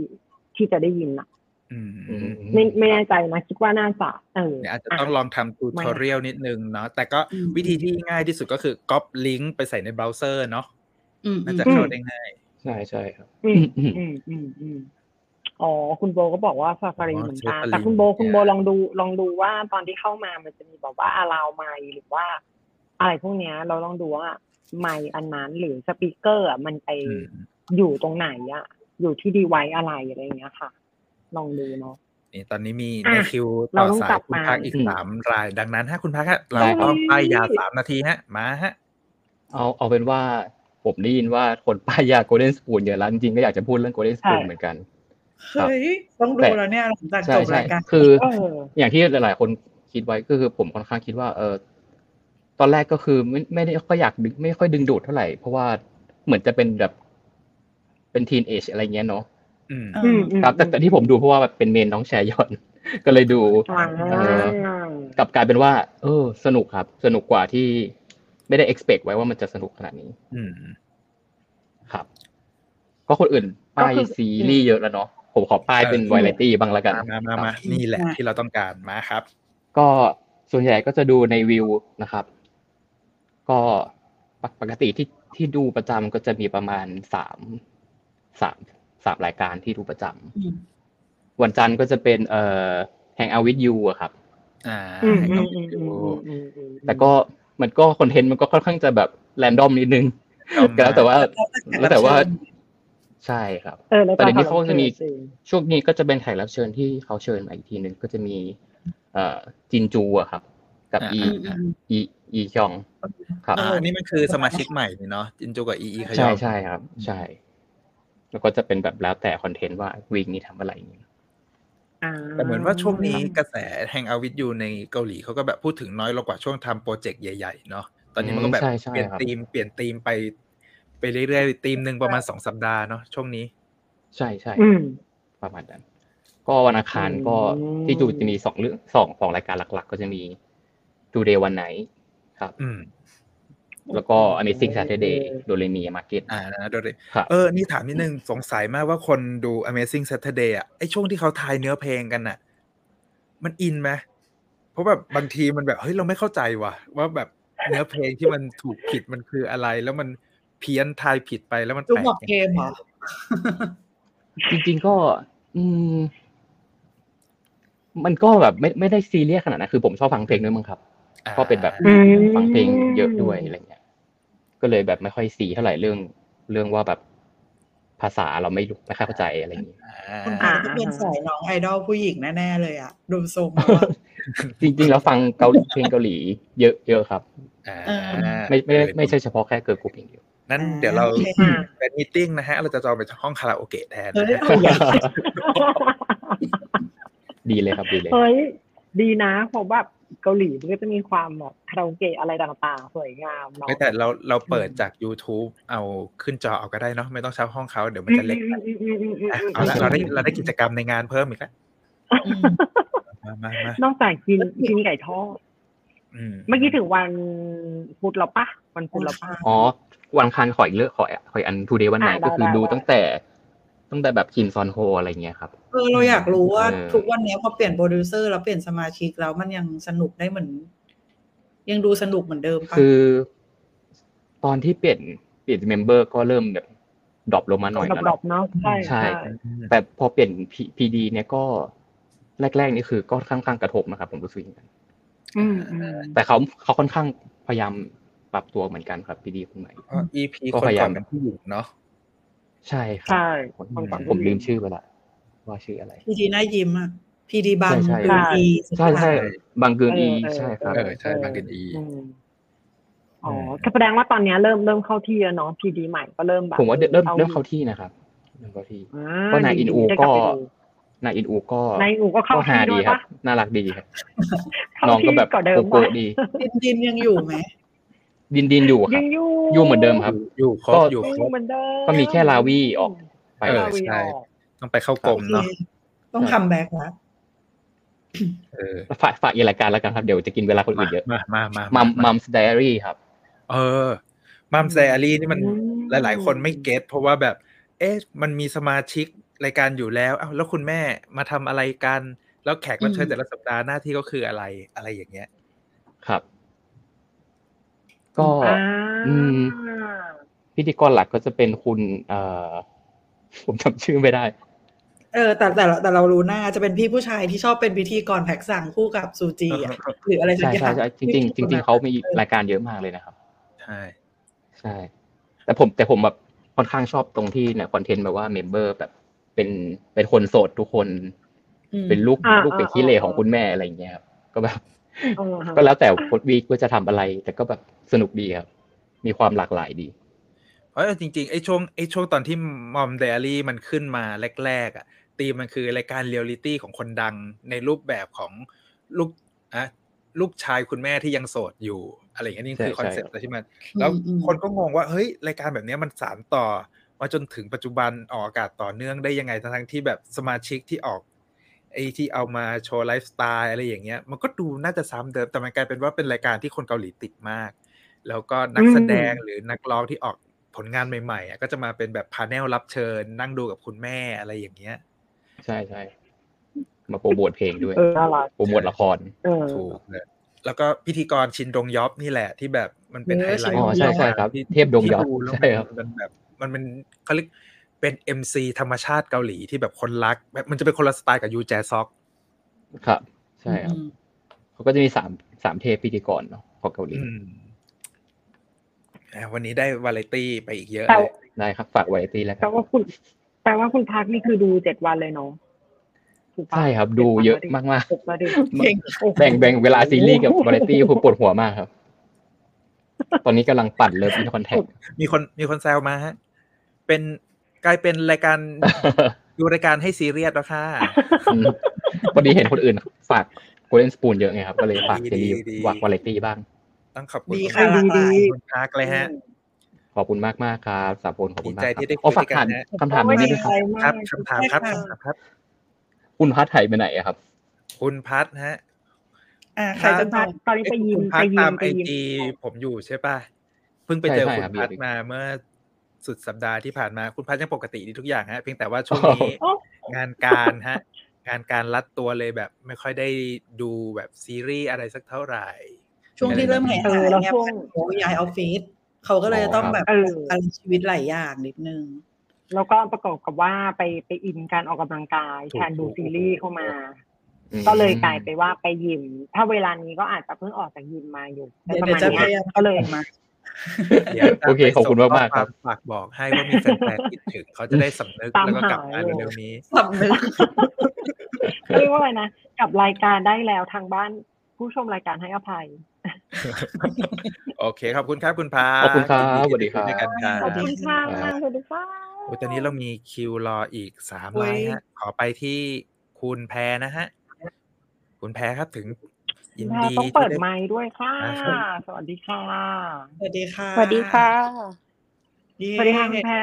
B: ที่จะได้ยินอ่ะ
A: อืม
F: อืม
B: ไม่ไม่แน่ใจนะคิดว่าน่าจะเออ
A: เนี่ยอาจจะต้องลองทำทูทอเรียลนิดนึงเนาะแต่ก็
C: อืม
A: วิธีที่ง่ายที่สุดก็คือก๊อปลิงก์ไปใส่ในเบราว์เซอร์เนาะ
C: อืม
A: น่าจะ
C: อืม
A: เข้าได้ง่าย
E: ใช่ใช่ครับ
B: อืม อืมอืมอืมอ๋อคุณโบก็บอกว่าซาฟารี
A: อ๋อ
B: เหมือนกัน
A: Safari
B: แต่คุณโบคุณโบ
A: เนี่ย
B: ลองดูลองดูว่าตอนที่เข้ามามันจะมีแบบว่าอาลาวไมหรือว่า อะไรพวกเนี้ย เราลองดูว่าไมอันนั้นหรือสปีกเกอร์อะมันไป
A: อืม
B: อยู่ตรงไหนอะอยู่ที่ดีไวอะไรอะไรอย่างเงี้ยค่ะ ลองดูเนาะ
A: นี่ตอนนี้มี
B: อ่ะ
A: ในคิวต่อ
B: เราต้อง
A: สาก
B: ลั
A: ยคุณ
B: บมา
A: พักอีก
E: อืม
A: สามราย ดังนั้นฮะคุณพักฮะเรา
E: ได้
A: ต้องป้ายยาสามนาทีฮะ มาฮะ
H: เอาเอาเป็นว่าผมได้ยินว่า
E: [LAUGHS]
H: คนป้ายยาโกลเด้นสปูนเยอะแล้วจริงๆก็อยากจะพูดเรื่องโกลเด้นสปูน
B: ใช่
H: เหมือนกัน
C: เฮ้ยต้องดูแล้วเนี่ยหลังจาก
H: ใช่
C: จบ
H: ใช่
C: รายการ
H: คือ
B: เออ
H: อย่างที่หลาย ๆ คนคิดไว้ก็คือผมค่อนข้างคิดว่าเออตอนแรกก็คือไม่ไม่ได้ค่อยอยากดึงไม่ค่อยดึงดูดเท่าไหร่ เพราะว่าเหมือนจะเป็นแบบเป็นทีนเอชอะไรเงี้ยเนาะ
A: อืม
B: อืมอืม
H: ครับแต่แต่ที่ผมดูเพราะว่าแบบเป็นเมนน้องแชยอน [LAUGHS] ก็เลยดู
B: อ่า
H: กลับกลายเป็นว่า เออ สนุกครับ สนุกกว่าที่ไม่ได้ expect ไว้ว่ามันจะสนุกขนาดนี้
A: อืม
H: ครับ ก็คนอื่นป้าย
B: ก็คือ
H: ซีรีส์เยอะแล้วเนาะผมขอป้ายเป็น
A: เออ
H: วาไรตี้บ้างละกัน
A: มามามา
H: ค
A: มา
H: รับ
A: นี่แหละ
C: มา
A: ที่เราต้องการมาครับ
H: ก็ส่วนใหญ่ก็จะดูในวิวนะครับ ก็ปกปกติที่ที่ดูประจำก็จะมีประมาณสามสามสามรายการที่ดูประจำ
C: อืม
H: วันจันทร์ก็จะเป็นเอ่อแ n งเอาวิดยูอะครับ
A: อ่า
B: อืม
A: ให้
B: อื
A: น้อ
B: ม
A: ง
B: อืมอื
A: ดู
B: มอืมอืม
H: แต่ก็มันก็คอนเทนต์มันก็ค่อนข้างจะแบบแรนดอมนิดนึง ก็แล้วแต่ว่า
C: แล้
H: แล้ว ว
C: แต่แขกรับ
H: แต่
C: เชิญ
H: ว่าใช่ครับ
B: เออแล้ว
H: แต่เดี๋ยวนี้เขา
B: ก็
H: จะมี
B: จริง
H: ช่วงนี้ก็จะเป็นแขกรับเชิญที่เขาเชิญมาอีกทีหนึ่งก็จะมี เอ่อจินจูอะครับ กับอี
A: าา
H: อีอีชอง ครับ
A: อ่าอันนี้มันคือสมาชิกใหม่นี่เนาะจินจูกับอีอีขย
H: ใช่
A: อม
H: ใช่ครับ ใช่ แล้วก็จะเป็นแบบแล้วแต่คอนเทนต์ว่าวีคนี้ทำอะไรอย่างเงี้ย
A: แต่เหมือนว่าช่วงนี้กระแสแฮงเอาวิ y ยูในเกาหลีเขาก็แบบพูดถึงน้อยลงกว่าช่วงทำโปรเจกต์ใหญ่ๆเนาะตอนนี้มันก็แบบ
H: ใช่ใช่
A: เปลี่ยน
H: ครับ
A: ธีมเปลี่ยนธีมไป ไปเรื่อยๆธีมหนึ่งประมาณสองสัปดาห์เนาะช่วงนี้
H: ใช่ใช่
B: อืม
H: ประมาณนั้น ก็วันอังคารก็
B: อืม
H: ที่จูจะมีสองเรื่องสองสองรายการหลัก ๆ ก็จะมีดูเดย์วันไหนครับ
A: อืม
H: แล้วก็ Amazing Saturday โดเรมีมาร์เก็ต
A: อ่านะโดย
H: ครับ
A: เออ นี่ถามนิดนึงสงสัยมากว่าคนดู Amazing Saturday อ่ะไอช่วงที่เขาทายเนื้อเพลงกันน่ะ มันอินไหมเพราะแบบบางทีมันแบบ เฮ้ย เราไม่เข้าใจว่ะ ว่าแบบเนื้อเพลงที่มันถูกผิดมันคืออะไร แล้วมันเพี้ยนทายผิดไปแล้วมัน
C: ดู
A: แปล
C: หมอก กเกมเหรอ
H: จริง ๆ ก็ อืม มันก็แบบไม่ไม่ได้ซีเรียสขนาดนั้นคือผมชอบฟังเพลงด้วยมั้งครับ
A: อ่า
H: ก็เป็นแบบ
B: อืม
H: ฟังเพลงเยอะด้วยอะไรเงี้ย ก็เลยแบบไม่ค่อยซีเท่าไหร่เรื่อง เรื่องว่าแบบภาษาเราไม่รู้ไม่ค่อยเข้าใจอะไรอย่างงี้
A: อ่
C: คุณ
A: า
C: พักต้องเป็นสายน้องไอดอลผู้หญิงแน่ๆเลยอ่ะ ดูทรง
B: [LAUGHS]
C: แล้วอะ
H: [LAUGHS] จริง ๆ แล้วฟังเกาหลีเพลงเกาหลีเยอะเยอะครับ
A: อ่า
C: เออ
H: ไม่ไม่ไม่ไม่ใช่เฉพาะแค่เกิร์ลกรุ๊ปอย่างเดียว
A: นั้นเดี๋ยวเรา
C: โอค
A: เป็นมีตติ้งนะฮะ เราจะจองไปห้องคาราโอเกะแทน
C: เฮ้
A: นะ [LAUGHS] ฮะ
C: ยเอาอย่าง
H: [LAUGHS] ดีเลยครับดีเลย
B: เฮ้ย ดีนะเพราะแบบเกาหลีมันก็จะมีความแบบคาราโอเกะอะไรต่างๆ สวยงามเนาะ
A: ไม่แต่เราเราเปิด
B: อืม
A: จาก YouTube เอาขึ้นจอเอาก็ได้เนาะไม่ต้องเช่าห้องเขาเดี๋ยวมันจะเล็กไป
B: อืมอืมอืมอืม
A: อ่ะ
B: อืม
A: เอาละเราได้เราได้กิจกรรมในงานเพิ่มอีกแล้ว
C: อืม
A: มามามา
B: นอกจากกินกินไก่ทอดเมื่อกี้ถึงวันพุธแล้วปะวันพุธแล้วปะ
H: อ๋อ วันอังคารขออีกเลือกขอขออีกอันทูเดย์วันไหน
B: อ่าได้
H: ก็คือ
B: ได้
H: ดู
B: ได้
H: ตั้งแต่ตั้งแต่แบบคิมซอนโฮอะไรเงี้ยครับ
C: เออเราอยากรู้ว่า
H: เออ
C: ทุกวันเนี้ยพอเปลี่ยนโปรดิวเซอร์แล้วเปลี่ยนสมาชิกแล้วมันยังสนุกได้เหมือน ยังดูสนุกเหมือนเดิมปะ
H: คือ ตอนที่เปลี่ยนเปลี่ยนเมมเบอร์ก็เริ่มแบบดรอปลงมาหน่อ
B: ด
H: ยแล้ว
B: อบ
H: เนาะ
B: ๆเนาะใช่
H: ใช่ แต่พอเปลี่ยนพีดีเนี่ยก็แรกๆนี่คือก็ค่อนข้างกระทบนะครับ ผมรู้สึกอย่างนั้น
B: อืมอืม
H: แต่เขาเขาค่อนข้างพยายามปรับตัวเหมือนกันครับพีดีคนใหม่
A: ก็ EP
H: ก็
A: คน
H: พยา
A: ก่
H: ยา
A: อ
H: ม
A: นเป็นผู้หญิงเนาะ
H: ใช่ครับ
B: ใช่
H: ผม
B: วันก่อน
H: ผมลืมชื่อไปละว่าชื่ออะไร
C: พีดีน่ายิ้มอ่ะพีดีบาง
H: ใช่
C: ก
H: ใช่
C: งอี
H: ใช่ใช่บางเกิน
B: เออ
H: อี
B: เออ
H: ใช่ครับ
A: เออใช่บางกันอี
B: อืมอ๋ออ
A: ม
B: ก็แสดงว่าตอนเนี้ยเริ่มเริ่มเข้าที่แล้วเนาะพีดีใหม่ก็เริ่มแบบ
H: ผมว่าเริ่มเริ่มเริ่มเข้า
B: ที่
H: ที่นะครับเริ่มเข้าที่
B: อ่า
H: เพราะนายอินอู
B: ดีๆได้ลั
H: ก็
B: บไปดู
H: นายอินอูก็
B: นายอินอูก็เข้าที่
H: ฮา
B: ด้
H: ดี
B: วย
H: ครั
B: ปะ
H: บ น่ารักดีครับ
B: เข้า
H: น้องก็แบบ
B: ที่กว่าเดิม
H: โกโก้
B: ปะ
H: ดี
C: ดินดินยังอยู่ไหม
H: ดินดินอยู่ค
B: ยั
H: รับ
B: งอยู่
H: อยู่เหมือนเดิมครับ
A: อยู่ครบ
H: ก็
A: อยู่คร
B: ยู่
A: บ
B: เหมือนเดิม
H: ก็มีแค่ลาวีออกไป
A: เออ
B: ลาวี
A: ใช่
B: ออก
A: ต้องไปเข้ากรมเนาะ
C: ต้องคัมแบ็กละ
A: เออ
H: ฝากฝากอีกรายการแล้วกันครับเดี๋ยวจะกินเวลาคนอื่นเยอะ
A: มามามา
H: มั
A: มั
H: มมัมสไดอารี่ครับ
A: เออ มัมแซอารีนี่มัน
B: อื
A: หลาย ๆ คนไม่เก็ตเพราะว่าแบบ เอ๊ะมันมีสมาชิก รายการอยู่แล้วเอ้าแล้วคุณแม่มาทำอะไรกัน แล้วแขกรับเชิญแต่ละสัปดาห์หน้าที่ก็คืออะไรอะไรอย่างเงี้ย
H: ครับ ก็
B: อ่า
H: อืม พิธีกรหลักก็จะเป็นคุณ เอ่อ ผมจำชื่อไม่ได้
C: เออแต่แต่เราแต่เรารู้หน้าจะเป็นพี่ผู้ชายที่ชอบเป็นพิธีกรแผกสั่งคู่กับซูจีอะหรืออะไรสัก
H: ใช่
C: อย่า
H: ใช่
C: ง
H: ใช่จริงๆจริง ๆเขามีรายการเยอะมากเลยนะครับ
A: ใช่
H: ใช่ แต่ผมแต่ผมแบบค่อนข้างชอบตรงที่เนี่ยคอนเทนต์แบบว่าเมมเบอร์แบบเป็นเป็นคนโสดทุกคน
C: อืม
H: เป็นลูก
B: อ่า
H: ลูกเป็น
B: อ่า
H: ขี้เหร่
B: อ่า
H: ของคุณแม่อะไรอย่างเงี้ยครับก็แบบ
B: เออฮะ
H: ก็แล้วแต่พดวีคว่าจะทำอะไร แต่ก็แบบสนุกดีครับ มีความหลากหลายดี
A: เพราะจริงๆไอ้ช่วงไอ้ช่วงตอนที่มอมเดลี่มันขึ้นมาแรกๆอ่ะตีมมันคือรายการเรียลลิตี้ของคนดังในรูปแบบของลูกอะลูกชายคุณแม่ที่ยังโสดอยู่ อะไรอย่างเงี้ยนี่คือ
H: ใช่
A: คอน
H: ใช่
A: เซ็ปต์เลยใช่ไหม แล้ว
C: อืม
A: คนก็งงว่าเฮ้ยรายการแบบเนี้ยมันสานต่อ มาจนถึงปัจจุบันออกอากาศต่อเนื่องได้ยังไงทั้งๆที่แบบสมาชิกที่ออกไอที่เอามาโชว์ไลฟ์สไตล์อะไรอย่างเงี้ย มันก็ดูน่าจะซ้ำเดิมแต่มันกลายเป็นว่าเป็นรายการที่คนเกาหลีติดมาก แล้วก็นักแสดงหรือนักร้องที่ออกผลงานใหม่ๆอ่ะก็จะมาเป็นแบบพาแนลรับเชิญ นั่งดูกับคุณแม่อะไรอย่างเงี้ย
H: ใช่ใช่มาโปรโมทเพลงด้วย
B: เออน่ารัก
H: โปรโมทละคร
B: เออ
A: ถูกเลยแล้วก็พิธีกรชินดงยอบนี่แหละที่แบบมันเป็นไฮไลท์
H: อ๋อใช่ใช่ครับ
A: ที่
H: เทพดงยอบ
A: ที่ดูแล้ว
H: ใช่ครับ
A: มันแบบมันเป็นเขาเรียกเป็นเอ็มซีธรรมชาติเกาหลีที่แบบคนรักแบบมันจะเป็นคนละสไตล์กับยูแจซอก
H: ครับ ใช่ค
C: อื
H: รับ
C: ม
H: เขาก็จะมีสามสามเทพพิธีกรเนาะของเกาหลี
A: อืมอ่ะวันนี้ได้วาไรตี้ไปอีกเยอะ
B: แต่
A: เลย
H: ได้ครับฝากไว้ที่แล้วค
B: แปล
H: รับ
B: ว่าคุณแปลว่าคุณพักนี่คือดูเจ็ดวันเลยเนาะถูกปะ
H: ใช่ครับดูเยอะมาก
B: เจ็ดวันดิ
H: ๆ แบ่งแบ่งเวลาซีรีส์กับวาไรตี้ผมปวดหัวมากครับ ตอนนี้กำลังปั่นเลิฟอินคอนแทค
A: มีคนมีคนแซวมาฮะ เป็นกลายเป็นราย
H: [LAUGHS]
A: การดูรายการให้ซีเรียสแล้วค่ะ
H: พอดีเห็นคนอื่นฝากโกลเด้นสปูนเยอะไงครับ ก็เลยฝาก
A: ดี
H: ซีรีส์
A: ดี
H: ฝากวาไรตี้บ้าง
A: ต้องขอบคุณ
C: ดีค่ะหลากหลา
A: ขอบ
C: ย
A: คุณพักเลยฮะ
H: ขอบคุณมากมากๆครับสามคนขอบคุณมา
A: ดี
H: ก
A: ใจที่ได้คุย
H: อ๋อฝาก
A: กัน
H: ถาม
A: นะ
H: คำถามหน่อยได้ไหมครับ
A: ครับคำถามครับคำถามครับ
H: คุณพัทไทยไปไหนอะครับ
A: คุณพัทฮะ
C: อ่าใครจะต
B: คุณพั
C: อก บ
B: ตอนนี้ไป
A: เอ้ย
B: ยิม
A: คุณพัก
B: ไปยิ
A: ตาม ม
B: ไป
A: ไอ
B: ยิม
A: จีผมอยู่ใช่ป่ะ เพิ่งไปเจอ
H: ใช่
A: คุณ
H: ใช่ครับ
A: พัด
H: อยู่
A: มาเมื่อสุดสัปดาห์ที่ผ่านมาคุณพัดยังปกติดีทุกอย่างฮะเพียงแต่ว่าช่วงนี้
B: โอ้
A: งานการฮะ งานการรัดตัวเลยแบบ ไม่ค่อยได้ดูแบบซีรีส์อะไรสักเท่าไหร่
C: ช่วงที่เริ่มหาย
B: เอ
C: หา
B: อย แล้ว
C: เนี่ย
B: ช่วง
C: เขาย้ายออฟฟิศเขาก็เลยต้องแบบ
B: เออ
C: อะไรชีวิตหลายอย่างนิดนึง
B: แล้วก็ประกอบกับว่าไปไปอินการออกกำลังกาย
A: ถูก
B: แทนดู
A: ถูก
B: ซีรีส์เข้ามา
H: อืม
B: ก็เลยกลายไปว่าไปยิม ถ้าเวลานี้ก็อาจจะเพิ่งออกจากยิมมาอยู่
C: เดี๋ยว
B: ประ
C: เดี๋ยวจะพ
B: มาณเนี้
C: ยายาย ม
B: ก็เลย
C: ออกมา
A: ดี๋ยวจะ
H: โอเค
A: ไป
H: ขอบคุณ
A: ส่
H: มาง กมาก
A: ข้อ
H: ค
A: ความ
H: รับ
A: ฝากบอกให้ว่ามีแฟนๆคิดถึงเขาจะได้สำนึก
B: ตาม
A: แล้วก็กลับมา
B: หาเลย
A: เร็วๆนี้
C: สำนึก
B: [LAUGHS] ก็เรียกว่าอะไรนะกับรายการได้แล้วทางบ้านผู้ชมรายการให้อภัย
A: โอเคขอบคุณครับคุณพัก
H: ขอบคุณครับ
A: ยิน
H: สวัสดี
A: ที่ไคุย
H: ครับ
A: ด้วยกันครับ
C: ส
B: ข
C: วัส
B: อบ
C: ดี
B: คุณ
C: ค่ะ
B: ค่ะสวัสดีค่ะ
A: โอ้ยตอนนี้เรามีคิวรออีกสาม
C: โอ้ย
A: ลายฮะ ขอไปที่คุณแพรนะฮะ คุณแพรครับถึง ยิน
B: แพร
A: ดี
B: ต้องเปิ
A: ที่
B: ด
A: ได้
B: ไมค์ด้วยค่ะ
A: นะครับ
B: สวัสดีค่ะ
C: สวัสดีค่ะ
I: สวัสดีค่ะ
C: เย้
B: สวัสดีค่ะคุณแพร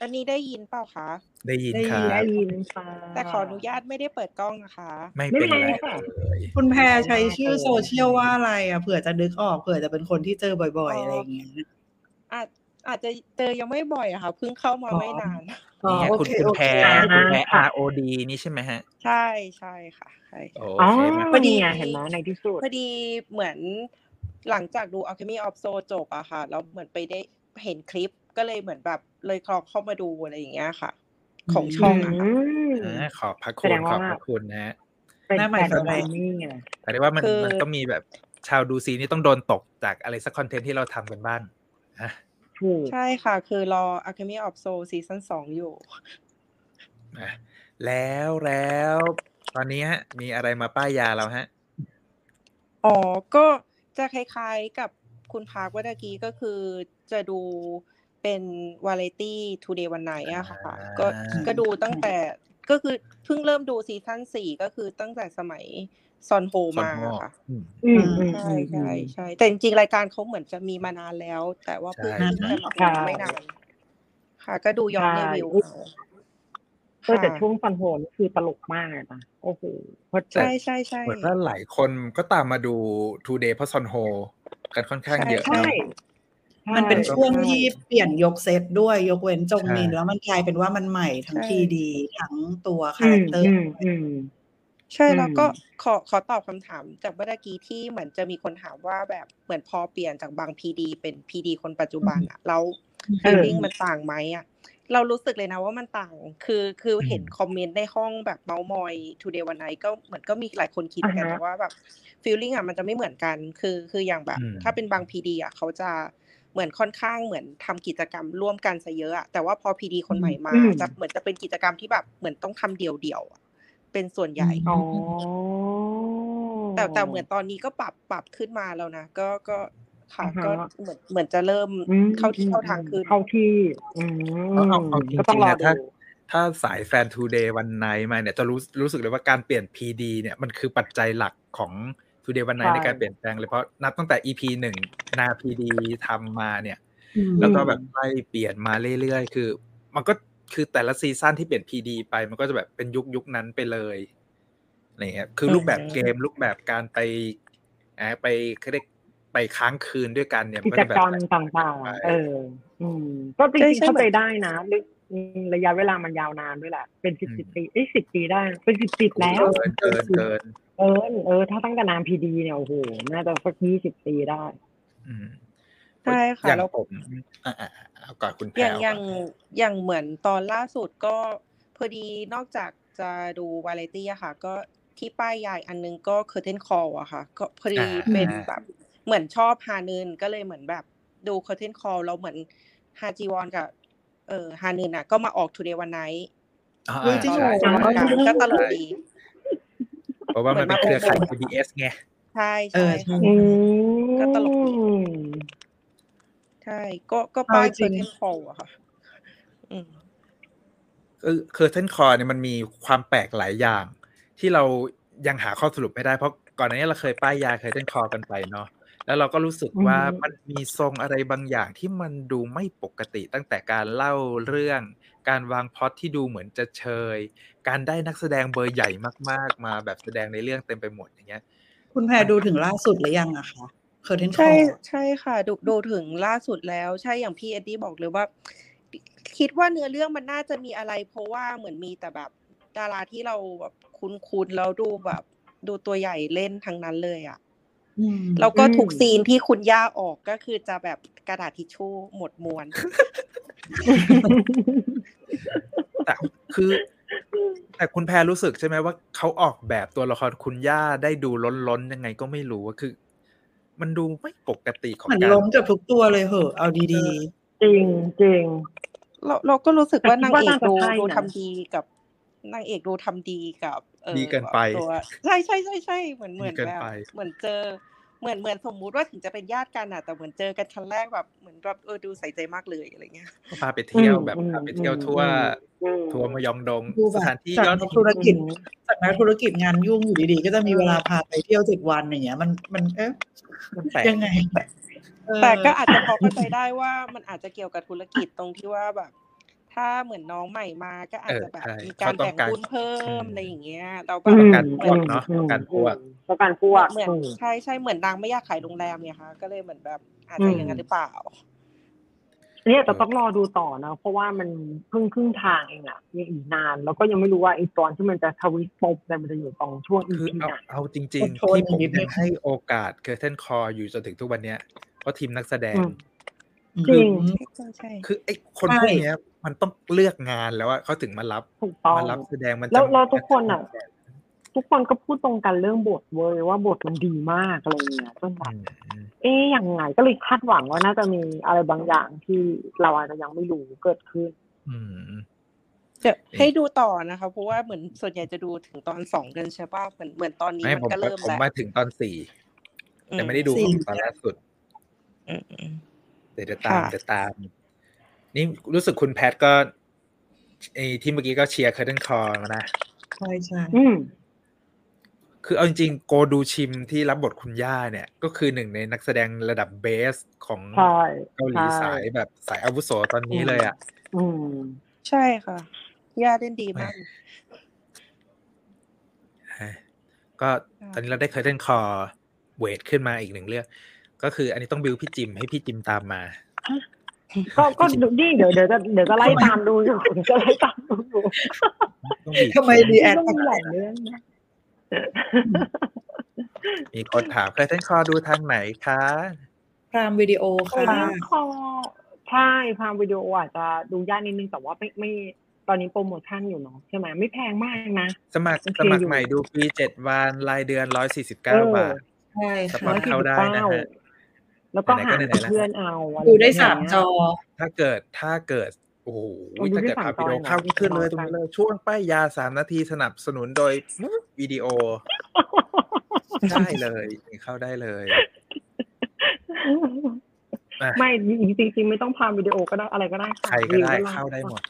I: อันนี้ได้ยินเปล่าคะ
A: ได้ยินครั
B: ได้
A: บ
B: ยินค่ะ
I: แต่ขออนุญาตไม่ได้เปิดกล้องนะคะ
A: ไม่
B: ไม่
A: เป็น
B: เป็น
A: ไร
B: ไร
A: เล
B: ค่ะ
A: ย
C: คุณแพรใช้ชื่อโซเชียลว่าอะไรอ่ะเผื่อจะนึกออกเผื่อจะเป็นคนที่เจอบ่อยๆ อะไรอย่างเงี้ย
I: อาจอาจจะเจอยังไม่บ่อยอะค่ะ เพิ่งเข้ามา
C: อ๋อ
I: ไม่นาน
C: อ๋อ
A: นี่ฮะ
C: โอ
A: คุณ
C: เค
A: คุณ
C: โอ
A: แพ
C: เค
A: ร
B: ค่ะ
A: คุณแพร
B: ค่ะ
A: ROD นี่ใช่ไหมฮะ
I: ใช่ใช่ค่ะใช่ค่ะ
A: โอ
B: อ๋อ
A: เคมา
I: พอดี
B: นี่ไงเห็นไหมในที่สุด
I: พอดีเหมือนหลังจากดู Alchemy of Soul จบอะค่ะแล้วเหมือนไปได้เห็นคลิปก็เลยเหมือนแบบเลยคลองเข้ามาดูอะไรอย่างเงี้ยค่ะ ของช่องอะค่ะ
B: อืม
A: อ่าขอบพระ
B: แส
A: คุ
B: ด
A: ณ
B: ง
A: ขอ
B: ว่า
A: บพระคุณนะฮะ
B: เป็น
C: หน้าใหม่
B: แฟน
C: สำห
B: มั
C: รับ
B: นนี่ไง
A: แต่ได้ว่ามัน
I: คือ
A: มันต้องมีแบบชาวดูซีนี่ต้องโดนตกจากอะไรสักคอนเทนต์ที่เราทำกันบ้างฮะ
B: ถูก
I: ใช่ค่ะ คือรอ Alchemy of Soul ซีซั่นสองอยู่
A: อ่ะแล้วแล้ว ตอนนี้ฮะ มีอะไรมาป้ายยาเราฮะ
I: อ๋อ ก็จะคล้ายๆกับคุณพาร์คเมื่อกี้ก็คือจะดูเป็นวาไรตี้ทูเดย์วันไนอะค่ะ ก็
A: อ่า
I: ก็ดูตั้งแต่ก็คือเพิ่งเริ่มดูซีซั่นสี่ก็คือตั้งแต่สมัยซอนโฮ
A: สอน
I: มา
A: โม
I: ค่ะ
A: อืม
B: อืมอืม
I: ใช่
B: อืมอื
I: ใช่
B: ม
I: ใช่แต่จริงๆ รายการเขาเหมือนจะมีมานานแล้ว แต่ว่าเพิ่ง
A: ใช่
I: เพิ่ง
A: ใช่
I: จะมาดู
B: ใช่
I: ไม่นาน ค่ะ ก็ดูย้อนรีวิวเอา
B: เออ
I: ค่ะ
B: แต่ช่วงฟันโหนคือตลกมากเลยนะโอ้โหเพราะ
A: แต่
I: ใช่ใช่ใช่
A: เหมือนว่าหลายคนก็ตามมาดู Two Day เพราะซอนโฮกันค่อนข้าง
I: ใช่
A: เยอะ
I: ค่ะ
B: ใช่
A: เนอะ
C: มันเป็น
B: ใช่
C: ช่วง
B: ใช่
C: ที่เปลี่ยนยกเซตด้วยยกเว้นจงมิน
A: ใช่
C: แล้วมันกลายเป็นว่ามันใหม่ทั้ง
I: ใช่
C: ทีดีทั้งตัวคา
B: อื
C: แร
B: ม
C: คเตอร์
B: อืมอืม
I: ใช่
B: อืม
I: แล้วก็ขอขอตอบคำถามจากเมื่อกี้ที่เหมือนจะมีคนถามว่าแบบเหมือนพอเปลี่ยนจากบางพีดีเป็นพีดีคนปัจจุบันอะแล้ว
B: เอ
I: ฟีล
B: อ
I: ลิ่งมันต่างไหมอะเรารู้สึกเลยนะว่ามันต่างคือคือเห็นคอมเมนต์ในห้องแบบเมาส์มอยทูเดย์วันไนก็เหมือนก็มีหลายคนคิดเหมือนกัน
B: อ่าฮะ
I: นะว่าแบบฟีลลิ่งอะมันจะไม่เหมือนกันคือคืออย่างแบบ
A: อืม
I: ถ้าเป็นบางพีดีอะเขาจะเหมือนค่อนข้างเหมือนทำกิจกรรมร่วมกันซะเยอะอะแต่ว่าพอพีดีคนใหม่มาจะเหมือนจะเป็นกิจกรรมที่แบบเหมือนต้องทำเดี่ยวๆอะเป็นส่วนใหญ่
B: อ๋อ
I: แต่แต่เหมือนตอนนี้ก็ปรับปรับขึ้นมาแล้วนะก็ก็ค่ะ
B: อ่าฮะ
I: ก็เหมือนเหมือนจะเริ่ม
B: อืม
I: เข้าที่
B: อืม
I: เข้าทางขึ้น
B: เข้าที่อืม
A: เอาเอาเอาจริ
B: ก็ต้อง
A: ง
B: ร
A: ๆ
B: อ
A: นะ
B: ดู
A: ถ้าถ้าสายแฟน Today วันไนมาเนี่ยจะรู้รู้สึกเลยว่าการเปลี่ยน PD เนี่ยมันคือปัจจัยหลักของ Today วันไนในการเปลี่ยนแปลงเลยเพราะนับตั้งแต่ EP หนึ่งนา PD ทำมาเนี่ย
C: อืม
A: แล้วก็แบบไล่เปลี่ยนมาเรื่อยๆ คือ มันก็คือแต่ละซีซั่นที่เปลี่ยน PD ไป มันก็จะแบบเป็นยุคยุคนั้นไปเลยอะไรเงี้ยคือรูปแบบเกมรูปแบบการไปแอบไปเขาเรียกไปค้างคืนด้วยกันเนี่ย
B: กิ
A: นก็
B: จ
A: จะแบบ
B: กรรม
A: แต
B: ต
A: กต่า
B: ่าง ง
A: ไป
B: ๆ เออ อืม ก็จริงๆเข้าใจได้นะลึกอืมระยะเวลามันยาวนานด้วยแหละ เป็นสิบสิบปีเอ้ยสิบปีได้ เป็นสิบสิบแล้ว
A: เกินเกินเกิน
B: เออเออ ถ้าตั้งแต่นามพีดีเนี่ยโอ้โหน่าจะสักยี่สิบปีได้
A: อืม
I: ใช่ค่ะ
A: อย่าง
I: แล้ว
A: ผมอ่ะอ่ะอ่ะเอาก่อนคุณแพ
I: อย่าง
A: ร
I: อย่าง
A: ก่อน
I: อย่างเหมือนตอนล่าสุดก็พอดีนอกจากจะดูวาไรตี้อะค่ะ ก็ที่ป้ายยายอันนึงก็เคอร์เทนคอลอะค่ะ ก็พอดีเป็นแบบเหมือนชอบฮานึนก็เลยเหมือนแบบดูเคอร์เทนคอลเราเหมือนฮาจีวอนกับเออฮานึนอะก็มาออกทูเดย์วันไนท์
A: อ่า
C: เฮ้ยจริง
I: ตอน
C: เหรอ
I: ล่าสุดเหมือนกันก็ตลกดี
A: เพราะว่ามันเป็นเครือข่าย
I: เหมือนมาโปรโมท
A: PBS ไง
I: ใช่
C: เอ
I: ใช่
C: อใช่
I: ค่ะ
B: อืม
I: ก็ตลกดี ใช่ก็ก็
C: เอา
I: ป้ายเค
C: จริ
I: อง ร์เทนคอลอะค่ะ อืม
A: คือเคอร์เทนคอร์เนี่ยมันมีความแปลกหลายอย่าง ที่เรายังหาข้อสรุปไม่ได้เพราะก่อนหน้านี้เราเคยป้ายยาเคอร์เทนคอร์กันไปเนาะแล้วเราก็รู้สึกว่ามันมีทรงอะไรบางอย่างที่มันดูไม่ปกติตั้งแต่การเล่าเรื่อง การวางพล็อตที่ดูเหมือนจะเชย การได้นักแสดงเบอร์ใหญ่มากๆ มาแบบแสดงในเรื่องเต็มไปหมดอย่างเงี้ย
C: คุณแพรดูถึงล่าสุดหรือยังอะคะเคอร์เทนค
I: ใช่
C: อ
I: ใช่ค่ะ ดูดูถึงล่าสุดแล้ว ใช่อย่างพี่เอ็ดดี้บอกเลยว่า คิดว่าเนื้อเรื่องมันน่าจะมีอะไร เพราะว่าเหมือนมีแต่แบบดาราที่เราแบบคุ้นคุ้นๆแล้วดูแบบ ดูตัวใหญ่เล่นทั้งนั้นเลยอะแล้วก็ถูกซีนที่คุณย่าออกก็คือจะแบบกระดาษทิชชู่หมดมวน
A: แต่คือ แต่คุณแพรรู้สึกใช่ไหมว่าเขาออกแบบตัวละครคุณย่าได้ดูล้นล้นๆยังไงก็ไม่รู้ว่าคือ มันดูไม่ปกติของ
C: เหมือน
A: การ
C: ล้มกับทุกตัวเลยเหอะ เอาดี
B: จริงจริง
I: เราเราก็รู้สึก
B: แต่
I: ว่า
B: คิด
I: นาง
B: ว่า
I: เอก
B: น่าจะ
I: ดู
B: ใช่
I: ดู
B: นะ
I: ทำดีกับนางเอกดูทำดีกับ เออ
A: ดีเกินไป
I: ตัวใช่ใช่ใช่ใช่เหมือนเหมือน
A: ดีเกิน
I: แบบ
A: ไป
I: เหมือนเจอเหมือนเหมือนสมมุติว่าถึงจะเป็นญาติกันอ่ะ แต่เหมือนเจอกันครั้งแรกแบบเหมือนแบบเออดูใส่ใจมากเลยอะไรเงี้ย
A: พาไปเที่ยว
B: อืม
A: แบบ
B: อืม
A: พาไปเที่ยวทั่ว
B: อืมอืม
A: ทัวร์มายองดง
C: ๆ ดูแบ
A: ส
C: บ
A: ถานที่
C: จาก
A: ยอด
C: นัก
A: ฮิ
C: ธุ
A: ต
C: รกิจ
B: อืม
C: จากนักธุรกิจงานยุ่งอยู่ดีๆ ก็จะมีเวลาพาไปเที่ยวสิบวันอย่างเงี้ย มันมันเอ๊ะ
A: มันแปลก
C: ยังไงเออ
I: แต่ก็อาจจะพอเข้าใจได้ว่ามันอาจจะเกี่ยวกับธุรกิจตรงที่ว่าแบบ ถ้าเหมือนน้องใหม่มาก็อา
A: เออ
I: จจะแบบ
A: ใช่
I: มีกา
A: เขา
I: ร
A: ต้อง
I: แบ่ง
A: การ
I: หุ้นเพิ่
A: อื
I: ม
A: ม
I: อะไรอย่างเงี้ยเราแบ
A: ต้
I: บ
A: องการพ
I: เห
A: ว
I: มือก น
A: เนาะต้องการพวก
B: ต้องการพว
I: เหมือก นเหมือน
B: อืม
I: ใช่ใช่เหมือนนางไม่อยากขายโรงแรมเนี่ยค่ะ ก็เลยเหมือนแบบอาจ
B: อื
I: จะ
B: ม
I: อย่างนั้นหรือเปล่า
B: เนี่ยแต่ต้องรอดูต่อนะเพราะว่ามันเพิ่งครึ่งทางเองอะยังอีกนาน แล้วก็ยังไม่รู้ว่าไอ้ตอนที่มันจะทวิสต์ปมเนี่ยมันจะอยู่ตรงช่วงอี
A: คือ
B: พี
A: เอา
B: ไหน
A: เอาจริ
C: อง ดท
A: ๆ
C: น
A: ที่
C: อี
A: ผ
C: ก
A: ม
C: นิด
A: ยั
C: นึ
A: ง
C: ง
A: ให้โอกาสเคอร์เทนคอร์อยู่จนถึงทุกวันเนี้ย เพราะทีมนักแสด
B: อื
A: ง
B: ม
C: อืม
B: จริง
I: ใช่ใช่ใช่
A: คือไอ้คนพวกเนี้ย มันต้องเลือกงานแล้วอะเขาถึงมารับ
B: ถูกต้อง
A: มารับแสดงมัน
B: แล้ว
A: จะ
B: แล้วทุกคนอะทุกคนก็พูดตรงกันเรื่องบทเว้ยว่าบทมันดีมากอะไรเงี้ยจนแบ
A: อื
B: บ
A: มอืม
B: เอ๊ยยังไงก็เลยคาดหวังว่าน่าจะมีอะไรบางอย่างที่เราอาจจะยังไม่รู้เกิดขึ้น
A: อืม
I: เดี๋ยวให้ดูต่อนะคะ เพราะว่าเหมือนส่วนใหญ่จะดูถึงตอนสองกันใช่ป่ะเหมือนเหมือนตอนนี้
A: ไม่
I: มัน
A: ผม
I: ก็เริ่ม
A: ผม
I: แล้ว
A: มาถึงตอนสี่
I: อื
A: แต่ไม่ได้ดู
C: สี่
A: ตอนล่าสุด
I: อืมอืม
A: เดี๋ยวจะตาม
I: ค่ะ
A: จะตาม นี่รู้สึกคุณแพทก็ไอ้ที่เมื่อกี้ก็เชียร์เคอร์เทนคอร์นะ
C: ใช่ใช่
B: อืม
A: คือเอาจริงๆโกดูชิมที่รับบทคุณย่าเนี่ย ก็คือหนึ่งในนักแสดงระดับเบสของ
B: ใช่
A: เกาหลี
B: ใช่
A: สายแบบสายอาวุโสตอนนี้เลยอ่ะ
B: อืม
I: ใช่ค่ะย่าเล่นดีมากเลย
A: ก็ตอนนี้เราได้เคยเล่นคอเวทขึ้นมาอีกหนึ่งเรื่อง ก็คืออันนี้ต้องบิวพี่จิมให้พี่จิมตามมา
B: ก็ก็ดูดิเดี๋ยวเดี๋ยวจะเดี๋ยวจะไล่ตามดูอยู่ [LAUGHS] เดี๋ยวจะไล่ตามดูอยู่
A: ต้องมี
C: ทำไมดีแอด
B: ต้องมีหลายเรื่องนะ
A: มีคนถามเคยท่านคอดูทางไหนคะ
C: พรามวิดีโอค่ะ
B: เรื่องคอใช่พามวิดีโออาจจะดูยากนิดนึงแต่ว่าไม่ไม่ตอนนี้โปรโมชั่นอยู่เนาะใช่ไหมไม่แพงมากนะ
A: สมัคร
B: โอเค
A: สมัค
B: อยู่
A: รใหม่ดูฟรีเจ็ดวันรายเดือนร้อยสี่สิบ
B: เอ
A: เก้า
B: อบ
A: าท
C: ใช่
A: สปอ
C: ค่ะ
A: น เข้าได้นะฮะ
B: แล้วก็
A: ไหนๆก็
B: หา
A: ไหนๆแล้ว
B: เพื่อนเอาอะร
C: ดูได้
B: อย่ง
C: สา
B: เงี้ย
C: มจอ
A: ถ้าเกิดถ้าเกิด โอ้โห
B: โอ้ย
A: ถ้าเกิด
B: ได้สา
A: พาม วิดีโอเข้า
B: ตอนเหรอ
A: ขึ้นเลย
B: ได้
A: ตร
B: สา
A: ง
B: มตอน
A: นี้เลยช่วงป้ายยาสามนาทีสนับสนุนโดยวิดีโอ ได้เลยเข้าได้เลยอ่ะ
B: ไม่จริงๆจริงๆไม่ต้องพามวิดีโอก็ได้อะไรก็ได้ค่ะ
A: ใครก็ได้
B: วิวล
A: เข้าได้หมด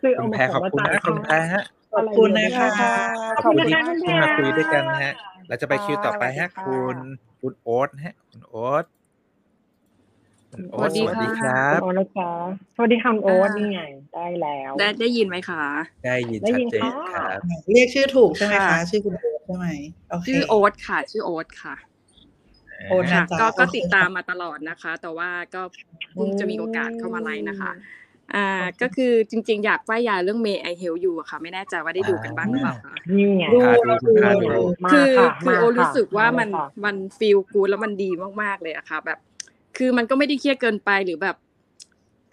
B: คือ
A: คุ
B: เอา
A: ณ
B: มา
A: แพร
B: ส่
A: ขอบ
B: งมา
A: คุณ
B: จ่าย
A: นะคุณแพรฮะ
B: ค่า
C: ขอบคุณนะ
B: ไรเดื
C: คะ
B: ข
A: ข
B: อบคุณนะคะ
A: อบที่
B: คุณแพร
A: มาคุยด้วยกันนะฮะ เราจะไปคิวต่อไปฮะ
J: สวัสดีค่ะ
A: คุณคุณโอ๊ตฮะ คุณโอ๊ตคุณโอ๊ต
J: ส
A: ส
J: วั
A: วัส
J: สดี
A: ดีค
J: ค่ะ
A: รับ
B: คุณโอ๊ตนะคะสวัสดีค่ะคุณโอ๊ต
J: อ่านี่
B: นี่ไงได้แล้ว
J: ได้ได้ยินไหมคะ
A: ได้ยิน
B: ได้
A: ชัด
B: ยิน
A: เจนค
B: ค่ะ
A: รับ
C: เรียกชื่อถูกใช่ไหมคะ
J: ค่ะ
C: ชื่อคุณโอ๊ตใช่ไหมโอเค
J: ชื่อโอ๊ตค่ะ ชื่อโอ๊ตค่ะ
C: โอ๊ต
J: ค่ะ
C: นะจ๊ะ
J: ก็ก็
C: โอเค
J: ติดตามมาตลอดนะคะ แต่ว่าก็เพิ่งจะมีโอกาสเข้ามาไลฟ์นะคะ อ่าก็คือจริงๆ อยากป้ายยาเรื่องเมย์ไอเฮลอยู่อะค่ะ ไม่แน่ใจว่าได้ดูกันบ้างหรือเปล่าคะ
B: นี่ไง
A: คุณพาดูคุณพา
B: นี่
A: ดู
B: ไงมา
J: คือ
B: ค่ะ
J: คือ
B: มา
J: โอรู้
B: ค่ะ
J: สึกว่ามัน
B: เลยค่ะ
J: มันฟีลกูดแล้วมันดีมากๆเลยอะค่ะ แบบ คือมันก็ไม่ได้เครียดเกินไปหรือแบบ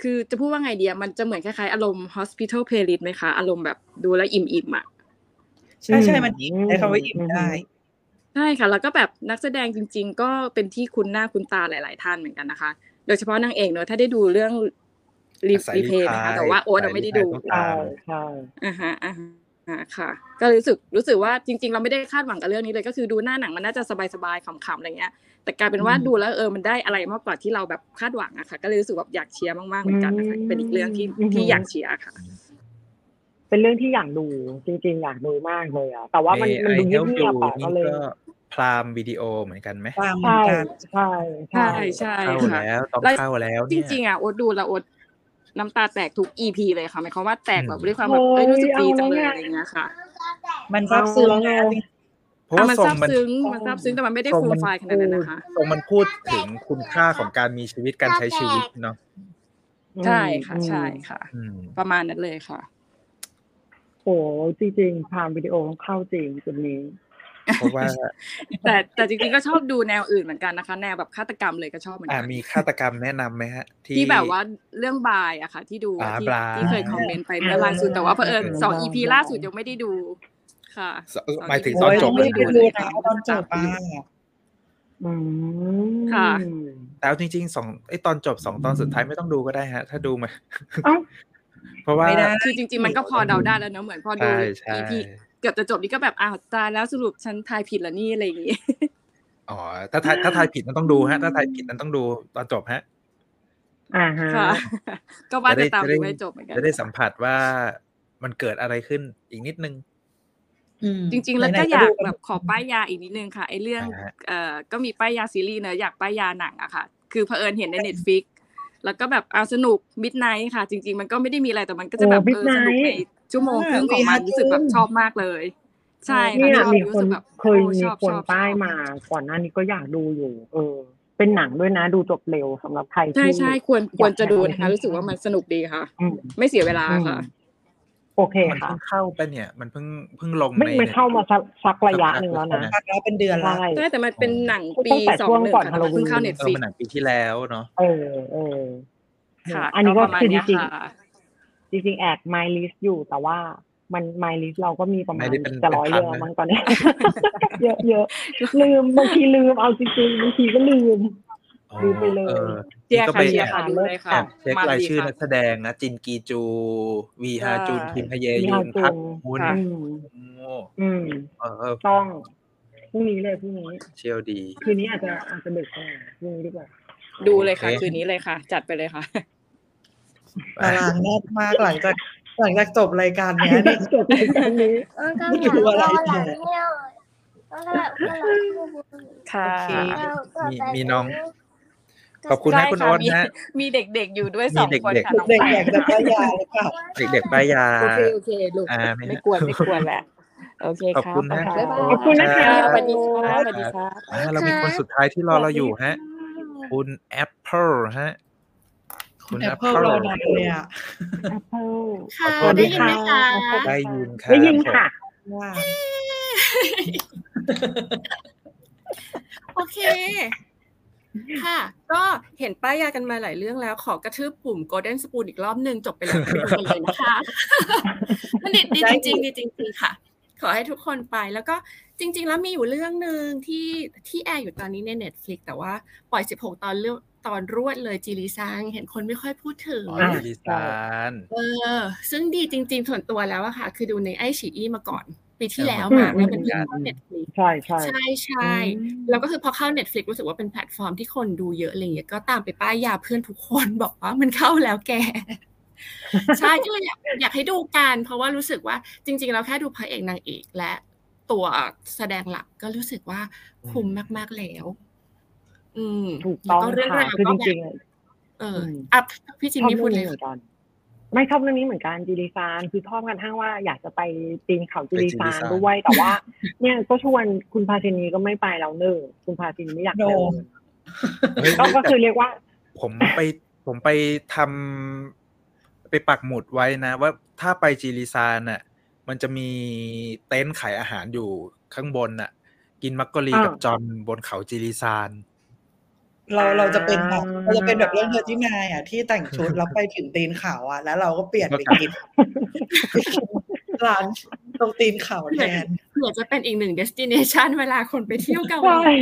J: คือจะพูดว่าไงเดียมันจะเหมือนคล้ายๆอารมณ์ hospital playlist ไหมคะ อารมณ์แบบดูแล้วอิ่มๆอะ
C: ใช่ใช่มันอิ่ม
B: อืม
C: ใช้คำว่าอิ่มได้
J: ใช่ค่ะ แล้วก็แบบนักแสดงจริง ๆ ก็เป็นที่คุ้นหน้าคุ้นตาหลาย ๆ ท่านเหมือนกันนะคะ โดยเฉพาะนางเอกเนอะถ้าได้ดูเรื่องรี
A: อาศัย
J: รีเพย์
A: รีพาย
J: นะคะ แต่ว่าโอ๊ตเราไม่ได้ดู
A: อาศัยรีพายต้องตา
B: ใช่
A: ม
B: ใช่
J: อ่าฮะอ่าฮะค่ะ ก็รู้สึกรู้สึกว่าจริง ๆ เราไม่ได้คาดหวังกับเรื่องนี้เลย ก็คือดูหน้าหนังมันน่าจะสบายๆขำๆอะไรเงี้ย แต่กลายเป็นว่า
C: อืม
J: ดูแล้วเออมันได้อะไรมากกว่าที่เราแบบคาดหวังอะค่ะ ก็เลยรู้สึกแบบอยากเชียร์มากๆเหมือนกันนะคะ เป็นอีกเรื่องที่ที่อยากเชียร์ค่ะ
B: เป็นเรื่องที่อยากดูจริงๆอยากดูมากเลยอะแต่ว่ามัน
A: May
B: มัน
A: I
B: ดู
A: help
B: เงีย
A: you
B: บๆอะก็
A: นี่
B: เลย
A: ก็พรามวิดีโอเหมือนกันไหม
C: ตามเหมือน
B: ใช่
C: กัน
B: ใช่
J: ใช่
B: ใช่
A: เข้า
J: ใช่ค่ะ
A: แล้วต้องเข้าแล้ว
J: จ
A: เนี่ย
J: ริงๆอ่ะโอ๊ตดูแล้วโอ๊ตน้ำตาแตกทุก EP เลยค่ะหมายความว่าแตกแบบ
A: อืม
J: ด้วยความแบบเอ้ยรู้สึกดีจังเลย
B: โอ้ยเอาแล้วไง
J: อะไรเงี้ยค่ะ
C: มันซาบซึ้ง
B: เอาแล้
C: นะ
B: วไง
C: จริง
A: เพราะ
J: อ่ะ
A: ว่า
J: มัน
A: ทรง
J: ซาบ
A: มัน
J: ซึ้งมันซาบซึ้งแต่มันไม่ได้
A: ทรง
J: ฟูม
A: มัน
J: ไฟล์ขนาด
A: พู
J: นั้น
A: ด
J: นะคะ
A: ทรงมันพูดถึงคุณค่าของการมีชีวิตการใช้ชีวิตเนาะ
J: ใช่ค่ะ ใช่ค่ะ
A: อืม
J: ประมาณนั้นเลยค่ะ
B: โหจริงๆผ่านวิดีโอเข้าจริงจุดนี้
A: เพราะว่า
J: แต่แต่จริงๆก็ชอบดูแนวอื่นเหมือนกันนะคะ แนวแบบฆาตกรรมเลยก็ชอบเหมือน
A: อ่า
J: กัน
A: มีฆาตกรรมแนะนำไหมฮะ ที่
J: ที่แบบว่าเรื่องบายอะค่ะ ที่ดู
A: อ่า
J: อะที่
A: บลา
J: ที่เคยคอมเมนต์ไปเมื่อล่าสุดแต่ว่าเผอิญสอง EP ล่าสุดยังไม่ได้ดูค่ะ
A: สเออห
J: สอง
A: มายถึง
J: EP
A: ต
C: โอ้
A: อน
C: ย
A: จ
C: ต้อ
A: แล้ว
C: บ งรี
A: นะ
C: บไป
A: ฮะ
C: ดู
J: เลย
C: นะ
J: ค่ะตามอยู่ค่ะ
C: ตอนจบอ่ะ
B: อืม
A: แต่เอาจริงๆสองไอ้ตอนจบสองตอนสุดท้ายไม่ต้องดูก็ได้ฮะ ถ้าดูมา
B: เอ้า
A: เพราะว่า
C: ไม่ได้
J: คือจริงๆ มันก็พอเดาได้แล้วเนอะเหมือนพอดู
A: ใช่ใช่
J: EP เกือบจะจบนี่ก็แบบอ้าวตายแล้วสรุปฉันทายผิดแล้วนี่อะไรอย่างงี้
A: อ๋อถ้าทายถ้าทายผิดมันต้องดูฮะ ถ้าทายผิดมันต้องดูตอนจบฮะ
B: อ่าฮะ
J: ค่ะ ก็ว่า
A: จะ
J: จะ
A: ได้
J: ตาม
A: จะ
J: ดู
A: ได้
J: ให้จบเหมือนกัน
A: จะได้สั
J: ค่ะ
A: มผัสว่ามันเกิดอะไรขึ้นอีกนิดนึง
C: อืม
J: จริง ๆ
C: ไห
J: แล้ว
C: น
J: ก็
C: ๆ
J: อ
C: ก็
J: ยา
C: ดู
J: ก
C: กัน
J: แบบขอป้ายยาอีกนิดนึงค่ะไอเรื่อง
A: อ่าฮะ
J: เอ่อก็มีป้ายยาซีรีส์เนอะอยากป้ายยาหนังอะค่ะ คือเผอิญเห็นใน Netflix แล้วก็แบบเอาสนุกมิดไนท์ค่ะ จริง ๆ มันก็ไม่ได้มีอะไรแต่มันก็จะแบบ
B: โอ้
J: เออสนุก
B: Midnight
J: ในชั่วโมงครึ่งของ
C: ฮา
J: มัน
C: จุ
J: รู้สึกแบบ
C: น
J: ชอบมากเลย ใช่ค่ะ
B: เนี่ย
J: ชอบ
B: มีค
J: รู้
B: น
J: สึกแบบ
B: เคย
J: โอ้ช
B: มี
J: อบ
B: ค
J: ช
B: น
J: อบช
B: ป้าย
J: อบ
B: มา ก่อนหน้านี้ก็อยากดูอยู่ เออ เป็นหนังด้วยนะดูจบเร็วสำหรับใคร
J: ใช่
B: ที่
J: ใช่ควรควย
B: อาร ก
J: จะ
B: หา
J: ดู
B: อะไร
J: นะคะ
B: สั้
J: รู้สึกว่ามัน นสนุกดีค่ะ
B: ๆอืม
J: ไม่เสียเวลา
B: อืม
J: ค่ะ
B: โอเค
A: มัน
B: ค่ะ
A: เพิ่งเข้าไปเนี่ย มันเพิ่งเพิ่งลง
B: ไม่
A: ใน
B: ไม่
A: เน็ต
B: เข้ามาสักสักระยะ
A: พัก
B: หนึ่ง
A: แล้
B: แล้ว ว
A: ใช่
B: นะ
A: ไหม
C: พักแล้วเป็นเดือนละ
B: ใช่
J: ใช่แต่มันเป็นหนังปี
B: ตั้งแต่
J: สอ
B: ช่
J: ง
B: วง
J: หนึ่ง
B: ก่อน
J: ค่ะ
B: ฮา
J: แต่มัน
B: โลวี
J: เพิ่งเข้าน เน็ต
A: เออ
J: ฟิก
A: มันหนังปีที่แล้วเนาะ
B: เออเออโห
J: ค่ะ
B: อัน
J: ก็
B: นี้
J: ป
B: ก็
J: ระมาณ
B: คือจ
J: เนี้ย
B: ริง
J: ค่ะ
B: ๆจริงๆแอบ my list อยู่แต่ว่ามัน my list เราก็มีประ
A: ไม่
B: มาณ
A: ได้เป็น
B: จะ
A: เป็น
B: ร้อย
A: พั
B: เรื่
A: น
B: อง
A: นะ
B: มั้งตอนนี้ เยอะเยอะลืมบางทีลืมเอาจริงๆบางทีก็ลืม
A: อ๋อ
B: ลืมไปเล
A: เอย อ
J: เชี
A: นี่
J: ยร์
A: ก็
J: ค่ะ
A: ไป
J: เชีย
A: แอ
J: ร์
A: บ
J: ค่ะ
B: หา
J: ดู
A: แอบเช็ค
J: เลยค่ะ
B: เลิกต่อ
J: มัน
A: ราย
J: ดี
A: ชื่อ
J: ค่ะ
A: นักแสดงนะจินกีจู วี
J: ใช่
A: ฮาจุน คิมฮเย
B: มี
A: ยุ
B: ฮาน จุ
A: พัก
B: น
A: มุน
J: ค่ะ
B: อืม
A: โอ้
B: อืม
A: เออเออ
B: ต้องพรุ่งนี้เลยพรุ่งนี้
A: เชียวดี
B: คืนนี้อาจจะอาจจะดึกไปหน่อยพรุ่งนี้ดีกว่า
J: ดู
A: โอ
J: เลย
A: เค
J: ค่ะ คืนนี้เลยค่ะ จัดไปเลยค่ะ
A: ไป
C: ตารางแน่นมากหลังจากหลังจากจบรายการเนี้ยนี่
B: จบรายการนี้
C: ไม่รู้อะไรต่อ
J: ค่ะ
C: โอเค
A: มีมีน้อง ขอบคุณ
J: ใช่
A: นะคุณ
J: ค่ะ
A: โอ๊ต
J: มี
A: นะฮะ
J: มีเด็กๆอยู่ด้วย
A: มี
J: สอง
A: เด็ก
J: คน
A: เด็ก
J: ค่ะน้อง
C: เด็ก
J: แป้
C: ๆอยาง กจะ
A: เด็กเด็กๆป้ายยา
J: ค่ะโอ
C: ป้ายยาหรือเปล่า
J: เคโอเคลูก
A: อ่าไหม
J: ไม่
A: ฮะ
J: กวนไม่กวนแหละ โอเค
A: ขอบ
J: ค่ะ
A: คุณ
J: ไป
A: นะฮะ
J: ค่ะ
A: คุณ
J: บ๊า
A: โอ๊ต
J: ยบา
B: ขอบคุณ
J: ย
B: นะคะ
J: ค่ะ
B: คุ
A: อ่าเรา
J: สวัสดีค่ะสวัสดีค่ะ
B: ณโอ๊ต
A: มีคนสุดท้ายที่รอเราอยู่ฮะ
B: สวัสดีค่ะ
A: คุณแอปเปิลฮะ คุณ
C: แอ
A: แอ
C: ป
A: ป
C: เปิล
A: เปิล
C: เราดังเลยอ่ะ
B: เออ
K: ค่ะ
B: ขอโทษ
K: ได้
B: ด้
K: ยินไหมคะ
B: วยค่ะ
A: ได้ยินค่ะ
B: ได้ยินค่ะ
C: ว่า
K: โอเค ค่ะ ก็เห็นป้ายยากันมาหลายเรื่องแล้ว ขอกระทืบปุ่ม Golden Spoon อีกรอบหนึ่งจบไปแล้วไปดูกันเลยนะคะ
J: [LAUGHS]
K: มันดีดีจริงๆดีจริงๆค่ะ ขอให้ทุกคนไปแล้วก็จริง ๆ แล้วมีอยู่เรื่องหนึ่งที่ที่แอร์อยู่ตอนนี้ใน Netflix แต่ว่าปล่อย 16 ตอนเรื่องตอนรวดเลยจีรีซังเห็นคนไม่ค่อยพูดถึง
A: อ๋อลิลิซาน
K: เออ ซึ่งดีจริง ๆ ส่วนตัวแล้วอะค่ะ คือดูในไอฉีอีมาก่อน ปีที่แล้ว
B: อืม
K: มา
B: อื
K: แล้ว
B: ม
K: มันเพิ่งเข้า Netflix
B: ใช่ใช่
K: ใช่ใช่ แล้วก็คือพอเข้า Netflix รู้สึกว่าเป็นแพลตฟอร์มที่คนดูเยอะอะไรอย่างเงี้ยก็ตามไปป้ายยาเพื่อนทุกคนบอกว่ามันเข้าแล้วแก ใช่ก็เลยอยากอยากให้ดูกันเพราะว่ารู้สึกว่าจริง ๆ เราแค่ดูพระเอกนางเอกและตัวแสดงหลักก็รู้สึกว่าคุ้มมาก ๆแล้ว อืม
B: ถูกต้อง
K: แล้วเรื่อง
B: ค่ะ
K: ราว
B: คือ
K: ก็
B: จ
K: แบ
B: ริ
K: บ
B: งๆ
K: เอออ
B: ม
K: อ่ะพี่จิน
B: ชอบ
K: นี่
B: เรื่
K: พู
B: อ
K: ด
B: ง
K: เล
B: นี้
K: ย
B: เหมื
K: ค่ะ
B: อนกัน ไม่ชอบเรื่องนี้เหมือนกันจีดีซานคือชอบกันทั้งว่าอยากจะไปปีนเขาจีดีซานด้วยแต่ว่า [LAUGHS] เนี่ยก็ชวนคุณพาชินีก็ไม่ไปแล้วเนอะคุณพาชินีไม่อยากเดิน
A: เฮ้ย
B: ก็ก็คือ
A: แต่
B: เรียกว่า
A: ผมไป [LAUGHS] ผมไปทำไปปักหมุดไว้นะ ว่าถ้าไปจีริซานน่ะ มันจะมีเต็นท์ขายอาหารอยู่ข้างบนน่ะ กินมักกะลี
B: อ่ากั
A: กับจอนบนเขาจีริซาน
C: เราเราจะเป็นแบบ
B: อ่า
C: เราจะเป็นแบบเรื่องเธอที่นายอ่ะที่แต่งชุดแล้วไปถึงตีนเขาอ่ะ แล้วเราก็เปลี่ยนไปกินไปกินร้านตรงตีนเขาแทน
K: เผื่อจะเป็นอีกหนึ่ง destination เวลาคนไปเที่ยวเกาห
B: ใช่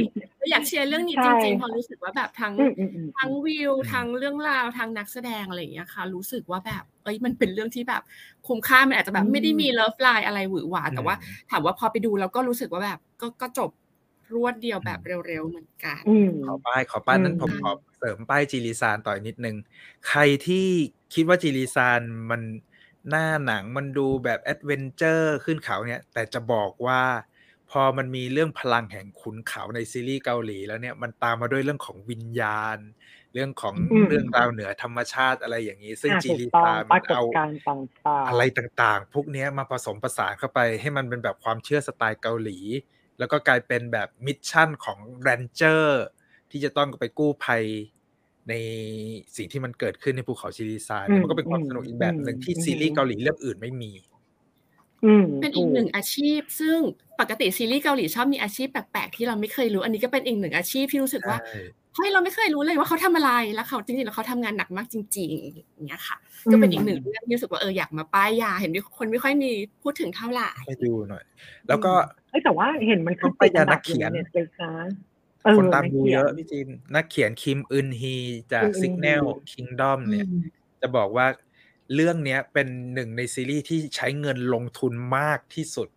K: ลีอยากเชียร์เรื่องนี้จริงๆเพ
B: ใช่
K: ราะรู้สึกว่าแบบทั้ง
B: อืมอืมอืม
K: ทั้งวิว
A: อืม
K: ทั้งเรื่องราวทั้งนักแสดงอะไรอย่างเงี้ยค่ะ รู้สึกว่าแบบ เอ้ยมันเป็นเรื่องที่แบบคุ้มค่ามันอาจจะแบบไม่ได้มี love line อะไรหวือหวาแต่ว่า ถามว่าพอไปดูแล้วก็รู้สึกว่าแบบ ก็ก็จบรวดเดียวแบบเร็วๆเหมือนกัน
B: อืม
A: ขอป้ายขอป้าย
B: อืม
A: นั้นผมขอเสริมป้ายจีรีซานต่อยนิดนึง ใครที่คิดว่าจีรีซานมันหน้าหนังมันดูแบบแอดเวนเจอร์ขึ้นเขาเนี่ย แต่จะบอกว่าพอมันมีเรื่องพลังแห่งขุนเขาในซีรีส์เกาหลีแล้วเนี่ยมันตามมาด้วยเรื่องของวิญญาณ เรื่องของ
B: อืม
A: เรื่องราวเหนือธรรมชาติอะไรอย่างนี้ ซึ่ง
B: อ่ะ
A: จี
B: ถูก
A: รี
B: ต้อง
A: ซาน
B: ป
A: มั
B: ราน กฏ
A: เอา
B: การณ์ต่างๆ
A: อะไรต่างๆ พวกเนี้ยมาผสมผสานเข้าไปให้มันเป็นแบบความเชื่อสไตล์เกาหลี แล้วก็กลายเป็นแบบมิชชั่นของแรนเจอร์ที่จะต้องไปกู้ภัยในสิ่งที่มันเกิดขึ้นในภูเขาชิริซานเนี่ยมันก็เป็นความสนุกอีกแบบหนึ่งที่ซีรีส์เกาหลีเรื่องอื่นไม่มี
B: อืม
K: เป็นอีกหนึ่งอาชีพ ซึ่งปกติซีรีส์เกาหลีชอบมีอาชีพแปลกๆที่เราไม่เคยรู้ อันนี้ก็เป็นอีกหนึ่งอาชีพที่รู้สึกว่า เฮ้ยเราไม่เคยรู้เลยว่าเขาทำอะไรแล้วเขาจริงๆแล้วเขาทำงานหนักมากจริง ๆ อย่างเงี้ยค่ะ ก็เป็นอีกหนึ่งเรื่องที่รู้สึกว่าเอออยากมาป้ายยา เห็นมีคนไม่ค่อยมีพูดถึงเท่าไหร่
A: ให้ดูหน่อย แล้วก็
B: เอ้ยแต่ว่าเห็นมัน
A: ต้
B: ขึ้
A: อน งไป
B: ติด
A: ยาน
B: อั
A: นั
B: ดั
A: ก
B: บอยู่
A: เขียน
B: ใน Netflix นะ
A: คนตามดูเยอะ
B: นักขี
A: พี่จินนักเขียนคิมอึนฮีจาก
B: คิมอึนฮี
A: Signal Kingdom เนี่ย
C: อืม
A: จะบอกว่าเรื่องเนี้ยเป็นหนึ่งในซีรีส์ที่ใช้เงินลงทุนมากที่สุด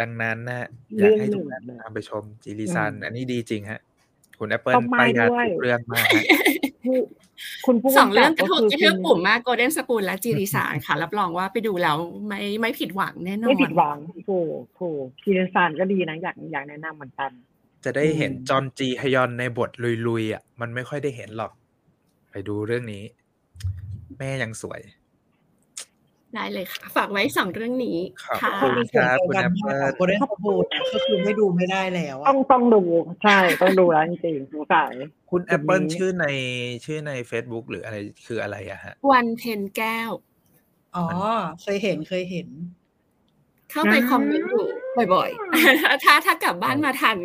A: ดังนั้นนะ อยากให้ทุกท่านตามไปชมจิริซัน
B: อืม
A: อันนี้ดีจริงฮะ คุณแอปเปิล
B: ต้องมา
A: ไปยา
B: ด้วย
A: ถูกเรื่องมากฮะ
B: ผู้คุณผู้
K: สอง
B: กำ
K: เรื่
B: กั
K: อบ งกระ
B: ก็
K: ถูก
B: คือ
K: ระทื
B: กคุณ
K: บปุ่มมากโกลเด้นสปูนและจีริสานค่ะ รับรองว่าไปดูแล้วไม่ไม่ผิดหวังแน่นอน
B: ไม่ผิดหวังถูกถูกคีเรนซานก็ดีนะอยากอยากแนะนำเหมือนกัน
A: จะได้เห็น
B: อืม
A: จอนจีฮยอนในบทลุยๆอ่ะ มันไม่ค่อยได้เห็นหรอก ไปดูเรื่องนี้ แม่ยังสวย
K: ได้เลยค่ะ ฝากไว้สองเรื่องนี้
A: ขอบ
K: ค่ะ
A: คุณครับคุณ
C: กั
A: แอปเปิ
C: มา
A: ล
C: กกับโกลเด้นสปูนเนี่ยก็คือไม่ดูไม่ได้แล้ว
B: ต้
C: อะ
B: องต้องดูใช่ต้องดูแล้วจริงๆสงสัย
A: คุณ
B: จุด
A: แอปเปิล
B: นี้
A: ชื่อในชื่อใน Facebook หรืออะไรคืออะไรอะฮะ
K: วันเพนแก้ว
C: อ๋อ เคยเห็นเคยเห็น
K: เข้าไปคอมเมนต์อยู่บ่อยๆ [LAUGHS] ถ้าถ้ากลับบ้านมาทัน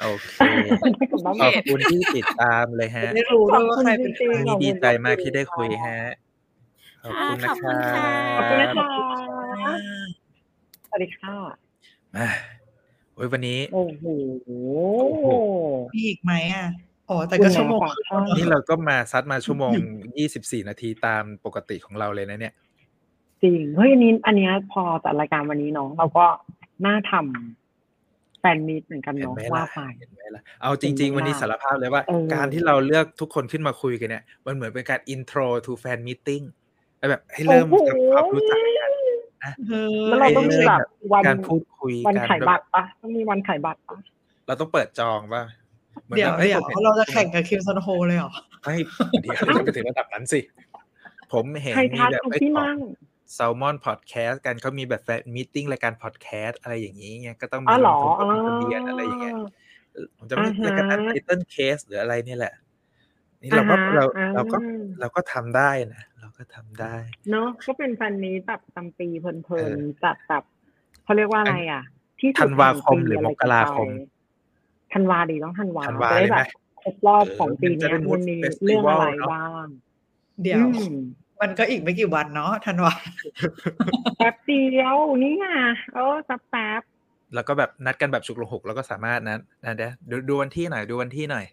A: โอเค
B: ขอบคุณ
A: ข
B: มา
A: อบ
B: ก
A: คุณที่ติดตามเลยฮะ
C: ได้รู้ด้วยว่าใครเป็นใคร
B: ข
A: วัน
B: อบคุณจริง
A: นี้ดีใจมากที่ได้คุยฮะ ขอบคุณนะ
K: ค่ะขอบคุณ
A: ค
K: ค่ะ
A: รับ
B: ขอบคุณนะคะสวัสดีค่ะ
A: มาโอ้ยวันนี้
B: โอ้โห
A: โอ้โห
C: มีอีกไหมอ่ะ อ๋อ แต่
B: คุ
C: ก็
B: ณ
C: ชั่วโมง
B: แม่ฝาก
C: ครึ่ง
B: ข้อ
C: แล้ว
A: นี่เราก็มาซัดมาชั่ว
B: [LAUGHS]
A: โมง 24 นาทีตามปกติของเราเลยนะเนี่ย
B: จริงเฮ้ยอันนี้อันเนี้ยพอจัดรายการวันนี้เนาะเราก็น่าทำแฟนมีตเหมือนกัน
A: เห็น
B: เนาะ
A: ไหม
B: ว่า
A: ล่ะ
B: ไป
A: เห็นไหมล่ะ เอาจริง ๆ วันนี้สารภาพเลยว่า
B: เออ
A: การที่เราเลือกทุกคนขึ้นมาคุยกันเนี่ย มันเหมือนเป็นการ intro to fan meeting แล้วแบบให้เริ่มทำความรู้จักกัน
C: เฮ้
B: แล้วเรา
C: ย
B: ต้องมีแบบวัน
A: การพูดคุย
B: วัน
A: การ
B: ขายบัตรปะต้องมีวันขายบัตรปะ
A: เราต้องเปิดจองป่ะหมือน
C: เดี๋ยว
A: แบบอ้
C: เดี๋ยว
A: ผมห็น
C: เราจะแข่งกับคิมซอนโฮเลยเหรอ
A: ไม่เดี๋ยวอย่าไปถึงระดับนั้นสิ ผมเห็น
B: ใคร
A: มี
B: ทัก
A: แบบ
B: ตรง
A: ไอ้
B: ที่
A: ของ
B: นั่ง
A: แซลมอนพอดแคสต์กันเขามีแบบแฟนมิทติ้งรายการพอดแคสต์อะไรอย่างนี้ไงก็ต้องมี
B: อ๋อเห
A: ล
B: รง อ
A: ทะ
B: อ๋อ
A: เบียนอะไรอย่างเงี้ยผมจะไม่
B: อ่าฮะ
A: รายการไตเติ้ลเคสหรืออะไรเนี่ยแหละ นี่เราก็
B: อ่าฮะ
A: เรา
B: อ่า
A: เราก็เราก็ทำได้นะ เราก็ทำได้
B: เนาะก็เป็นฟันนี้ตับตำปีเพลิ
A: เอน อ
B: ๆตับตับเขาเรียกว่าอะไรอ่ะ ที่สุด
A: ธันวาคมหรือ
B: แห่งปีะไ
A: มกราคม
B: กันไปธันวาดีต้องธันวา
A: ธันวา
B: จะได้
A: เลยไหม
B: แบบครบรอบของปี
A: เออมันจะ
B: เนี้
A: ได้ mood
B: ยมันมี
A: festival
B: เรื่องอะไร
A: เนอะ
B: บ้าง
L: เดี๋ยว
B: อืม
L: มันก็อีกไม่กี่วันเนาะธันวา
B: [LAUGHS] แป๊บเดียวเนี่ไงเออแป๊บแป๊บ
A: แล้วก็แบบนัดกันแบบฉุกละหุกแล้วก็สามารถนัดนะเดี๋ยวดูดูวันที่หน่อยดูวันที่หน่อย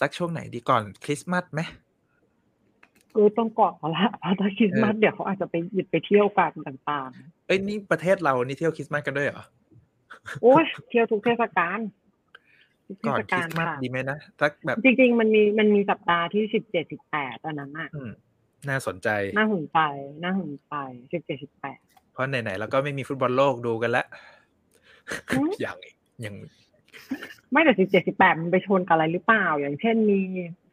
A: สักช่วงไหนดีก่อนคริสต์มาสไหม
B: เออต้องเกาะเขาละเพราะถ้าคริสต์มาส
A: เออ
B: เดี๋ยวเขาอาจจะไปหยุดไปเที่ยวกันต่าง
A: เอ้ยนี่ประเทศเรานี่เที่ยวคริสต์มาสกันด้วยเหรอ
B: ๆ โอ้ยเที่ยวทุกเทศกาลทุกเท
A: ก่อนค
B: ศ
A: ริ
B: กาล
A: สต์มาส
B: ค่ะ
A: ดีไหมนะสักแบบ
B: จริงๆมันมีมันมีสัปดาห์ที่สิบเจ็ดสิบแปดอันนั้นอ่ะ
A: อืมน่าสนใจ
B: น่าสนใจน่าสนใจสิบเจ็ดสิบแปด
A: เพราะไหนๆเราก็ไม่มีฟุตบอลโลกดูกันละ
B: อืม
A: [LAUGHS] อย่างอีกอย่าง
B: ไม่แต่สิบเจ็ดสิบแปดมันไปชนกับอะไรหรือเปล่า อย่างเช่นมี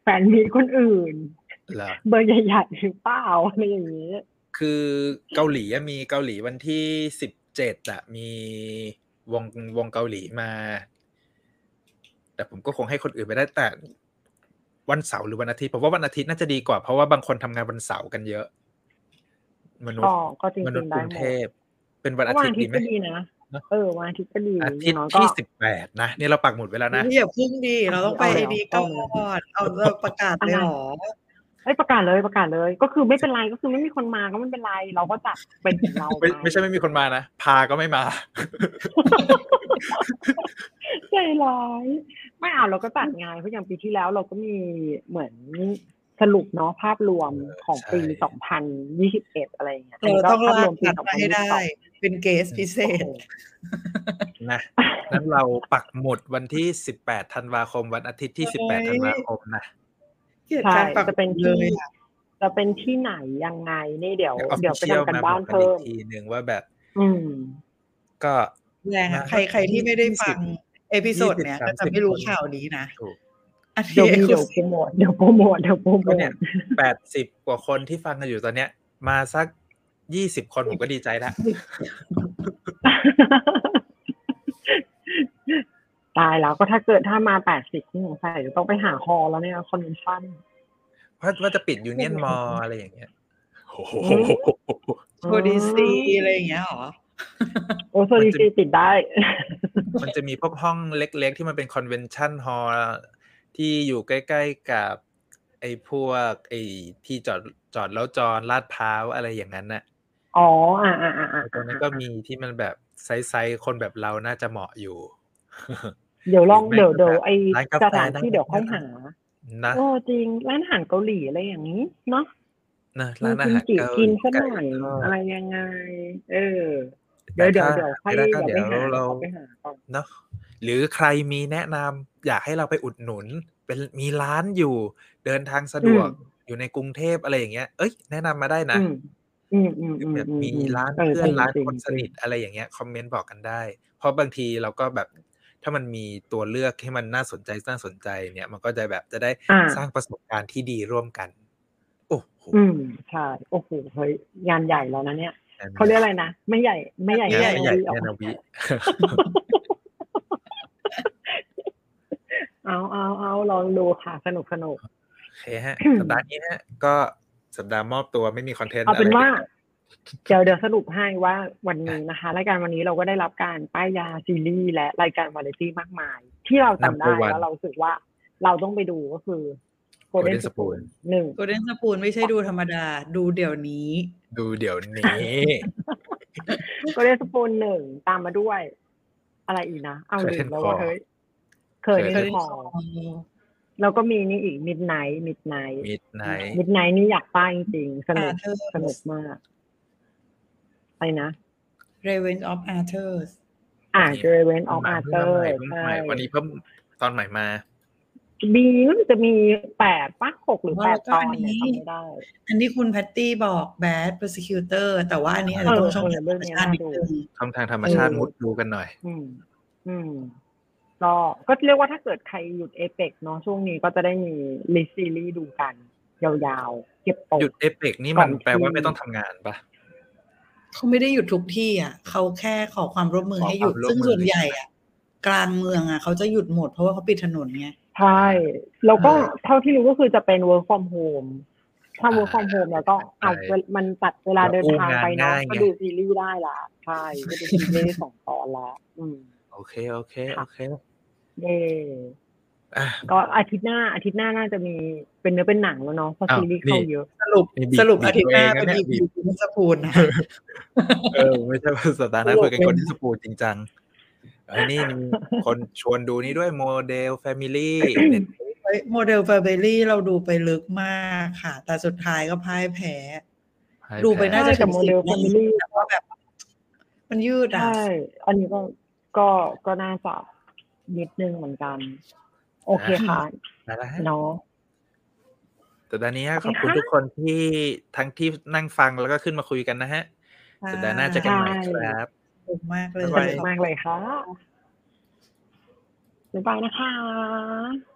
B: แฟนมีคนอื่น
A: เหรอ
B: เบอร์ใหญ่ๆหรือเปล่าอะไรอย่างนี้
A: คือเกาหลีอะมีเกาหลีวันที่สิบเจ็ดอะมีวงวงเกาหลีมา แต่ผมก็คงให้คนอื่นไปได้แต่วันเสาร์หรือวันอาทิตย์ผมว่าวันอาทิตย์น่าจะดีกว่าเพราะว่าบางคนทำงานวันเสาร์กันเยอะ มนุษ
B: ก็
A: ย์
B: ก็จริง
A: ม
B: ๆ
A: นุษย์ก
B: ได้
A: รุง
B: หม
A: เท
B: ด
A: พ เป็นวันอา
B: วัน
A: ทิตย์ดี
B: อาทิตย์
A: ไหม
B: ก็ดีนะ
A: เนอะ
B: เออวันอาทิตย์ก็ดี
A: อาทิตย์
B: น้อยก็
A: ที่สิบแปดนะนี่เราปักหมุดเวลานะ
L: อย่าพึ่งดี เราต้องไป
B: เอาแล้
L: ไอ้
B: ว
L: นี้ก่อนเอาเราประกาศเลยเหรอ
B: ไอ้ยประกาศเลยประกาศเลย ก็คือไม่เป็นไรก็คือไม่มีคนมาก็ไม่เป็นไรเราก็จัดเป็นของเรา
A: ไม่
B: ป
A: ไม่ใช่ไม่มีคนมานะ พาก็ไม่มา
B: [LAUGHS] ใจร้ายไม่เอาเราก็จัดงานเพราะอย่างปีที่แล้วเราก็มีเหมือนสรุปเนาะภาพรวมของปี
A: ใช่
B: สองพันยี่สิบเอ็ดอะไรอย่างเงี้ย
L: เราต้อง
B: ภาพ
L: ลาร ก
B: วมปี
L: นัด
B: สอง
L: มา
B: พัน
L: ให้
B: ยี่สิ
L: ได้
B: บสอง
L: เป็นเกสพิเศษ
A: นะนั้นเราปักหมุดวันที่สิบแปดธันวาคม วันอาทิตย์ที่สิบแปดธันวาคมนะ
L: เกลียด
B: ใช่
L: การปัก
B: จะเป็น
L: เล
B: ที่
L: ยอะ
B: จะเป็นที่ไหนยังไงนี่เดี๋ยว
A: เดี๋ยวออฟฟิเชี
B: เดี๋ยวไป
A: ยล
B: ทำกัน
A: มาบอ
B: บ้าก น
A: กันอี
B: เพิ่
A: ก
B: ม
A: ทีหนึ่งว่าแบบ
B: อืม
A: ก็
L: แรงอะใครใครที่ไม่ได้ฟัง เอพิโซด
A: 20
L: เนี้ย
A: 30
L: ก็จะไม่รู้ข่าวนี้นะ
A: ถูก
L: อันนี้เอ็
B: เดี๋ยวมี
L: กซ์คลู
B: เดี๋ยว
L: ซี
B: โปรโมทเดี๋ยวโปรโมทเดี๋ยวโปรโม
A: ก็
B: ท
A: เนี่ยแปดสิบกว่าคนที่ฟังกันอยู่ตอนเนี้ย มาสักยี่สิบคนผมก็ดีใจละ
B: ตายแล้วก็ถ้าเกิดถ้ามาแปดสิบนี่สงสัยจะต้องไปหาฮอลแล้วเนี่ยคอนเวนชั่น
A: ว่าว่าจะปิดยูเนียนมออะไรอย่างเงี้ยโอ้โห
B: อืม
L: โปรดิซีอะไรอย่างเงี้ยเหรอ
B: โอ้โซดีซีติดได้ [LAUGHS]
A: มันจะมีพวกห้องเล็กๆ ที่มันเป็นคอนเวนชั่นฮอลที่อยู่ใกล้ๆกับ ไอ้พวก ไอ้ที่จอดจอดแล้วจอดลาดพร้าวอะไรอย่างนั้นน่ะ
B: อ๋อ อ่าอ่าอ่าอ่า
A: ตรงนั้นก็มีที่มันแบบไซส์ๆคนแบบเราน่าจะเหมาะอยู่ [LAUGHS]
B: เดี๋ยวลอง
A: หรือไม่
B: เดี๋ยวเดี๋ยวไอ
A: ร้านกาแฟ
B: สถาน
A: ร้า
B: ที่
A: นกาแฟ
B: เดี๋ยวค่อยหา
A: นะ
B: โอ้จริงร้านอาหารเกาหลีอะไรอย่างนี้เนาะ
A: นะร้านอาหาร
B: กิน
A: เกาห
B: กิ
A: ลี
B: นสักห
A: ไก่
B: น่
A: ทอ
B: อย
A: ด
B: อะไรยังไง เออ เดี๋ยวเดี๋ยวเดี๋ยวค่อย
A: แล้วก็
B: เดี๋ยว
A: เดี๋ยว
B: ไปหาเดี๋ย
A: เรา
B: วไปหาก่อน
A: เนาะหรือใครมีแนะนำอยากให้เราไปอุดหนุน เป็นมีร้านอยู่ เดินทางสะดวกอยู่ในกรุงเทพอะไรอย่างเงี้ยเอ้ยแนะนำมาได้นะ
B: อืมอืมอืมอืม
A: แบบ
B: อื
A: มี
B: อื
A: ร้าน
B: อ
A: เพื่อน
B: จง
A: ร้าน
B: จง
A: คนสนิท
B: จริง
A: อะไรอย่างเงี้ยคอมเมนต์บอกกันได้ เพราะบางทีเราก็แบบถ้ามันมีตัวเลือกให้มันน่าสนใจน่าสนใจเนี่ย มันก็จะแบบจะได้
B: อ่า
A: สร้างประสบการณ์ที่ดีร่วมกัน โอ้โห
B: อืมใช่โอ้โหเฮ้ยงานใหญ่แล้วนะเนี่ย
A: งน
B: เขาเรียกอะไรนะไม่ใหญ่ไม่ใหญ่
A: งาน
B: ไม่
A: ไม่
B: ให
A: ใหญ่
B: ญ่
A: แน่นาวิ
B: เอาเอาเอาลองดูค่ะสนุกสนุก
A: โอเคฮะ สัปดาห์นี้ฮะก็สัปดาห์มอบตัวไม่มีคอนเทนต์
B: เอา
A: อะไร
B: เป็นว่า
A: ลย
B: เดี๋ยวเดี๋ยวสรุปให้ว่าวันนี้นะคะ รายการวันนี้เราก็ได้รับการป้ายยาซีรีส์และรายการวาไรตี้มากมาย ที่เราจำได้
A: Number one
B: แล้วเรารู้สึกว่าเราต้องไปดูก็คือ Golden
A: Golden
B: Spoon
A: Spoon
B: หนึ่ง
L: โกลเด้นสปูนไม่ใช่ดูธรรมดา ดูเดี๋ยวนี้
A: ดูเดี๋ยวนี้
B: ก็เ n สปูนหนึ่งตามมาด้วย อะไรอีกนะ เอาลืม
A: Curtain
B: แล้วว่า
A: Call
B: เฮ้ยเคย
A: Curtain
B: ได้พอแล้วก็มีนี่อีก Midnight Midnight
A: มิดไน
B: Midnight นี่อยากป้ายจริงๆสนุก
L: อ่าเธอ
B: สนุกมากไปนะ
L: Revenge of Arthur
B: อ่า
A: นี่
B: The Raven of
A: มาเพิ่ม
B: Arthur
A: ใหม่เพิ่มใหม่
B: ใช่
A: วันนี้เพิ่มตอนใหม่มา
B: บีมันจะมีแปดปักหกหรือแปดตอน
L: แล้
B: เนี่ย
L: ก็
B: ว
L: อันนี้
B: จำไม่ได้
L: อันที่คุณแพตตี้บอก Bad Persecutor แต่ว่าอันนี้อาจจะต้องชมธรรมชาตินิดนึง
A: ช่องทางธรรมชาติ
B: เออ
A: มุดดูกันหน่อย
B: อืม อืมก็ก็เรียกว่าถ้าเกิดใครหยุดเอ e ปกเนาะช่วงนี้ก็จะได้มีลิสต์ซีรีส์ดูกัน ยาวๆ เก็บตก
A: หยุดเอเปกนี่
B: ก่
A: มั
B: อน น
A: แปลว่า
B: ที่
A: ไม่ต้องทำงานปะ
L: เขาไม่ได้หยุดทุกที่อ่ะเขาแค่ขอความร่วมมือให้หยุด
A: ขอความร่วมมือ
L: ซึ่งส่วนใหญ่อ่ะ กลางเมืองอ่ะเขาจะหยุดหมดเพราะว่าเขาปิดถนนไง
B: ใช่ แล้วก็เท่าที่รู้ก็คือจะเป็น work from home ถ้า work from home แล้วก็อาจจะมันตัดเวลาเดินทางไป
A: เรา
B: เนาะ
A: อู้งานง่ายไง
B: ก็ดูซีรีส์ได้ละใช่ก็ดูซีรีส์สองตอนละอืม
A: โอเค โอเค โอเค
B: เย่
A: อ่ะ
B: ก็อาทิตย์หน้าอาทิตย์หน้าน่าจะมีเป็นเนื้อเป็นหนังแล้วเนาะเพราะ
A: อ้าว
B: ซีรีส์เข้าเยอะ
L: สรุป
A: นี่บีบ
L: สรุป
A: บีบ
L: อาทิตย์หน้า
A: ตัว
L: เป็น
A: เองนะ
L: อี
A: เนี่ยบี
L: พี
A: บ
L: คุณสปูนนะ
A: เออ ไม่ใช่ว่าสัปดาห์หน้าคุยกันคนที่สปูนจริงจังไอ้นี่มีคนชวนดูนี่ด้วยโมเดลแฟมิลี่เน็ต
L: โมเดลฟาเบลี่เราดูไปลึกมากค่ะ แต่สุดท้ายก็พ่ายแพ้ ดูไปน่าจะ
B: ใช่แต่โมเดล
L: ถึง
B: Family
L: แต่ว่าแบบ มันยืดอ่ะ
B: ใช่ อันนี้ก็ก็ก็น่าจะนิดนึงเหมือนกัน โอเคค่ะ
A: นะฮะ
B: เนาะ
A: สัปดาห์นี้ข
B: ข
A: อ
B: อ
A: บบ
B: คุ
A: คุณ
B: ณค่ะ
A: ทุกคนที่ทั้งที่นั่งฟังแล้วก็ขึ้นมาคุยกันนะฮะ สัปดาห์หน้าเจะกันใหม่ครับ
L: ถูกมากเลย
B: สนุกมากเลยค่ะบ๊ายบายนะคะ